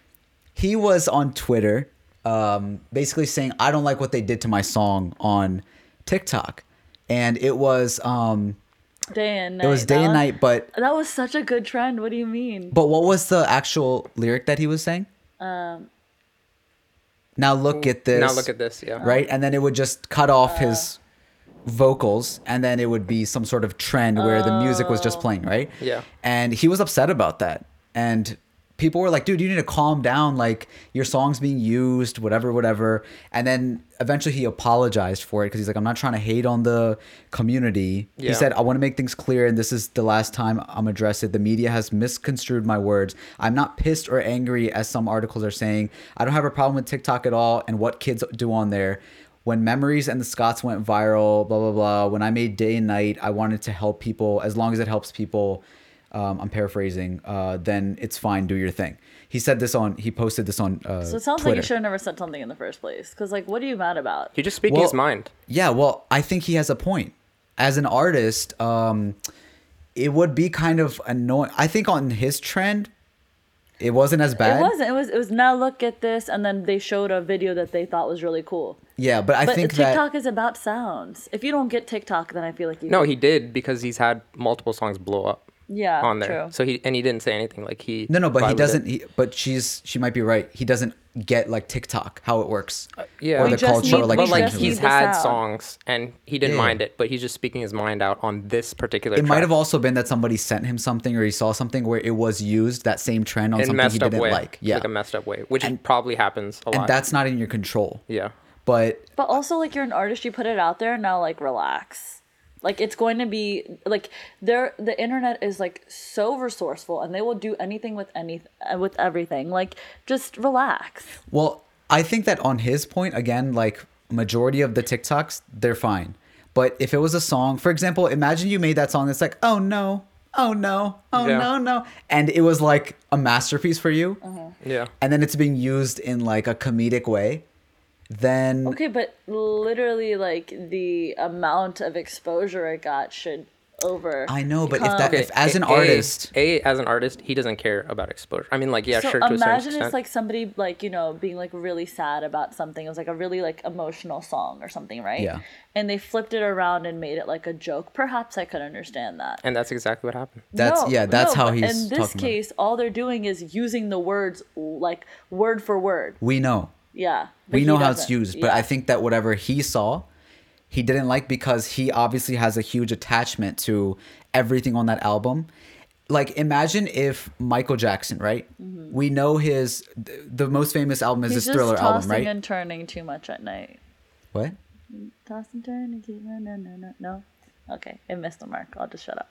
[SPEAKER 1] he was on Twitter, um, basically saying, "I don't like what they did to my song on TikTok," and it was um,
[SPEAKER 2] Day and night.
[SPEAKER 1] it was day and night, but
[SPEAKER 2] That was such a good trend. What do you mean?
[SPEAKER 1] But what was the actual lyric that he was saying? Um. Now look at this.
[SPEAKER 3] now look at this yeah
[SPEAKER 1] Right, and then it would just cut off his vocals, and then it would be some sort of trend where the music was just playing. Right.
[SPEAKER 3] Yeah.
[SPEAKER 1] And he was upset about that, and people were like, "Dude, you need to calm down. Like your song's being used, whatever, whatever." And then eventually he apologized for it because he's like, "I'm not trying to hate on the community." He
[SPEAKER 3] Yeah.
[SPEAKER 1] said, I want to make things clear, and this is the last time I'm addressed it. The media has misconstrued my words. I'm not pissed or angry, as some articles are saying. I don't have a problem with TikTok at all and what kids do on there. When Memories and the Scots went viral, blah, blah, blah. When I made Day and Night, I wanted to help people as long as it helps people. Um, I'm paraphrasing. Uh, then it's fine. Do your thing. He said this on. He posted this on. Uh,
[SPEAKER 2] So it sounds like
[SPEAKER 1] Twitter.
[SPEAKER 2] you should have never said something in the first place. Because like, what are you mad about?
[SPEAKER 3] he's just speaking
[SPEAKER 1] Well-
[SPEAKER 3] his mind
[SPEAKER 1] Yeah, well, I think he has a point. As an artist, um, it would be kind of annoying. I think on his trend, it wasn't as bad.
[SPEAKER 2] It wasn't. It was. It was. Now look at this, and then they showed a video that they thought was really cool.
[SPEAKER 1] Yeah, but I
[SPEAKER 2] But
[SPEAKER 1] think that
[SPEAKER 2] TikTok is about sounds. If you don't get TikTok, then I feel like you.
[SPEAKER 3] no he did because he's had multiple songs blow up
[SPEAKER 2] Yeah.
[SPEAKER 3] on there
[SPEAKER 2] True.
[SPEAKER 3] so he and he didn't say anything like he
[SPEAKER 1] no, no, but he
[SPEAKER 3] violated-
[SPEAKER 1] doesn't. He, but she's she might be right. He doesn't get like TikTok how it works.
[SPEAKER 3] Uh, yeah
[SPEAKER 1] or
[SPEAKER 2] We
[SPEAKER 1] the
[SPEAKER 2] just
[SPEAKER 1] culture,
[SPEAKER 2] need-
[SPEAKER 1] or like
[SPEAKER 2] we
[SPEAKER 3] but like
[SPEAKER 2] just
[SPEAKER 1] trends.
[SPEAKER 3] he's
[SPEAKER 2] need the
[SPEAKER 3] had
[SPEAKER 2] sound.
[SPEAKER 3] songs and he didn't
[SPEAKER 1] Yeah.
[SPEAKER 3] mind it but he's just speaking his mind out on this particular
[SPEAKER 1] It might
[SPEAKER 3] track.
[SPEAKER 1] have also been that somebody sent him something or he saw something where it was used that same trend on
[SPEAKER 3] in
[SPEAKER 1] something
[SPEAKER 3] messed
[SPEAKER 1] he
[SPEAKER 3] up
[SPEAKER 1] didn't
[SPEAKER 3] way
[SPEAKER 1] like. Yeah,
[SPEAKER 3] like a messed up way which
[SPEAKER 1] And-
[SPEAKER 3] probably happens a lot
[SPEAKER 1] and that's not in your control.
[SPEAKER 3] yeah
[SPEAKER 1] But
[SPEAKER 2] But also, like, you're an artist, you put it out there, now, like, relax. Like, it's going to be, like, there, the internet is, like, so resourceful and they will do anything with any, uh, with everything. Like, just relax.
[SPEAKER 1] Well, I think that on his point again, like majority of the TikToks, they're fine. But if it was a song, for example, imagine you made that song that's like, oh no, oh no, oh
[SPEAKER 3] Yeah.
[SPEAKER 1] no, no, and it was like a masterpiece for you,
[SPEAKER 2] Mm-hmm.
[SPEAKER 3] yeah
[SPEAKER 1] and then it's being used in like a comedic way, then
[SPEAKER 2] Okay, but literally, like, the amount of exposure it got should over.
[SPEAKER 1] I know. But if that,
[SPEAKER 3] Okay,
[SPEAKER 1] if as
[SPEAKER 3] a-
[SPEAKER 1] an
[SPEAKER 3] a-
[SPEAKER 1] artist,
[SPEAKER 3] a, as an artist he doesn't care about exposure i mean like yeah
[SPEAKER 2] so
[SPEAKER 3] sure to a certain
[SPEAKER 2] imagine
[SPEAKER 3] extent
[SPEAKER 2] it's like somebody like you know being like really sad about something it was like a really like emotional song or something right
[SPEAKER 1] Yeah.
[SPEAKER 2] and they flipped it around and made it like a joke perhaps i could understand that
[SPEAKER 3] and that's exactly what happened
[SPEAKER 1] that's
[SPEAKER 2] No,
[SPEAKER 1] yeah, that's how
[SPEAKER 2] no, but
[SPEAKER 1] he's
[SPEAKER 2] In this
[SPEAKER 1] talking. about it.
[SPEAKER 2] case, all they're doing is using the words like word for word.
[SPEAKER 1] We know,
[SPEAKER 2] Yeah. but
[SPEAKER 1] we
[SPEAKER 2] he
[SPEAKER 1] know how it's
[SPEAKER 2] doesn't.
[SPEAKER 1] used, but
[SPEAKER 2] Yeah.
[SPEAKER 1] I think that whatever he saw, he didn't like because he obviously has a huge attachment to everything on that album. Like, imagine if Michael Jackson, right? We know his th- the most famous album is
[SPEAKER 2] Mm-hmm. he's
[SPEAKER 1] his
[SPEAKER 2] just
[SPEAKER 1] Thriller album,
[SPEAKER 2] tossing
[SPEAKER 1] right?
[SPEAKER 2] and turning too much at night.
[SPEAKER 1] what?
[SPEAKER 2] Toss and turn and keep no no no no no. Okay, it missed the mark. I'll just shut up.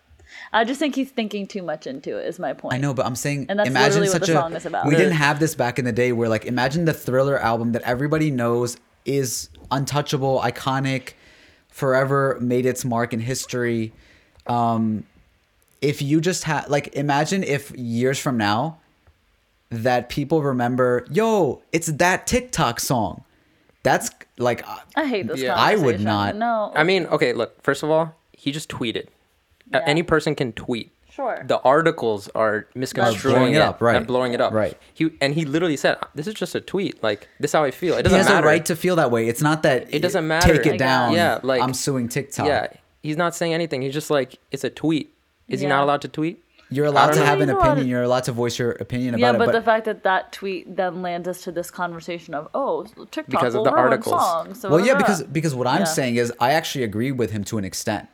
[SPEAKER 2] I just think he's thinking too much into it. Is my point.
[SPEAKER 1] I know, but I'm saying,
[SPEAKER 2] And that's
[SPEAKER 1] imagine
[SPEAKER 2] literally what
[SPEAKER 1] such
[SPEAKER 2] the
[SPEAKER 1] a.
[SPEAKER 2] song is about.
[SPEAKER 1] We
[SPEAKER 2] Yeah.
[SPEAKER 1] didn't have this back in the day, where like, imagine the Thriller album that everybody knows is untouchable, iconic, forever made its mark in history. Um, if you just had, like, imagine if years from now, that people remember, yo, it's that TikTok song. That's like, uh,
[SPEAKER 2] I hate this.
[SPEAKER 3] Yeah.
[SPEAKER 1] I would
[SPEAKER 2] conversation.
[SPEAKER 1] not-
[SPEAKER 2] No.
[SPEAKER 3] I mean, okay, look, first of all, he just tweeted. A-
[SPEAKER 2] Yeah.
[SPEAKER 3] Any person can tweet.
[SPEAKER 2] Sure.
[SPEAKER 3] The articles are misconstruing
[SPEAKER 1] blowing it
[SPEAKER 3] it
[SPEAKER 1] up, right.
[SPEAKER 3] and blowing it up.
[SPEAKER 1] Right.
[SPEAKER 3] He and he literally said, "This is just a tweet. Like this is how I feel. It
[SPEAKER 1] he
[SPEAKER 3] doesn't
[SPEAKER 1] has
[SPEAKER 3] matter."
[SPEAKER 1] a right to feel that way. It's not that
[SPEAKER 3] It doesn't matter.
[SPEAKER 1] Take it
[SPEAKER 2] Like,
[SPEAKER 1] down.
[SPEAKER 3] yeah, like-
[SPEAKER 1] I'm suing TikTok.
[SPEAKER 3] Yeah. He's not saying anything. He's just like, "It's a tweet." Is he
[SPEAKER 2] Yeah.
[SPEAKER 3] not allowed to tweet?
[SPEAKER 1] You're allowed
[SPEAKER 3] don't
[SPEAKER 1] to
[SPEAKER 3] know.
[SPEAKER 1] have an
[SPEAKER 2] He's allowed to-
[SPEAKER 1] opinion. You're allowed to voice your opinion
[SPEAKER 2] yeah,
[SPEAKER 1] about
[SPEAKER 2] but,
[SPEAKER 1] it.
[SPEAKER 2] the fact that that tweet then lands us to this conversation of oh TikTok
[SPEAKER 3] Because of
[SPEAKER 2] will
[SPEAKER 3] the
[SPEAKER 2] ruin
[SPEAKER 3] articles.
[SPEAKER 2] songs, so
[SPEAKER 1] well, yeah,
[SPEAKER 2] blah, blah,
[SPEAKER 1] because
[SPEAKER 2] blah.
[SPEAKER 1] because what I'm
[SPEAKER 2] Yeah.
[SPEAKER 1] saying is I actually agree with him to an extent.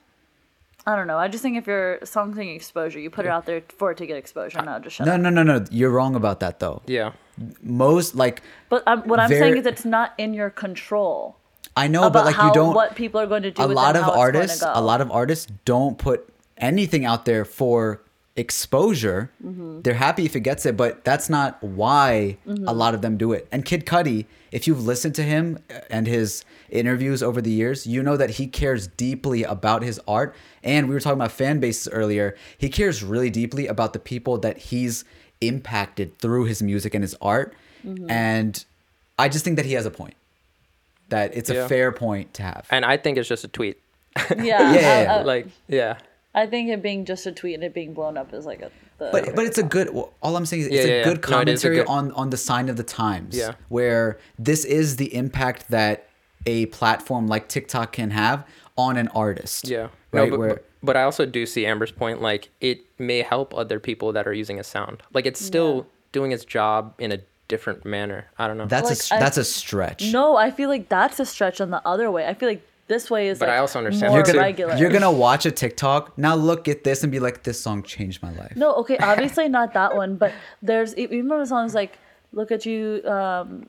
[SPEAKER 2] I don't know. I just think if your song's getting exposure, you put it out there for it to get exposure, not just shut
[SPEAKER 1] No,
[SPEAKER 2] up.
[SPEAKER 1] no, no, no. You're wrong about that though.
[SPEAKER 3] Yeah.
[SPEAKER 1] Most like
[SPEAKER 2] But um, what I'm
[SPEAKER 1] Very-
[SPEAKER 2] saying is it's not in your control
[SPEAKER 1] I know,
[SPEAKER 2] about
[SPEAKER 1] but like
[SPEAKER 2] how
[SPEAKER 1] you don't.
[SPEAKER 2] what people are going to do.
[SPEAKER 1] a
[SPEAKER 2] with
[SPEAKER 1] lot of
[SPEAKER 2] them, how it's going to
[SPEAKER 1] artists,
[SPEAKER 2] go.
[SPEAKER 1] a lot of artists don't put anything out there for exposure.
[SPEAKER 2] Mm-hmm.
[SPEAKER 1] They're happy if it gets it, but that's not why a lot of them do it. And Kid Cudi, if you've listened to him and his interviews over the years, you know that he cares deeply about his art. And we were talking about fan bases earlier. He cares really deeply about the people that he's impacted through his music and his art.
[SPEAKER 2] Mm-hmm.
[SPEAKER 1] And I just think that he has a point. That it's
[SPEAKER 3] Yeah.
[SPEAKER 1] a fair point to have.
[SPEAKER 3] And I think it's just a tweet.
[SPEAKER 2] yeah,
[SPEAKER 1] Yeah,
[SPEAKER 2] I-
[SPEAKER 1] yeah,
[SPEAKER 2] I,
[SPEAKER 3] Like, yeah.
[SPEAKER 2] I think it being just a tweet and it being blown up is like a. The,
[SPEAKER 1] But but it's a good. well, All I'm saying is it's
[SPEAKER 3] Yeah,
[SPEAKER 1] a
[SPEAKER 3] yeah,
[SPEAKER 1] good
[SPEAKER 3] yeah. No, it is a
[SPEAKER 1] commentary
[SPEAKER 3] good-
[SPEAKER 1] on on the sign of the times.
[SPEAKER 3] Yeah.
[SPEAKER 1] Where this is the impact that a platform like TikTok can have on an artist.
[SPEAKER 3] Yeah.
[SPEAKER 1] Right.
[SPEAKER 3] No, but,
[SPEAKER 1] where
[SPEAKER 3] but, but I also do see Amber's point. Like, it may help other people that are using a sound. Like, it's still doing its job in a different manner. I don't know.
[SPEAKER 1] that's a
[SPEAKER 2] Like, uh,
[SPEAKER 1] st-
[SPEAKER 2] I-
[SPEAKER 1] that's a stretch.
[SPEAKER 2] no, I feel like that's a stretch on the other way. I feel like this way is.
[SPEAKER 3] But
[SPEAKER 2] like
[SPEAKER 3] I also understand
[SPEAKER 2] more
[SPEAKER 3] that too.
[SPEAKER 2] regular.
[SPEAKER 1] You're gonna watch a TikTok now. Look at this and be like, this song changed my life.
[SPEAKER 2] No, okay, obviously not that one, but there's e- even though the song's like, "Look at you, um,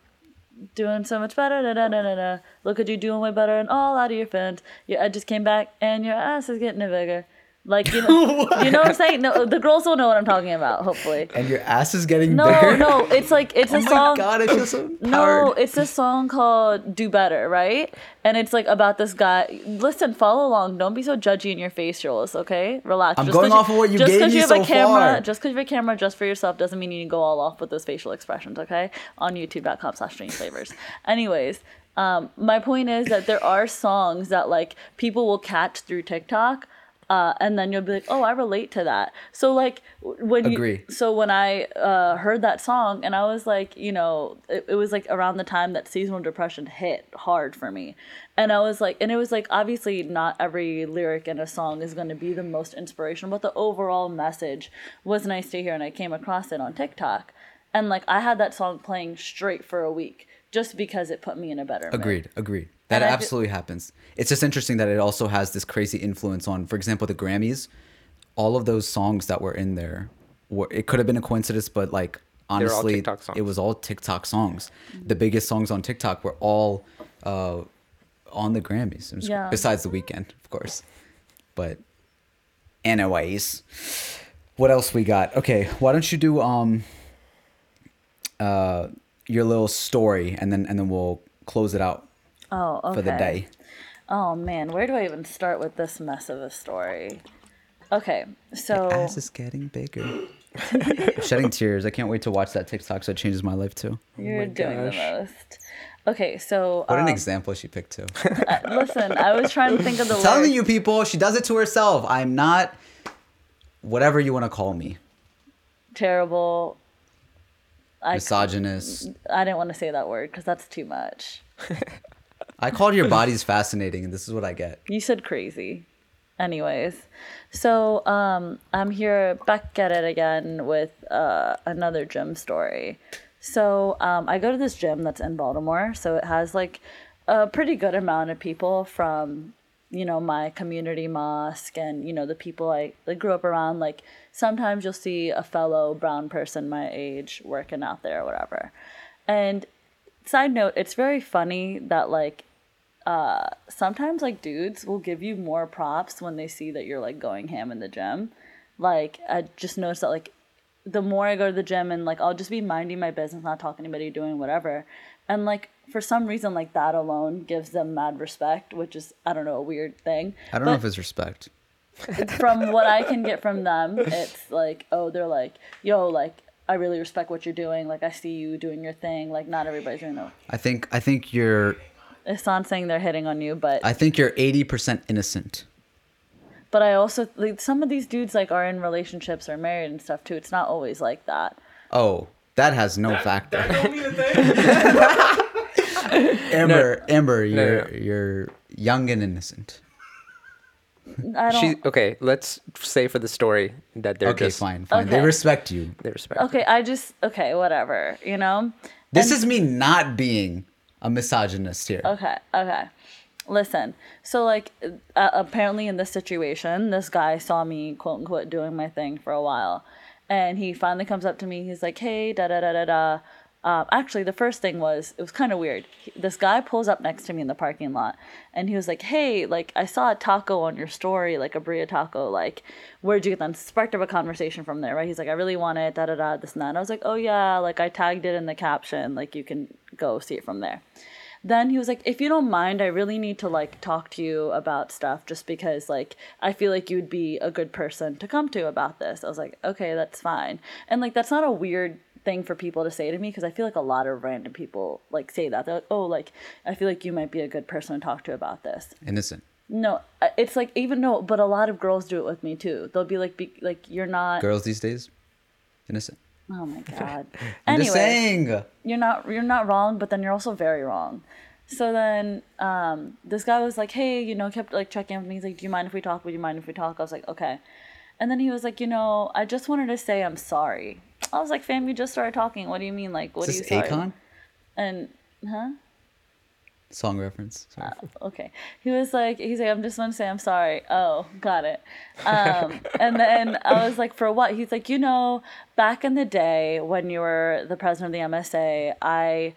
[SPEAKER 2] doing so much better, da da da da da. Look at you doing way better, and all out of your fence. Your edges came back, and your ass is getting bigger." Like you know, you know what I'm saying? No, the girls will know what I'm talking about. Hopefully,
[SPEAKER 1] And your ass is getting
[SPEAKER 2] no,
[SPEAKER 1] bigger.
[SPEAKER 2] no, it's like it's
[SPEAKER 1] Oh
[SPEAKER 2] a
[SPEAKER 1] my
[SPEAKER 2] song.
[SPEAKER 1] god, I feel so empowered.
[SPEAKER 2] No, it's a song called Do Better, right? And it's like about this guy. Listen, follow along. Don't be so judgy in your facialist, okay? Relax.
[SPEAKER 1] I'm
[SPEAKER 2] 'cause
[SPEAKER 1] going off of what you
[SPEAKER 2] just
[SPEAKER 1] gave
[SPEAKER 2] 'cause
[SPEAKER 1] me
[SPEAKER 2] have
[SPEAKER 1] so
[SPEAKER 2] a camera,
[SPEAKER 1] far.
[SPEAKER 2] Just because you have a camera just for yourself doesn't mean you need to go all off with those facial expressions, okay? On youtube.com slash strange flavors. Anyways, um, my point is that there are songs that like people will catch through TikTok. Uh, and then you'll be like, oh, I relate to that. So like w- when you-
[SPEAKER 1] Agree.
[SPEAKER 2] so when I uh, heard that song, and I was like, you know, it, it was like around the time that seasonal depression hit hard for me, and I was like, and it was like obviously not every lyric in a song is going to be the most inspirational, but the overall message was nice to hear, and I came across it on TikTok, and like I had that song playing straight for a week just because it put me in a better. mood.
[SPEAKER 1] Agreed. Agreed. That
[SPEAKER 2] And I ju-
[SPEAKER 1] absolutely happens. It's just interesting that it also has this crazy influence on, for example, the Grammys. All of those songs that were in there were it could have been a coincidence, but like
[SPEAKER 3] all
[SPEAKER 1] honestly,
[SPEAKER 3] TikTok songs.
[SPEAKER 1] it was all TikTok songs.
[SPEAKER 2] Mm-hmm.
[SPEAKER 1] The biggest songs on TikTok were all uh, on the Grammys. It was-
[SPEAKER 2] Yeah.
[SPEAKER 1] Besides the weekend, of course. But anyways, what else we got? Okay, why don't you do um uh your little story and then and then we'll close it out
[SPEAKER 2] Oh, okay.
[SPEAKER 1] for the day.
[SPEAKER 2] Oh man, where do I even start with this mess of a story? Okay, so
[SPEAKER 1] Ass is getting bigger. Shedding tears. I can't wait to watch that TikTok. So it changes Oh my life too.
[SPEAKER 2] You're doing
[SPEAKER 3] gosh.
[SPEAKER 2] the most. Okay, so
[SPEAKER 1] What an
[SPEAKER 2] um,
[SPEAKER 1] example she picked too.
[SPEAKER 2] listen, I was trying to think of the
[SPEAKER 1] Telling
[SPEAKER 2] lyrics.
[SPEAKER 1] you people, she does it to herself. I'm not whatever you want to call me,
[SPEAKER 2] terrible. I,
[SPEAKER 1] misogynist.
[SPEAKER 2] I didn't want to say that word because that's too much.
[SPEAKER 1] I called your bodies fascinating, and this is what I get.
[SPEAKER 2] You said crazy. Anyways, so um, I'm here back at it again with uh, another gym story. So um, I go to this gym that's in Baltimore. So it has like a pretty good amount of people from, you know, my community mosque and, you know, the people I like, grew up around. Like sometimes you'll see a fellow brown person my age working out there or whatever. And side note, it's very funny that like sometimes like dudes will give you more props when they see that you're like going ham in the gym. Like I just noticed that like the more I go to the gym and like I'll just be minding my business, not talking to anybody, doing whatever. And like for some reason like that alone gives them mad respect, which is I don't know, a weird thing.
[SPEAKER 1] I don't know if it's respect.
[SPEAKER 2] from what I can get from them, it's like, oh, they're like, yo, like I really respect what you're doing. Like I see you doing your thing. Like not everybody's doing that.
[SPEAKER 1] I think I think you're
[SPEAKER 2] It's not saying they're hitting on you, but
[SPEAKER 1] I think you're eighty percent innocent.
[SPEAKER 2] but I also like some of these dudes like are in relationships or married and stuff too. It's not always like that.
[SPEAKER 1] Oh, that has no factor.
[SPEAKER 5] Don't mean a thing.
[SPEAKER 1] Amber, Amber, you're
[SPEAKER 3] no, no.
[SPEAKER 1] you're young and innocent.
[SPEAKER 2] I don't.
[SPEAKER 3] She okay. Let's say for the story that they're
[SPEAKER 1] Okay,
[SPEAKER 3] just
[SPEAKER 1] fine, fine. They
[SPEAKER 2] Okay.
[SPEAKER 1] respect you.
[SPEAKER 3] They respect.
[SPEAKER 2] okay, I just okay, whatever. You know.
[SPEAKER 1] This
[SPEAKER 2] And-
[SPEAKER 1] is me not being a misogynist here.
[SPEAKER 2] Okay. Okay. Listen, so like uh, apparently in this situation, this guy saw me quote unquote doing my thing for a while, and he finally comes up to me. He's like, "Hey, da da da da da." Um, actually, the first thing was it was kind of weird. He- This guy pulls up next to me in the parking lot, and he was like, "Hey, like I saw a taco on your story, like a burrito taco. Like, where'd you get that?" Sparked up a conversation from there, right? He's like, "I really want it, da da da, this and that." And I was like, "Oh yeah, like I tagged it in the caption. Like you can go see it from there." then he was like if you don't mind i really need to like talk to you about stuff just because like i feel like you'd be a good person to come to about this i was like okay that's fine and like that's not a weird thing for people to say to me because i feel like a lot of random people like say that they're like oh like i feel like you might be a good person to talk to about this
[SPEAKER 1] Innocent.
[SPEAKER 2] no I- it's like even though but a lot of girls do it with me too they'll be like be, like you're not
[SPEAKER 1] Girls these days, innocent.
[SPEAKER 2] oh my god
[SPEAKER 1] I'm
[SPEAKER 2] anyway
[SPEAKER 1] just saying.
[SPEAKER 2] you're not you're not wrong, but then you're also very wrong. So then um, this guy was like, hey, you know, kept like checking with me. He's like, do you mind if we talk? Would you mind if we talk? I was like, okay. And then he was like, you know, I just wanted to say I'm sorry. I was like, fam, you just started talking. What do you mean? Like, what
[SPEAKER 1] Is
[SPEAKER 2] do
[SPEAKER 1] this
[SPEAKER 2] you sorry?
[SPEAKER 1] Akon?
[SPEAKER 2] And huh?
[SPEAKER 1] Song
[SPEAKER 2] Uh,
[SPEAKER 1] reference. Sorry.
[SPEAKER 2] okay. He was like, he's like, I'm just going to say I'm sorry. Oh, got it. Um, and then I was like, for what? He's like, you know, back in the day when you were the president of the MSA, I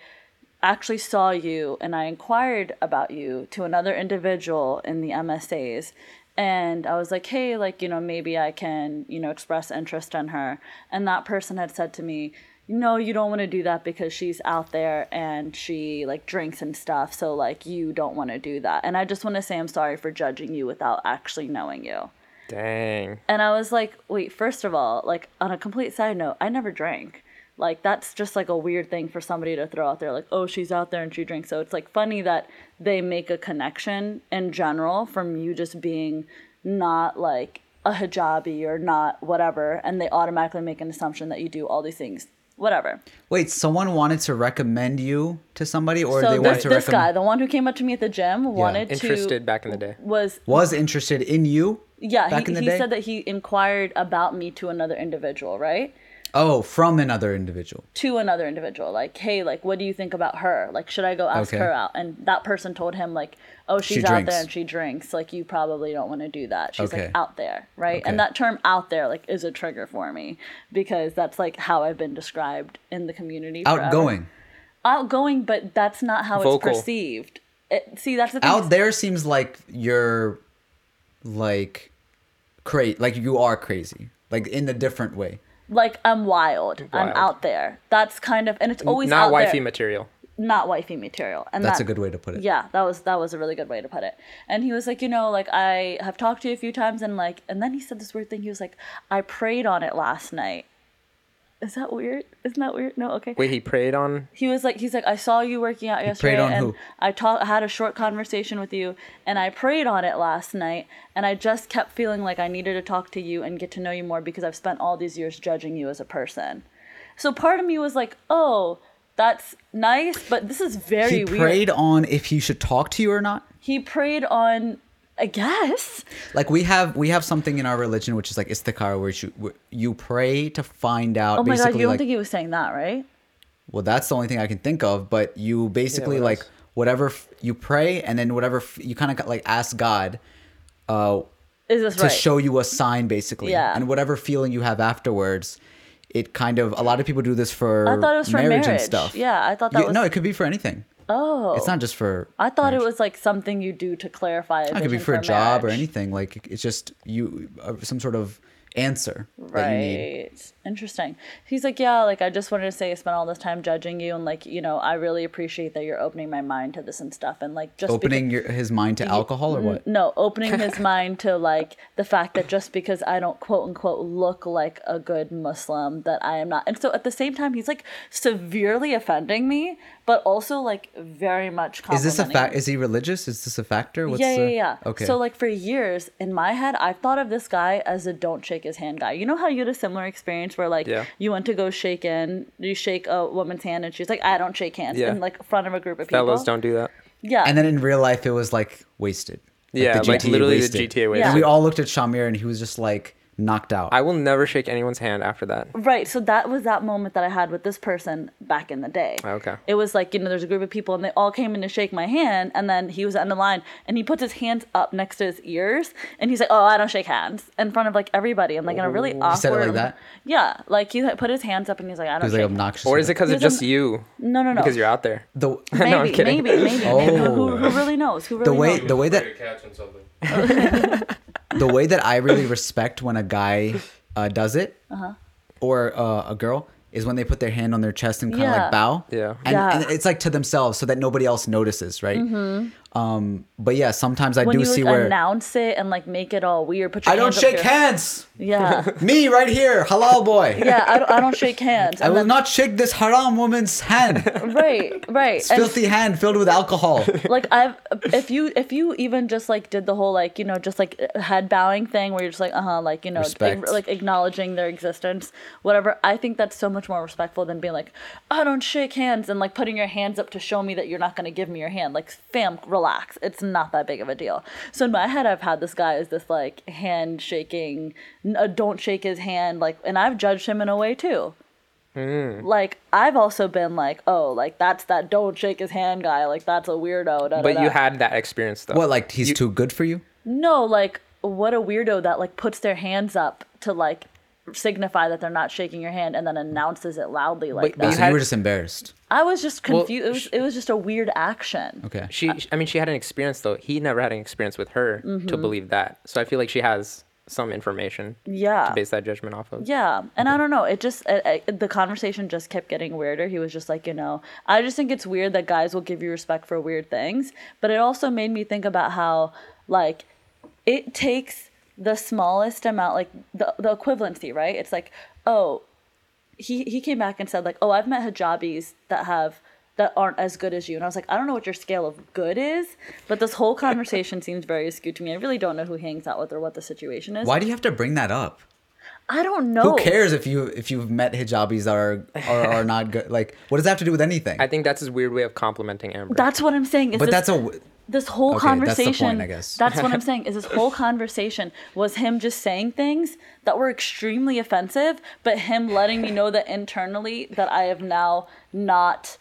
[SPEAKER 2] actually saw you and I inquired about you to another individual in the MSAs. And I was like, hey, like, you know, maybe I can, you know, express interest in her. And that person had said to me, no, you don't want to do that because she's out there and she like drinks and stuff. So, like, you don't want to do that. And I just want to say I'm sorry for judging you without actually knowing you.
[SPEAKER 3] Dang.
[SPEAKER 2] And I was like, wait, first of all, like on a complete side note, I never drank. Like that's just like a weird thing for somebody to throw out there like, "Oh, she's out there and she drinks." So it's like funny that they make a connection in general from you just being not like a hijabi or not whatever and they automatically make an assumption that you do all these things. Whatever.
[SPEAKER 1] Wait, someone wanted to recommend you to somebody, or they
[SPEAKER 2] so
[SPEAKER 1] wanted
[SPEAKER 2] this,
[SPEAKER 1] to
[SPEAKER 2] this guy,
[SPEAKER 1] recommend?
[SPEAKER 2] the one who came up to me at the gym, wanted
[SPEAKER 3] Interested
[SPEAKER 2] to
[SPEAKER 3] back in the day.
[SPEAKER 2] was
[SPEAKER 1] was interested in you.
[SPEAKER 2] yeah,
[SPEAKER 1] Back
[SPEAKER 2] he,
[SPEAKER 1] in the
[SPEAKER 2] he
[SPEAKER 1] day.
[SPEAKER 2] said that he inquired about me to another individual, right?
[SPEAKER 1] oh, from another individual.
[SPEAKER 2] to another individual like hey like what do you think about her like should i go ask
[SPEAKER 1] Okay.
[SPEAKER 2] her out and that person told him like oh she's
[SPEAKER 1] She
[SPEAKER 2] out
[SPEAKER 1] drinks.
[SPEAKER 2] there and she drinks like you probably don't want to do that she's
[SPEAKER 1] Okay.
[SPEAKER 2] like out there right
[SPEAKER 1] Okay.
[SPEAKER 2] and that term out there like is a trigger for me because that's like how i've been described in the community forever.
[SPEAKER 1] Outgoing.
[SPEAKER 2] outgoing but that's not how it's
[SPEAKER 3] Vocal.
[SPEAKER 2] perceived it, see that's the thing
[SPEAKER 1] Out there seems like you're, like, crazy. Like you are crazy. Like in a different way.
[SPEAKER 2] like i'm wild. i'm
[SPEAKER 3] Wild.
[SPEAKER 2] out there that's kind of and it's always
[SPEAKER 3] Not
[SPEAKER 2] out
[SPEAKER 3] wifey
[SPEAKER 2] there,
[SPEAKER 3] material.
[SPEAKER 2] not wifey material and
[SPEAKER 1] That's
[SPEAKER 2] that-
[SPEAKER 1] a good way to put it.
[SPEAKER 2] yeah that was that was a really good way to put it and he was like you know like i have talked to you a few times and like and then he said this weird thing he was like i prayed on it last night is that weird isn't that weird no okay
[SPEAKER 3] Wait, he preyed on
[SPEAKER 2] he was like he's like i saw you working out yesterday
[SPEAKER 1] prayed on
[SPEAKER 2] and
[SPEAKER 1] who?
[SPEAKER 2] i talked had a short conversation with you and i prayed on it last night and i just kept feeling like i needed to talk to you and get to know you more because i've spent all these years judging you as a person so part of me was like oh that's nice but this is very
[SPEAKER 1] he
[SPEAKER 2] weird
[SPEAKER 1] preyed on if he should talk to you or not.
[SPEAKER 2] he preyed on i guess
[SPEAKER 1] Like we have we have something in our religion which is like istikhara where you where you pray to find out.
[SPEAKER 2] oh my god
[SPEAKER 1] basically
[SPEAKER 2] you don't
[SPEAKER 1] like,
[SPEAKER 2] think he was saying that right
[SPEAKER 1] well that's the only thing I can think of. But you basically
[SPEAKER 3] what
[SPEAKER 1] like
[SPEAKER 3] else?
[SPEAKER 1] whatever f- you pray and then whatever f- you kind of like ask God uh,
[SPEAKER 2] is this
[SPEAKER 1] to
[SPEAKER 2] right
[SPEAKER 1] show you a sign basically.
[SPEAKER 2] Yeah.
[SPEAKER 1] And whatever feeling you have afterwards, it kind of a lot of people do this for
[SPEAKER 2] i thought it was for
[SPEAKER 1] marriage, and
[SPEAKER 2] marriage,
[SPEAKER 1] stuff.
[SPEAKER 2] yeah i thought that
[SPEAKER 1] You-
[SPEAKER 2] was
[SPEAKER 1] no, it could be for anything.
[SPEAKER 2] oh
[SPEAKER 1] It's not just for.
[SPEAKER 2] i thought it
[SPEAKER 1] marriage.
[SPEAKER 2] was like something you do to clarify
[SPEAKER 1] It could be
[SPEAKER 2] vision
[SPEAKER 1] for a job or
[SPEAKER 2] marriage.
[SPEAKER 1] anything. Like it's just you uh, some sort of answer that you need.
[SPEAKER 2] Right. Interesting. He's like, yeah, like I just wanted to say I spent all this time judging you, and like you know, I really appreciate that you're opening my mind to this and stuff, and like just
[SPEAKER 1] Opening your, his mind to alcohol or what?
[SPEAKER 2] Because, no, opening his mind to like the fact that just because I don't quote unquote look like a good Muslim, that I am not. And so at the same time, he's like severely offending me, but also like very much.
[SPEAKER 1] Is this a
[SPEAKER 2] complimenting
[SPEAKER 1] fact?
[SPEAKER 2] me.
[SPEAKER 1] Is he religious? Is this a factor? What's
[SPEAKER 2] Yeah, yeah,
[SPEAKER 1] the-
[SPEAKER 2] yeah.
[SPEAKER 1] Okay.
[SPEAKER 2] So like for years in my head, I've thought of this guy as a don't shake his hand guy. You know how you had a similar experience where like
[SPEAKER 3] Yeah.
[SPEAKER 2] you went to go shake in, you shake a woman's hand, and she's like, I don't shake hands
[SPEAKER 3] Yeah.
[SPEAKER 2] in like front of a group of
[SPEAKER 3] fellows
[SPEAKER 2] people.
[SPEAKER 3] don't do that.
[SPEAKER 2] Yeah.
[SPEAKER 1] and then in real life, it was like wasted.
[SPEAKER 3] Yeah, like, literally the GTA
[SPEAKER 2] Yeah.
[SPEAKER 1] And we
[SPEAKER 2] wasted.
[SPEAKER 1] all looked at Shamir, and he was just like, knocked out.
[SPEAKER 3] I will never shake anyone's hand after that.
[SPEAKER 2] Right. So that was that moment that I had with this person back in the day.
[SPEAKER 1] Oh,
[SPEAKER 3] Okay.
[SPEAKER 2] It was like, you know, there's a group of people and they all came in to shake my hand. And then he was on the line and he puts his hands up next to his ears and he's like, oh, I don't shake hands in front of like everybody. I'm like in a really awkward.
[SPEAKER 1] Oh. said it like that?
[SPEAKER 2] Yeah. Like he put his hands up and he's like, I don't
[SPEAKER 1] he was
[SPEAKER 2] shake
[SPEAKER 1] like
[SPEAKER 2] hands."
[SPEAKER 1] obnoxious.
[SPEAKER 3] Or is it because it's
[SPEAKER 2] Because
[SPEAKER 3] just
[SPEAKER 2] I'm-
[SPEAKER 3] you?
[SPEAKER 2] No, no, no.
[SPEAKER 3] Because you're out there.
[SPEAKER 1] the
[SPEAKER 2] Maybe,
[SPEAKER 3] No, I'm kidding.
[SPEAKER 2] maybe, maybe, maybe.
[SPEAKER 1] Oh.
[SPEAKER 2] Who, who really knows? Who really
[SPEAKER 1] the way
[SPEAKER 2] knows?
[SPEAKER 1] the way that
[SPEAKER 5] Great catch on something.
[SPEAKER 1] the way that I really respect when a guy uh, does it
[SPEAKER 2] Uh-huh.
[SPEAKER 1] or uh, a girl is when they put their hand on their chest and kind of
[SPEAKER 2] Yeah.
[SPEAKER 1] like bow.
[SPEAKER 3] Yeah.
[SPEAKER 1] And,
[SPEAKER 2] Yeah.
[SPEAKER 1] and it's like to themselves so that nobody else notices, right? Um, but yeah, sometimes I
[SPEAKER 2] Mm-hmm. when
[SPEAKER 1] do
[SPEAKER 2] you
[SPEAKER 1] see
[SPEAKER 2] like,
[SPEAKER 1] where
[SPEAKER 2] announce it and like make it all weird. Put your
[SPEAKER 1] I don't
[SPEAKER 2] hands up
[SPEAKER 1] shake
[SPEAKER 2] here.
[SPEAKER 1] hands.
[SPEAKER 2] Yeah.
[SPEAKER 1] Me right here, halal boy.
[SPEAKER 2] Yeah, I don't, I don't shake hands.
[SPEAKER 1] I
[SPEAKER 2] And
[SPEAKER 1] will
[SPEAKER 2] then-
[SPEAKER 1] not shake this haram woman's hand.
[SPEAKER 2] Right, right.
[SPEAKER 1] It's
[SPEAKER 2] And-
[SPEAKER 1] filthy hand filled with alcohol.
[SPEAKER 2] like I've if you if you even just like did the whole like you know just like head bowing thing where you're just like uh huh like you know
[SPEAKER 1] Respect.
[SPEAKER 2] like acknowledging their existence whatever I think that's so much more respectful than being like I don't shake hands and like putting your hands up to show me that you're not gonna give me your hand like fam relax it's not that big of a deal so in my head I've had this guy as this like hand shaking n- uh, don't shake his hand like and I've judged him in a way too like I've also been like, oh, like that's that don't shake his hand guy, like that's a weirdo. Da,
[SPEAKER 3] But
[SPEAKER 2] da,
[SPEAKER 3] you
[SPEAKER 2] da.
[SPEAKER 3] had that experience though.
[SPEAKER 1] what, like he's too good for you?
[SPEAKER 2] no, like what a weirdo that like puts their hands up to like signify that they're not shaking your hand and then announces it loudly like
[SPEAKER 3] But- but
[SPEAKER 1] Oh,
[SPEAKER 2] that.
[SPEAKER 1] so
[SPEAKER 3] had-
[SPEAKER 1] you were just embarrassed.
[SPEAKER 2] I was just
[SPEAKER 3] Well,
[SPEAKER 2] confused. it was it was just a weird action.
[SPEAKER 1] Okay.
[SPEAKER 3] She, I mean, she had an experience though. He never had an experience with her to believe that. So I feel like she has some information
[SPEAKER 2] Mm-hmm. Yeah.
[SPEAKER 3] to base that judgment off of.
[SPEAKER 2] Yeah, and I don't know. It just I, I, the conversation just kept getting weirder. He was just like, you know, I just think it's weird that guys will give you respect for weird things, but it also made me think about how like it takes the smallest amount, like the the equivalency, right? It's like, oh, he he came back and said like, "Oh, I've met hijabis that have that aren't as good as you." And I was like, "I don't know what your scale of good is, but this whole conversation seems very askew to me. I really don't know who he hangs out with or what the situation is.
[SPEAKER 1] Why do you have to bring that up?
[SPEAKER 2] I don't know.
[SPEAKER 1] Who cares if you if you've met hijabis that are are, are not good? Like, what does that have to do with anything?
[SPEAKER 3] I think that's his weird way of complimenting Amber.
[SPEAKER 2] That's what I'm saying. Is
[SPEAKER 1] but
[SPEAKER 2] this,
[SPEAKER 1] that's a w-
[SPEAKER 2] this whole
[SPEAKER 1] Okay, that's the point,
[SPEAKER 2] conversation.
[SPEAKER 1] I guess.
[SPEAKER 2] that's what I'm saying. Is this whole conversation was him just saying things that were extremely offensive, but him letting me know that internally that I have now not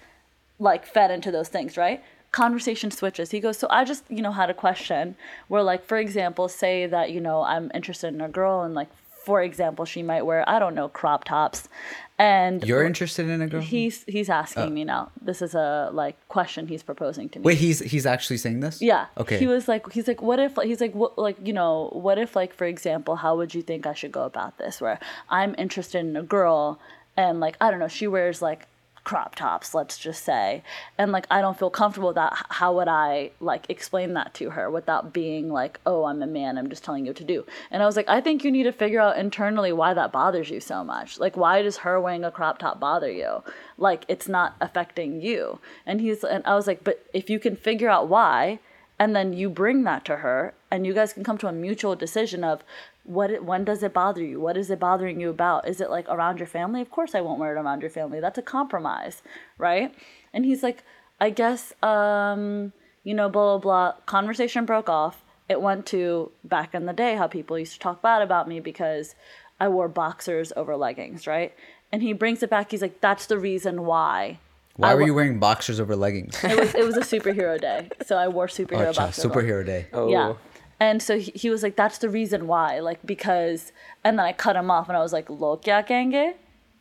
[SPEAKER 2] like fed into those things, right? Conversation switches. He goes, So I just, you know, had a question where, like, for example, say that, you know, I'm interested in a girl and, like, for example, she might wear, I don't know, crop tops. And
[SPEAKER 1] you're interested in a girl.
[SPEAKER 2] he's he's asking me now. This is a like question he's proposing to me.
[SPEAKER 1] Wait, he's he's actually saying this?
[SPEAKER 2] Yeah.
[SPEAKER 1] Okay.
[SPEAKER 2] He was like, he's like, what if, he's like, what, like, you know, what if, like, for example, how would you think I should go about this? Where I'm interested in a girl and, like, I don't know, she wears, like, crop tops, let's just say. And, like, I don't feel comfortable with that. H- How would I, like, explain that to her without being like, oh, I'm a man, I'm just telling you what to do? And I was like, I think you need to figure out internally why that bothers you so much. Like, why does her wearing a crop top bother you? Like, it's not affecting you. And he's, and I was like, but if you can figure out why, and then you bring that to her and you guys can come to a mutual decision of what it, when does it bother you what is it bothering you about is it like around your family of course i won't wear it around your family that's a compromise right and he's like i guess um you know blah blah blah conversation broke off it went to back in the day how people used to talk bad about me because i wore boxers over leggings right and he brings it back he's like that's the reason why
[SPEAKER 1] Why
[SPEAKER 2] I
[SPEAKER 1] were
[SPEAKER 2] wa-
[SPEAKER 1] you wearing boxers over leggings?
[SPEAKER 2] it was it was a superhero day so i wore superhero
[SPEAKER 1] Gotcha,
[SPEAKER 2] boxers on.
[SPEAKER 1] Superhero day.
[SPEAKER 3] oh,
[SPEAKER 2] Yeah. And so he, he was like, that's the reason why. Like, because, and then I cut him off and I was like, Lokya Kenge?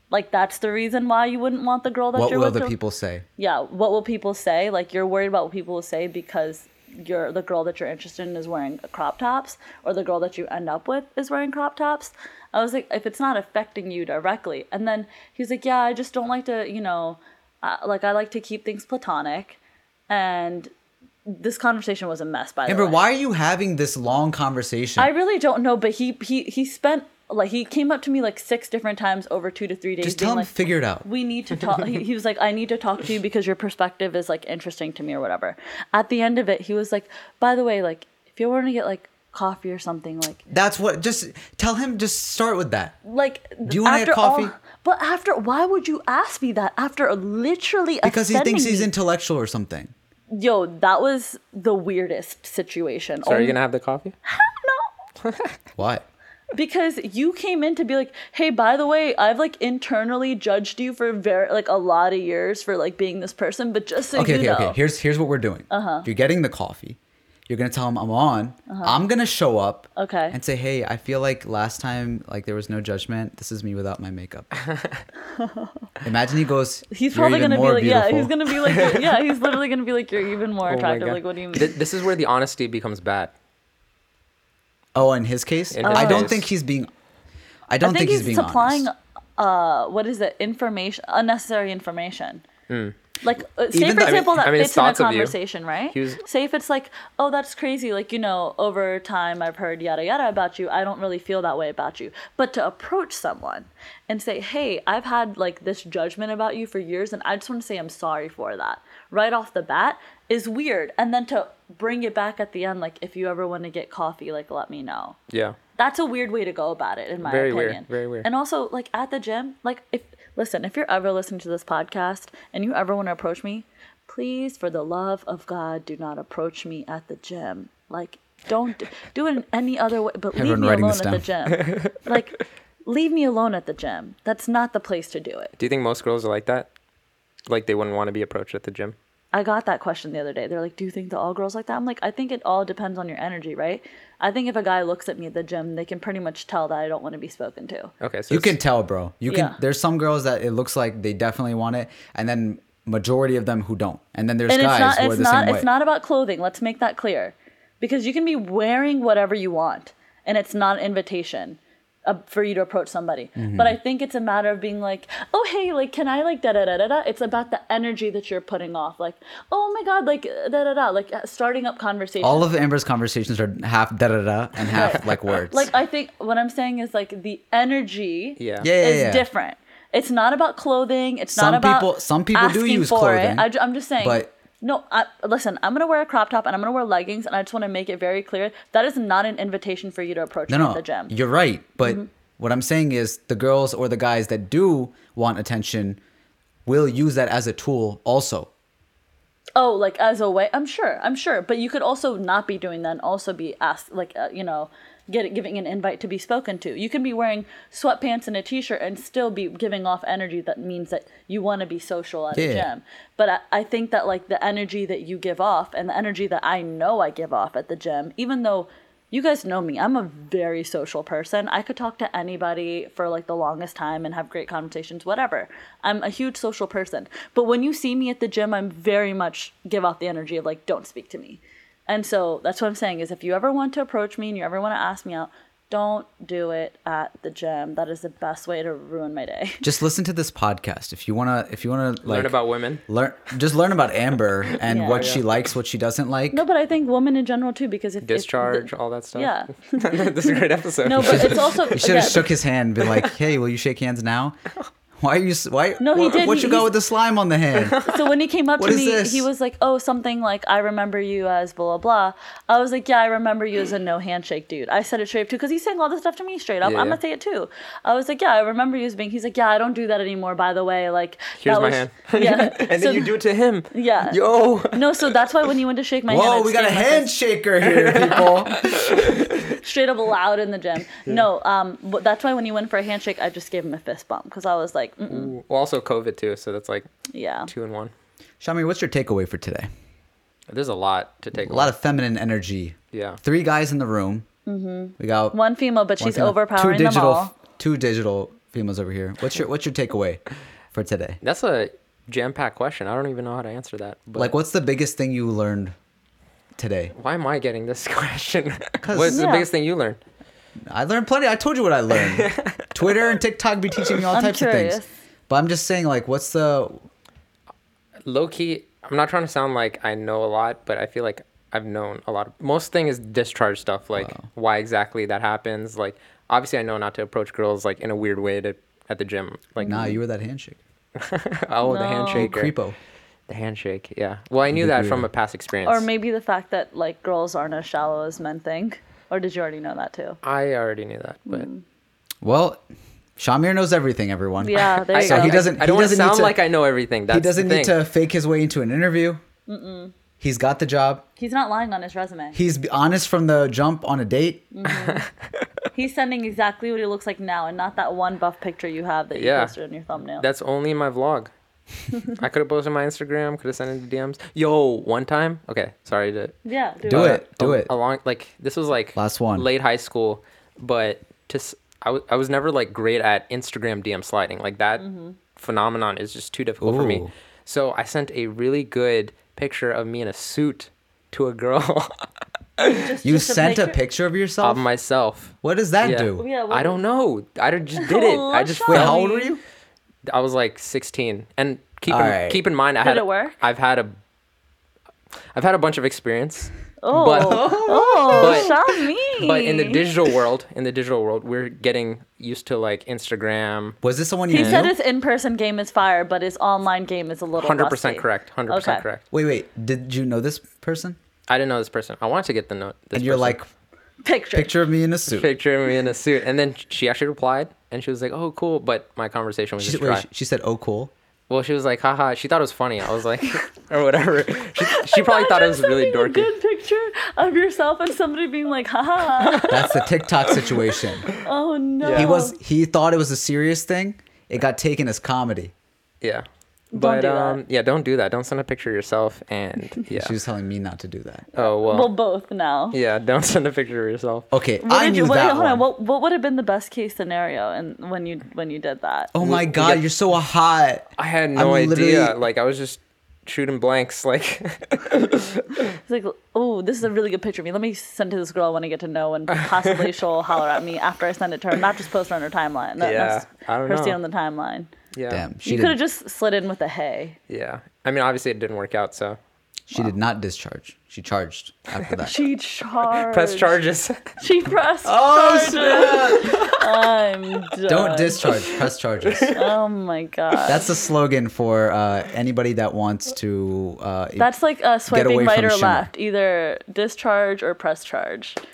[SPEAKER 2] Like, that's the reason why you wouldn't want the girl that
[SPEAKER 1] What
[SPEAKER 2] you're
[SPEAKER 1] will
[SPEAKER 2] with.
[SPEAKER 1] the
[SPEAKER 2] to-
[SPEAKER 1] people say?
[SPEAKER 2] Yeah. What will people say? Like, you're worried about what people will say because you're the girl that you're interested in is wearing crop tops or the girl that you end up with is wearing crop tops. I was like, if it's not affecting you directly. And then he was like, yeah, I just don't like to, you know, uh, like, I like to keep things platonic. And this conversation was a mess, by the
[SPEAKER 1] Amber,
[SPEAKER 2] way.
[SPEAKER 1] why are you having this long conversation?
[SPEAKER 2] I really don't know, but he he he spent like he came up to me like six different times over two to three days.
[SPEAKER 1] Just
[SPEAKER 2] being
[SPEAKER 1] tell him
[SPEAKER 2] like,
[SPEAKER 1] to figure it out.
[SPEAKER 2] we need to talk. he, he was like, I need to talk to you because your perspective is like interesting to me or whatever. At the end of it, he was like, by the way, like if you want to get like coffee or something, like
[SPEAKER 1] That's what. Just tell him. Just start with that.
[SPEAKER 2] like
[SPEAKER 1] Do you wanna get
[SPEAKER 2] after all-
[SPEAKER 1] coffee?
[SPEAKER 2] but after why would you ask me that after literally
[SPEAKER 1] Because he thinks
[SPEAKER 2] offending
[SPEAKER 1] he's
[SPEAKER 2] me?
[SPEAKER 1] intellectual or something.
[SPEAKER 2] yo that was the weirdest situation. Oh,
[SPEAKER 3] So are you
[SPEAKER 2] Only-
[SPEAKER 3] gonna have the coffee?
[SPEAKER 2] no
[SPEAKER 1] What?
[SPEAKER 2] because you came in to be like, hey, by the way, I've like internally judged you for very like a lot of years for like being this person, but just so
[SPEAKER 1] okay,
[SPEAKER 2] you
[SPEAKER 1] okay,
[SPEAKER 2] know,
[SPEAKER 1] okay. Here's here's what we're doing. Uh-huh. You're getting the coffee. You're gonna tell him I'm on. I'm gonna show up.
[SPEAKER 2] Uh-huh. Okay.
[SPEAKER 1] And say, hey, I feel like last time like there was no judgment. This is me without my makeup. Imagine he goes.
[SPEAKER 2] he's
[SPEAKER 1] "You're
[SPEAKER 2] probably
[SPEAKER 1] even
[SPEAKER 2] gonna be
[SPEAKER 1] more
[SPEAKER 2] like, yeah, he's
[SPEAKER 1] beautiful."
[SPEAKER 2] gonna be like, yeah, he's literally gonna be like, you're even more
[SPEAKER 3] Oh my
[SPEAKER 2] attractive.
[SPEAKER 3] God.
[SPEAKER 2] like, what do you mean?
[SPEAKER 3] Th- this is where the honesty becomes bad.
[SPEAKER 1] Oh, in his case,
[SPEAKER 3] In
[SPEAKER 1] I
[SPEAKER 3] his
[SPEAKER 1] don't
[SPEAKER 3] case.
[SPEAKER 1] think he's being. I don't
[SPEAKER 2] I think,
[SPEAKER 1] he's,
[SPEAKER 2] he's,
[SPEAKER 1] being
[SPEAKER 2] supplying
[SPEAKER 1] honest.
[SPEAKER 2] uh what is it information unnecessary information like uh, say
[SPEAKER 1] Even though- I mean-
[SPEAKER 2] for example that
[SPEAKER 3] Hmm. I mean, it's
[SPEAKER 2] fits in a
[SPEAKER 3] thoughts of you.
[SPEAKER 2] conversation right
[SPEAKER 3] He was-
[SPEAKER 2] say if it's like oh that's crazy like you know over time i've heard yada yada about you i don't really feel that way about you but to approach someone and say hey i've had like this judgment about you for years and i just want to say i'm sorry for that right off the bat is weird and then to bring it back at the end like if you ever want to get coffee like let me know
[SPEAKER 3] Yeah.
[SPEAKER 2] that's a weird way to go about it in my
[SPEAKER 3] Very weird,
[SPEAKER 2] opinion
[SPEAKER 3] very weird.
[SPEAKER 2] and also like at the gym like if listen if you're ever listening to this podcast and you ever want to approach me please for the love of god do not approach me at the gym like don't do, do it in any other way but leave
[SPEAKER 1] Everyone
[SPEAKER 2] me
[SPEAKER 1] writing
[SPEAKER 2] alone
[SPEAKER 1] this
[SPEAKER 2] at the gym like leave me alone at the gym that's not the place to do it
[SPEAKER 3] Do you think most girls are like that? Like they wouldn't want to be approached at the gym?
[SPEAKER 2] i got that question the other day they're like do you think that all girls like that i'm like i think it all depends on your energy right i think if a guy looks at me at the gym they can pretty much tell that i don't want to be spoken to
[SPEAKER 3] Okay, so
[SPEAKER 1] You
[SPEAKER 3] it's-
[SPEAKER 1] can tell, bro. You can.
[SPEAKER 2] Yeah.
[SPEAKER 1] There's some girls that it looks like they definitely want it, and then majority of them who don't, and then there's
[SPEAKER 2] and it's
[SPEAKER 1] guys
[SPEAKER 2] not
[SPEAKER 1] who are
[SPEAKER 2] it's
[SPEAKER 1] the
[SPEAKER 2] not
[SPEAKER 1] same
[SPEAKER 2] it's
[SPEAKER 1] way.
[SPEAKER 2] not about clothing let's make that clear because you can be wearing whatever you want and it's not an invitation uh, for you to approach somebody
[SPEAKER 1] Mm-hmm.
[SPEAKER 2] but i think it's a matter of being like oh hey like can i like da da da da da it's about the energy that you're putting off like oh my god like uh, da da da like uh, starting up conversation
[SPEAKER 1] All of Amber's conversations are half da da da and half like words.
[SPEAKER 2] like i think what i'm saying is like the energy
[SPEAKER 3] Yeah.
[SPEAKER 1] yeah, yeah,
[SPEAKER 2] is
[SPEAKER 1] yeah.
[SPEAKER 2] different it's not about clothing. It's
[SPEAKER 1] Some
[SPEAKER 2] not about
[SPEAKER 1] people- some people do
[SPEAKER 2] asking
[SPEAKER 1] use
[SPEAKER 2] for
[SPEAKER 1] clothing,
[SPEAKER 2] It. I, ju- I'm just saying.
[SPEAKER 1] but-
[SPEAKER 2] no, I, listen. I'm gonna wear a crop top and I'm gonna wear leggings, and I just want to make it very clear that is not an invitation for you to approach me
[SPEAKER 1] No,
[SPEAKER 2] at the
[SPEAKER 1] no,
[SPEAKER 2] gym. Mm-hmm.
[SPEAKER 1] you're right. But what I'm saying is, the girls or the guys that do want attention will use that as a tool. Also,
[SPEAKER 2] oh, like as a way. I'm sure. I'm sure. But you could also not be doing that. and Also be asked, like uh, you know, get giving an invite to be spoken to. You can be wearing sweatpants and a t-shirt and still be giving off energy that means that you want to be social at a
[SPEAKER 1] Yeah.
[SPEAKER 2] gym. But I, I think that like the energy that you give off and the energy that I know I give off at the gym, even though you guys know me, I'm a very social person. I could talk to anybody for like the longest time and have great conversations, whatever. I'm a huge social person. But when you see me at the gym, I'm very much give off the energy of like, don't speak to me. And so that's what I'm saying is if you ever want to approach me and you ever want to ask me out, don't do it at the gym. That is the best way to ruin my day.
[SPEAKER 1] just listen to this podcast if you wanna. If you wanna like,
[SPEAKER 3] learn about women.
[SPEAKER 1] Learn just learn about Amber and
[SPEAKER 2] Yeah.
[SPEAKER 1] what
[SPEAKER 2] Yeah.
[SPEAKER 1] she likes, what she doesn't like.
[SPEAKER 2] No, but I think women in general too, because if if the-
[SPEAKER 3] Discharge, all that stuff.
[SPEAKER 2] yeah.
[SPEAKER 3] this is a great episode.
[SPEAKER 2] No, but it's also
[SPEAKER 1] You should have
[SPEAKER 2] again,
[SPEAKER 1] shook his hand, been like, "Hey, will you shake hands now?" Why are you? s- Why?
[SPEAKER 2] No, he
[SPEAKER 1] what,
[SPEAKER 2] did.
[SPEAKER 1] What
[SPEAKER 2] He-
[SPEAKER 1] you got
[SPEAKER 2] he-
[SPEAKER 1] with the slime on the hand?
[SPEAKER 2] so when he came up
[SPEAKER 1] What
[SPEAKER 2] to
[SPEAKER 1] is
[SPEAKER 2] me,
[SPEAKER 1] this?
[SPEAKER 2] he was like, "Oh, something like I remember you as blah blah blah." I was like, "Yeah, I remember you as a no handshake dude." I said it straight up too, because he's saying all this stuff to me straight up.
[SPEAKER 3] Yeah,
[SPEAKER 2] I'm
[SPEAKER 3] yeah.
[SPEAKER 2] gonna say it too. I was like, "Yeah, I remember you as being." He's like, "Yeah, I don't do that anymore." By the way, like
[SPEAKER 3] Here's
[SPEAKER 2] that
[SPEAKER 3] my
[SPEAKER 2] was-
[SPEAKER 3] hand.
[SPEAKER 2] Yeah,
[SPEAKER 3] and
[SPEAKER 2] So-
[SPEAKER 3] then you do it to him.
[SPEAKER 2] Yeah.
[SPEAKER 3] Yo.
[SPEAKER 2] No, so that's why when you went to shake my hand,
[SPEAKER 1] Whoa,
[SPEAKER 2] I'd
[SPEAKER 1] we got a
[SPEAKER 2] stand like this.
[SPEAKER 1] handshaker here, people.
[SPEAKER 2] straight up loud in the gym. No, um, but that's why when he went for a handshake, I just gave him a fist bump because I was like, mm
[SPEAKER 3] Well, also COVID too, so that's like
[SPEAKER 2] yeah.
[SPEAKER 3] two in one.
[SPEAKER 1] Shami, what's your takeaway for today?
[SPEAKER 3] There's a lot to take.
[SPEAKER 1] A lot of feminine energy.
[SPEAKER 3] Yeah.
[SPEAKER 1] Three guys in the room. Mm-hmm. We got
[SPEAKER 2] One female, but
[SPEAKER 1] one
[SPEAKER 2] she's
[SPEAKER 1] female-
[SPEAKER 2] overpowering
[SPEAKER 1] two digital,
[SPEAKER 2] them all.
[SPEAKER 1] Two digital females over here. What's your What's your takeaway for today?
[SPEAKER 3] That's a jam-packed question. I don't even know how to answer that. But
[SPEAKER 1] Like, what's the biggest thing you learned today?
[SPEAKER 3] Why am I getting this question? What's
[SPEAKER 2] Yeah.
[SPEAKER 3] the biggest thing you learned?
[SPEAKER 1] I learned plenty. I told you what I learned. Twitter and TikTok be teaching me all
[SPEAKER 2] I'm
[SPEAKER 1] types of
[SPEAKER 2] curious.
[SPEAKER 1] things. But I'm just saying, like, what's the
[SPEAKER 3] Low key, I'm not trying to sound like I know a lot, but I feel like I've known a lot. Of, most thing is discharge stuff, like why exactly that happens. Like obviously, I know not to approach girls like in a weird way to at the gym. Like
[SPEAKER 1] Nah, you were that handshake.
[SPEAKER 3] oh the
[SPEAKER 2] No.
[SPEAKER 3] handshake, or-
[SPEAKER 1] Creepo.
[SPEAKER 3] the handshake. Yeah. Well, I knew that from a past experience.
[SPEAKER 2] Or maybe the fact that like girls aren't as shallow as men think. Or did you already know that too?
[SPEAKER 3] I already knew that, but
[SPEAKER 1] Well, Shamir knows everything, everyone.
[SPEAKER 2] Yeah, there
[SPEAKER 3] I,
[SPEAKER 2] you
[SPEAKER 1] So
[SPEAKER 2] go.
[SPEAKER 1] he doesn't-
[SPEAKER 3] I don't want to
[SPEAKER 1] doesn't need
[SPEAKER 3] sound
[SPEAKER 1] to-
[SPEAKER 3] like I know everything. That's
[SPEAKER 1] he doesn't
[SPEAKER 3] the
[SPEAKER 1] need
[SPEAKER 3] thing.
[SPEAKER 1] to fake his way into an interview. He's got the job.
[SPEAKER 2] He's not lying on his resume.
[SPEAKER 1] He's honest from the jump on a date.
[SPEAKER 2] He's sending exactly what he looks like now, and not that one buff picture you have that you
[SPEAKER 3] Yeah.
[SPEAKER 2] posted in your thumbnail.
[SPEAKER 3] That's only in my vlog. I could have posted my Instagram, could have sent it to DMs. Yo, one time. Okay, sorry to
[SPEAKER 2] yeah,
[SPEAKER 1] Do
[SPEAKER 2] it.
[SPEAKER 1] it. Do
[SPEAKER 3] a-
[SPEAKER 1] it.
[SPEAKER 3] Along like this was like
[SPEAKER 1] Last one.
[SPEAKER 3] late high school, but just I was I was never like great at Instagram DM sliding. Like that
[SPEAKER 2] Mm-hmm.
[SPEAKER 3] phenomenon is just too difficult for me.
[SPEAKER 1] Ooh.
[SPEAKER 3] So I sent a really good picture of me in a suit to a girl
[SPEAKER 2] Just-
[SPEAKER 1] You
[SPEAKER 2] just
[SPEAKER 1] sent a
[SPEAKER 2] picture-
[SPEAKER 1] picture of yourself.
[SPEAKER 3] of myself.
[SPEAKER 1] what does that
[SPEAKER 3] Yeah.
[SPEAKER 1] do?
[SPEAKER 2] Yeah, what
[SPEAKER 3] I don't know. I d- just did it. I
[SPEAKER 2] Aw,
[SPEAKER 3] just
[SPEAKER 2] Sean.
[SPEAKER 1] Wait,
[SPEAKER 3] felt-
[SPEAKER 1] how old were you?
[SPEAKER 3] I was like 16, and keep in,
[SPEAKER 1] Alright.
[SPEAKER 3] keep in mind, I
[SPEAKER 2] Did
[SPEAKER 3] had
[SPEAKER 2] it work?
[SPEAKER 3] I've had a I've had a bunch of experience,
[SPEAKER 2] Oh,
[SPEAKER 3] but
[SPEAKER 2] oh,
[SPEAKER 3] But-
[SPEAKER 2] Sean me.
[SPEAKER 3] but in the digital world, in the digital world, we're getting used to like Instagram.
[SPEAKER 1] Was this someone you
[SPEAKER 2] he
[SPEAKER 1] knew?
[SPEAKER 2] said his in-person game is fire, but his online game is a little.
[SPEAKER 3] Hundred
[SPEAKER 2] rusty.
[SPEAKER 3] percent correct. Hundred percent
[SPEAKER 2] Okay.
[SPEAKER 3] correct.
[SPEAKER 1] wait, wait. Did you know this person?
[SPEAKER 3] I didn't know this person. I wanted to get the note. This
[SPEAKER 1] And you're
[SPEAKER 3] person.
[SPEAKER 1] like
[SPEAKER 2] Picture.
[SPEAKER 1] picture of me in a suit.
[SPEAKER 3] picture me in a suit, and then she actually replied, and she was like, "Oh, cool," but my conversation was
[SPEAKER 1] She,
[SPEAKER 3] just
[SPEAKER 1] said-
[SPEAKER 3] dry.
[SPEAKER 1] wait, she said, "Oh, cool."
[SPEAKER 3] well, she was like, "Haha," she thought it was funny. I was like, or whatever. She, she probably thought it was really
[SPEAKER 2] Sending a
[SPEAKER 3] dorky.
[SPEAKER 2] good picture of yourself and somebody being like, haha,
[SPEAKER 1] That's the TikTok situation.
[SPEAKER 2] oh no.
[SPEAKER 1] He was. He thought it was a serious thing. It got taken as comedy.
[SPEAKER 3] Yeah.
[SPEAKER 2] do
[SPEAKER 3] But
[SPEAKER 2] that.
[SPEAKER 3] um, yeah, don't do that. Don't send a picture of yourself. And yeah.
[SPEAKER 1] She was telling me not to do that.
[SPEAKER 3] oh well.
[SPEAKER 2] Well, both now.
[SPEAKER 3] Yeah, don't send a picture of yourself.
[SPEAKER 1] Okay,
[SPEAKER 2] What
[SPEAKER 1] I
[SPEAKER 2] did
[SPEAKER 1] knew
[SPEAKER 2] you, what,
[SPEAKER 1] that
[SPEAKER 2] hold
[SPEAKER 1] one.
[SPEAKER 2] on, what, what would have been the best case scenario and when you when you did that?
[SPEAKER 1] oh my
[SPEAKER 3] we
[SPEAKER 1] god,
[SPEAKER 3] got-
[SPEAKER 1] you're so hot.
[SPEAKER 3] I had no
[SPEAKER 1] I'm
[SPEAKER 3] idea.
[SPEAKER 1] literally-
[SPEAKER 3] Like I was just shooting blanks. Like
[SPEAKER 2] It's like, oh, this is a really good picture of me. Let me send to this girl I want to get to know, and possibly she'll holler at me after I send it to her, not just post it on her timeline. Not,
[SPEAKER 3] Yeah,
[SPEAKER 2] not just
[SPEAKER 3] I don't
[SPEAKER 2] her
[SPEAKER 3] know.
[SPEAKER 2] seeing the timeline.
[SPEAKER 3] yeah,
[SPEAKER 1] Damn, she
[SPEAKER 2] You could have
[SPEAKER 1] did.
[SPEAKER 2] just slid in with a hey.
[SPEAKER 3] yeah. I mean, obviously it didn't work out. So
[SPEAKER 1] She
[SPEAKER 2] uh,
[SPEAKER 1] did not discharge. She charged after that.
[SPEAKER 2] She charged.
[SPEAKER 3] press charges.
[SPEAKER 2] She pressed.
[SPEAKER 1] oh
[SPEAKER 2] charges. I'm done.
[SPEAKER 1] Don't discharge. Press charges.
[SPEAKER 2] Oh my god.
[SPEAKER 1] That's the slogan for uh, anybody that wants to. Uh,
[SPEAKER 2] That's like uh,
[SPEAKER 1] away
[SPEAKER 2] swiping right
[SPEAKER 1] from
[SPEAKER 2] or
[SPEAKER 1] Shimmer.
[SPEAKER 2] left, either discharge or press charge.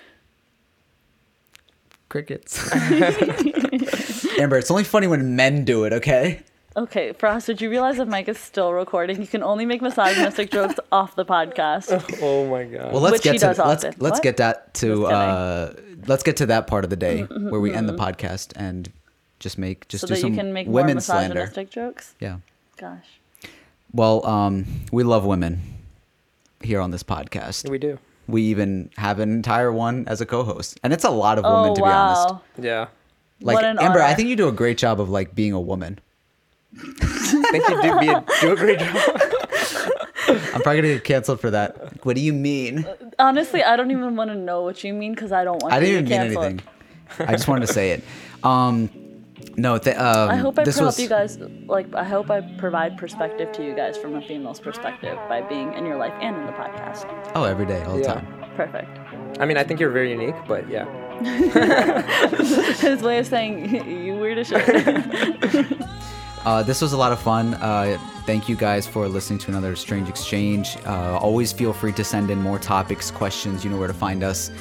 [SPEAKER 1] crickets. Amber, it's only funny when men do it. Okay.
[SPEAKER 2] Okay, Frost, did you realize that Mike is still recording? You can only make misogynistic jokes off the podcast.
[SPEAKER 3] oh my god.
[SPEAKER 1] Well, let's
[SPEAKER 2] Which
[SPEAKER 1] get
[SPEAKER 2] he
[SPEAKER 1] to
[SPEAKER 2] does
[SPEAKER 1] let's
[SPEAKER 2] often.
[SPEAKER 1] let's
[SPEAKER 2] What?
[SPEAKER 1] get that to
[SPEAKER 2] Just kidding. Mm-hmm,
[SPEAKER 1] uh, let's get to that part of the day where we end the podcast and just make just
[SPEAKER 2] So
[SPEAKER 1] do
[SPEAKER 2] that
[SPEAKER 1] some
[SPEAKER 2] you can make more
[SPEAKER 1] women slander.
[SPEAKER 2] misogynistic jokes?
[SPEAKER 1] Yeah.
[SPEAKER 2] Gosh.
[SPEAKER 1] Well, um, we love women here on this podcast.
[SPEAKER 3] we do.
[SPEAKER 1] We even have an entire one as a co-host, and it's a lot of women
[SPEAKER 2] oh,
[SPEAKER 1] to be
[SPEAKER 2] wow.
[SPEAKER 1] honest.
[SPEAKER 3] Yeah.
[SPEAKER 1] Like
[SPEAKER 2] What an
[SPEAKER 1] Amber, I
[SPEAKER 2] honor.
[SPEAKER 1] think you do a great job of like being a woman.
[SPEAKER 3] I think you do, be a, do a great job.
[SPEAKER 1] I'm probably gonna get canceled for that. Like, what do you mean?
[SPEAKER 2] Honestly, I don't even want to know what you mean because I don't want
[SPEAKER 1] I
[SPEAKER 2] you
[SPEAKER 1] didn't even
[SPEAKER 2] to
[SPEAKER 1] mean
[SPEAKER 2] cancel.
[SPEAKER 1] anything. I just wanted to say it. Um, no, th- um,
[SPEAKER 2] I hope I
[SPEAKER 1] this
[SPEAKER 2] prop
[SPEAKER 1] was
[SPEAKER 2] you guys, like, I hope I provide perspective to you guys from a female's perspective by being in your life and in the podcast.
[SPEAKER 1] oh every day, all the
[SPEAKER 3] Yeah.
[SPEAKER 1] time.
[SPEAKER 2] Perfect.
[SPEAKER 3] I mean, I think you're very unique, but yeah.
[SPEAKER 2] His way of saying, you weird as shit.
[SPEAKER 1] Uh, this was a lot of fun. Uh, thank you guys for listening to another Strange Exchange. Uh, always feel free to send in more topics, questions. You know where to find us.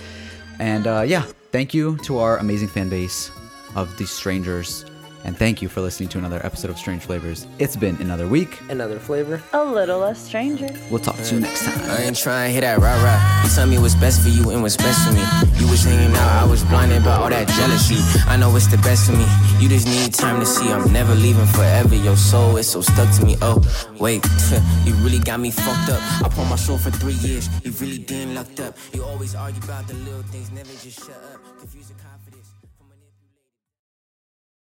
[SPEAKER 1] And uh, yeah, thank you to our amazing fan base of the strangers. And thank you for listening to another episode of Strange Flavors. It's been another week.
[SPEAKER 3] Another flavor.
[SPEAKER 2] a little less stranger.
[SPEAKER 1] We'll talk to you next time.
[SPEAKER 6] I ain't tryna hit that rah rah. You tell me what's best for you and what's best for me. You was hanging out, I was blinded by all that jealousy. I know it's the best for me. You just need time to see. I'm never leaving forever. Your soul is so stuck to me. Oh, wait, you really got me fucked up. I poured my soul for three years. You really didn't lucked up. You always argue about the little things, never just shut up. Confusing.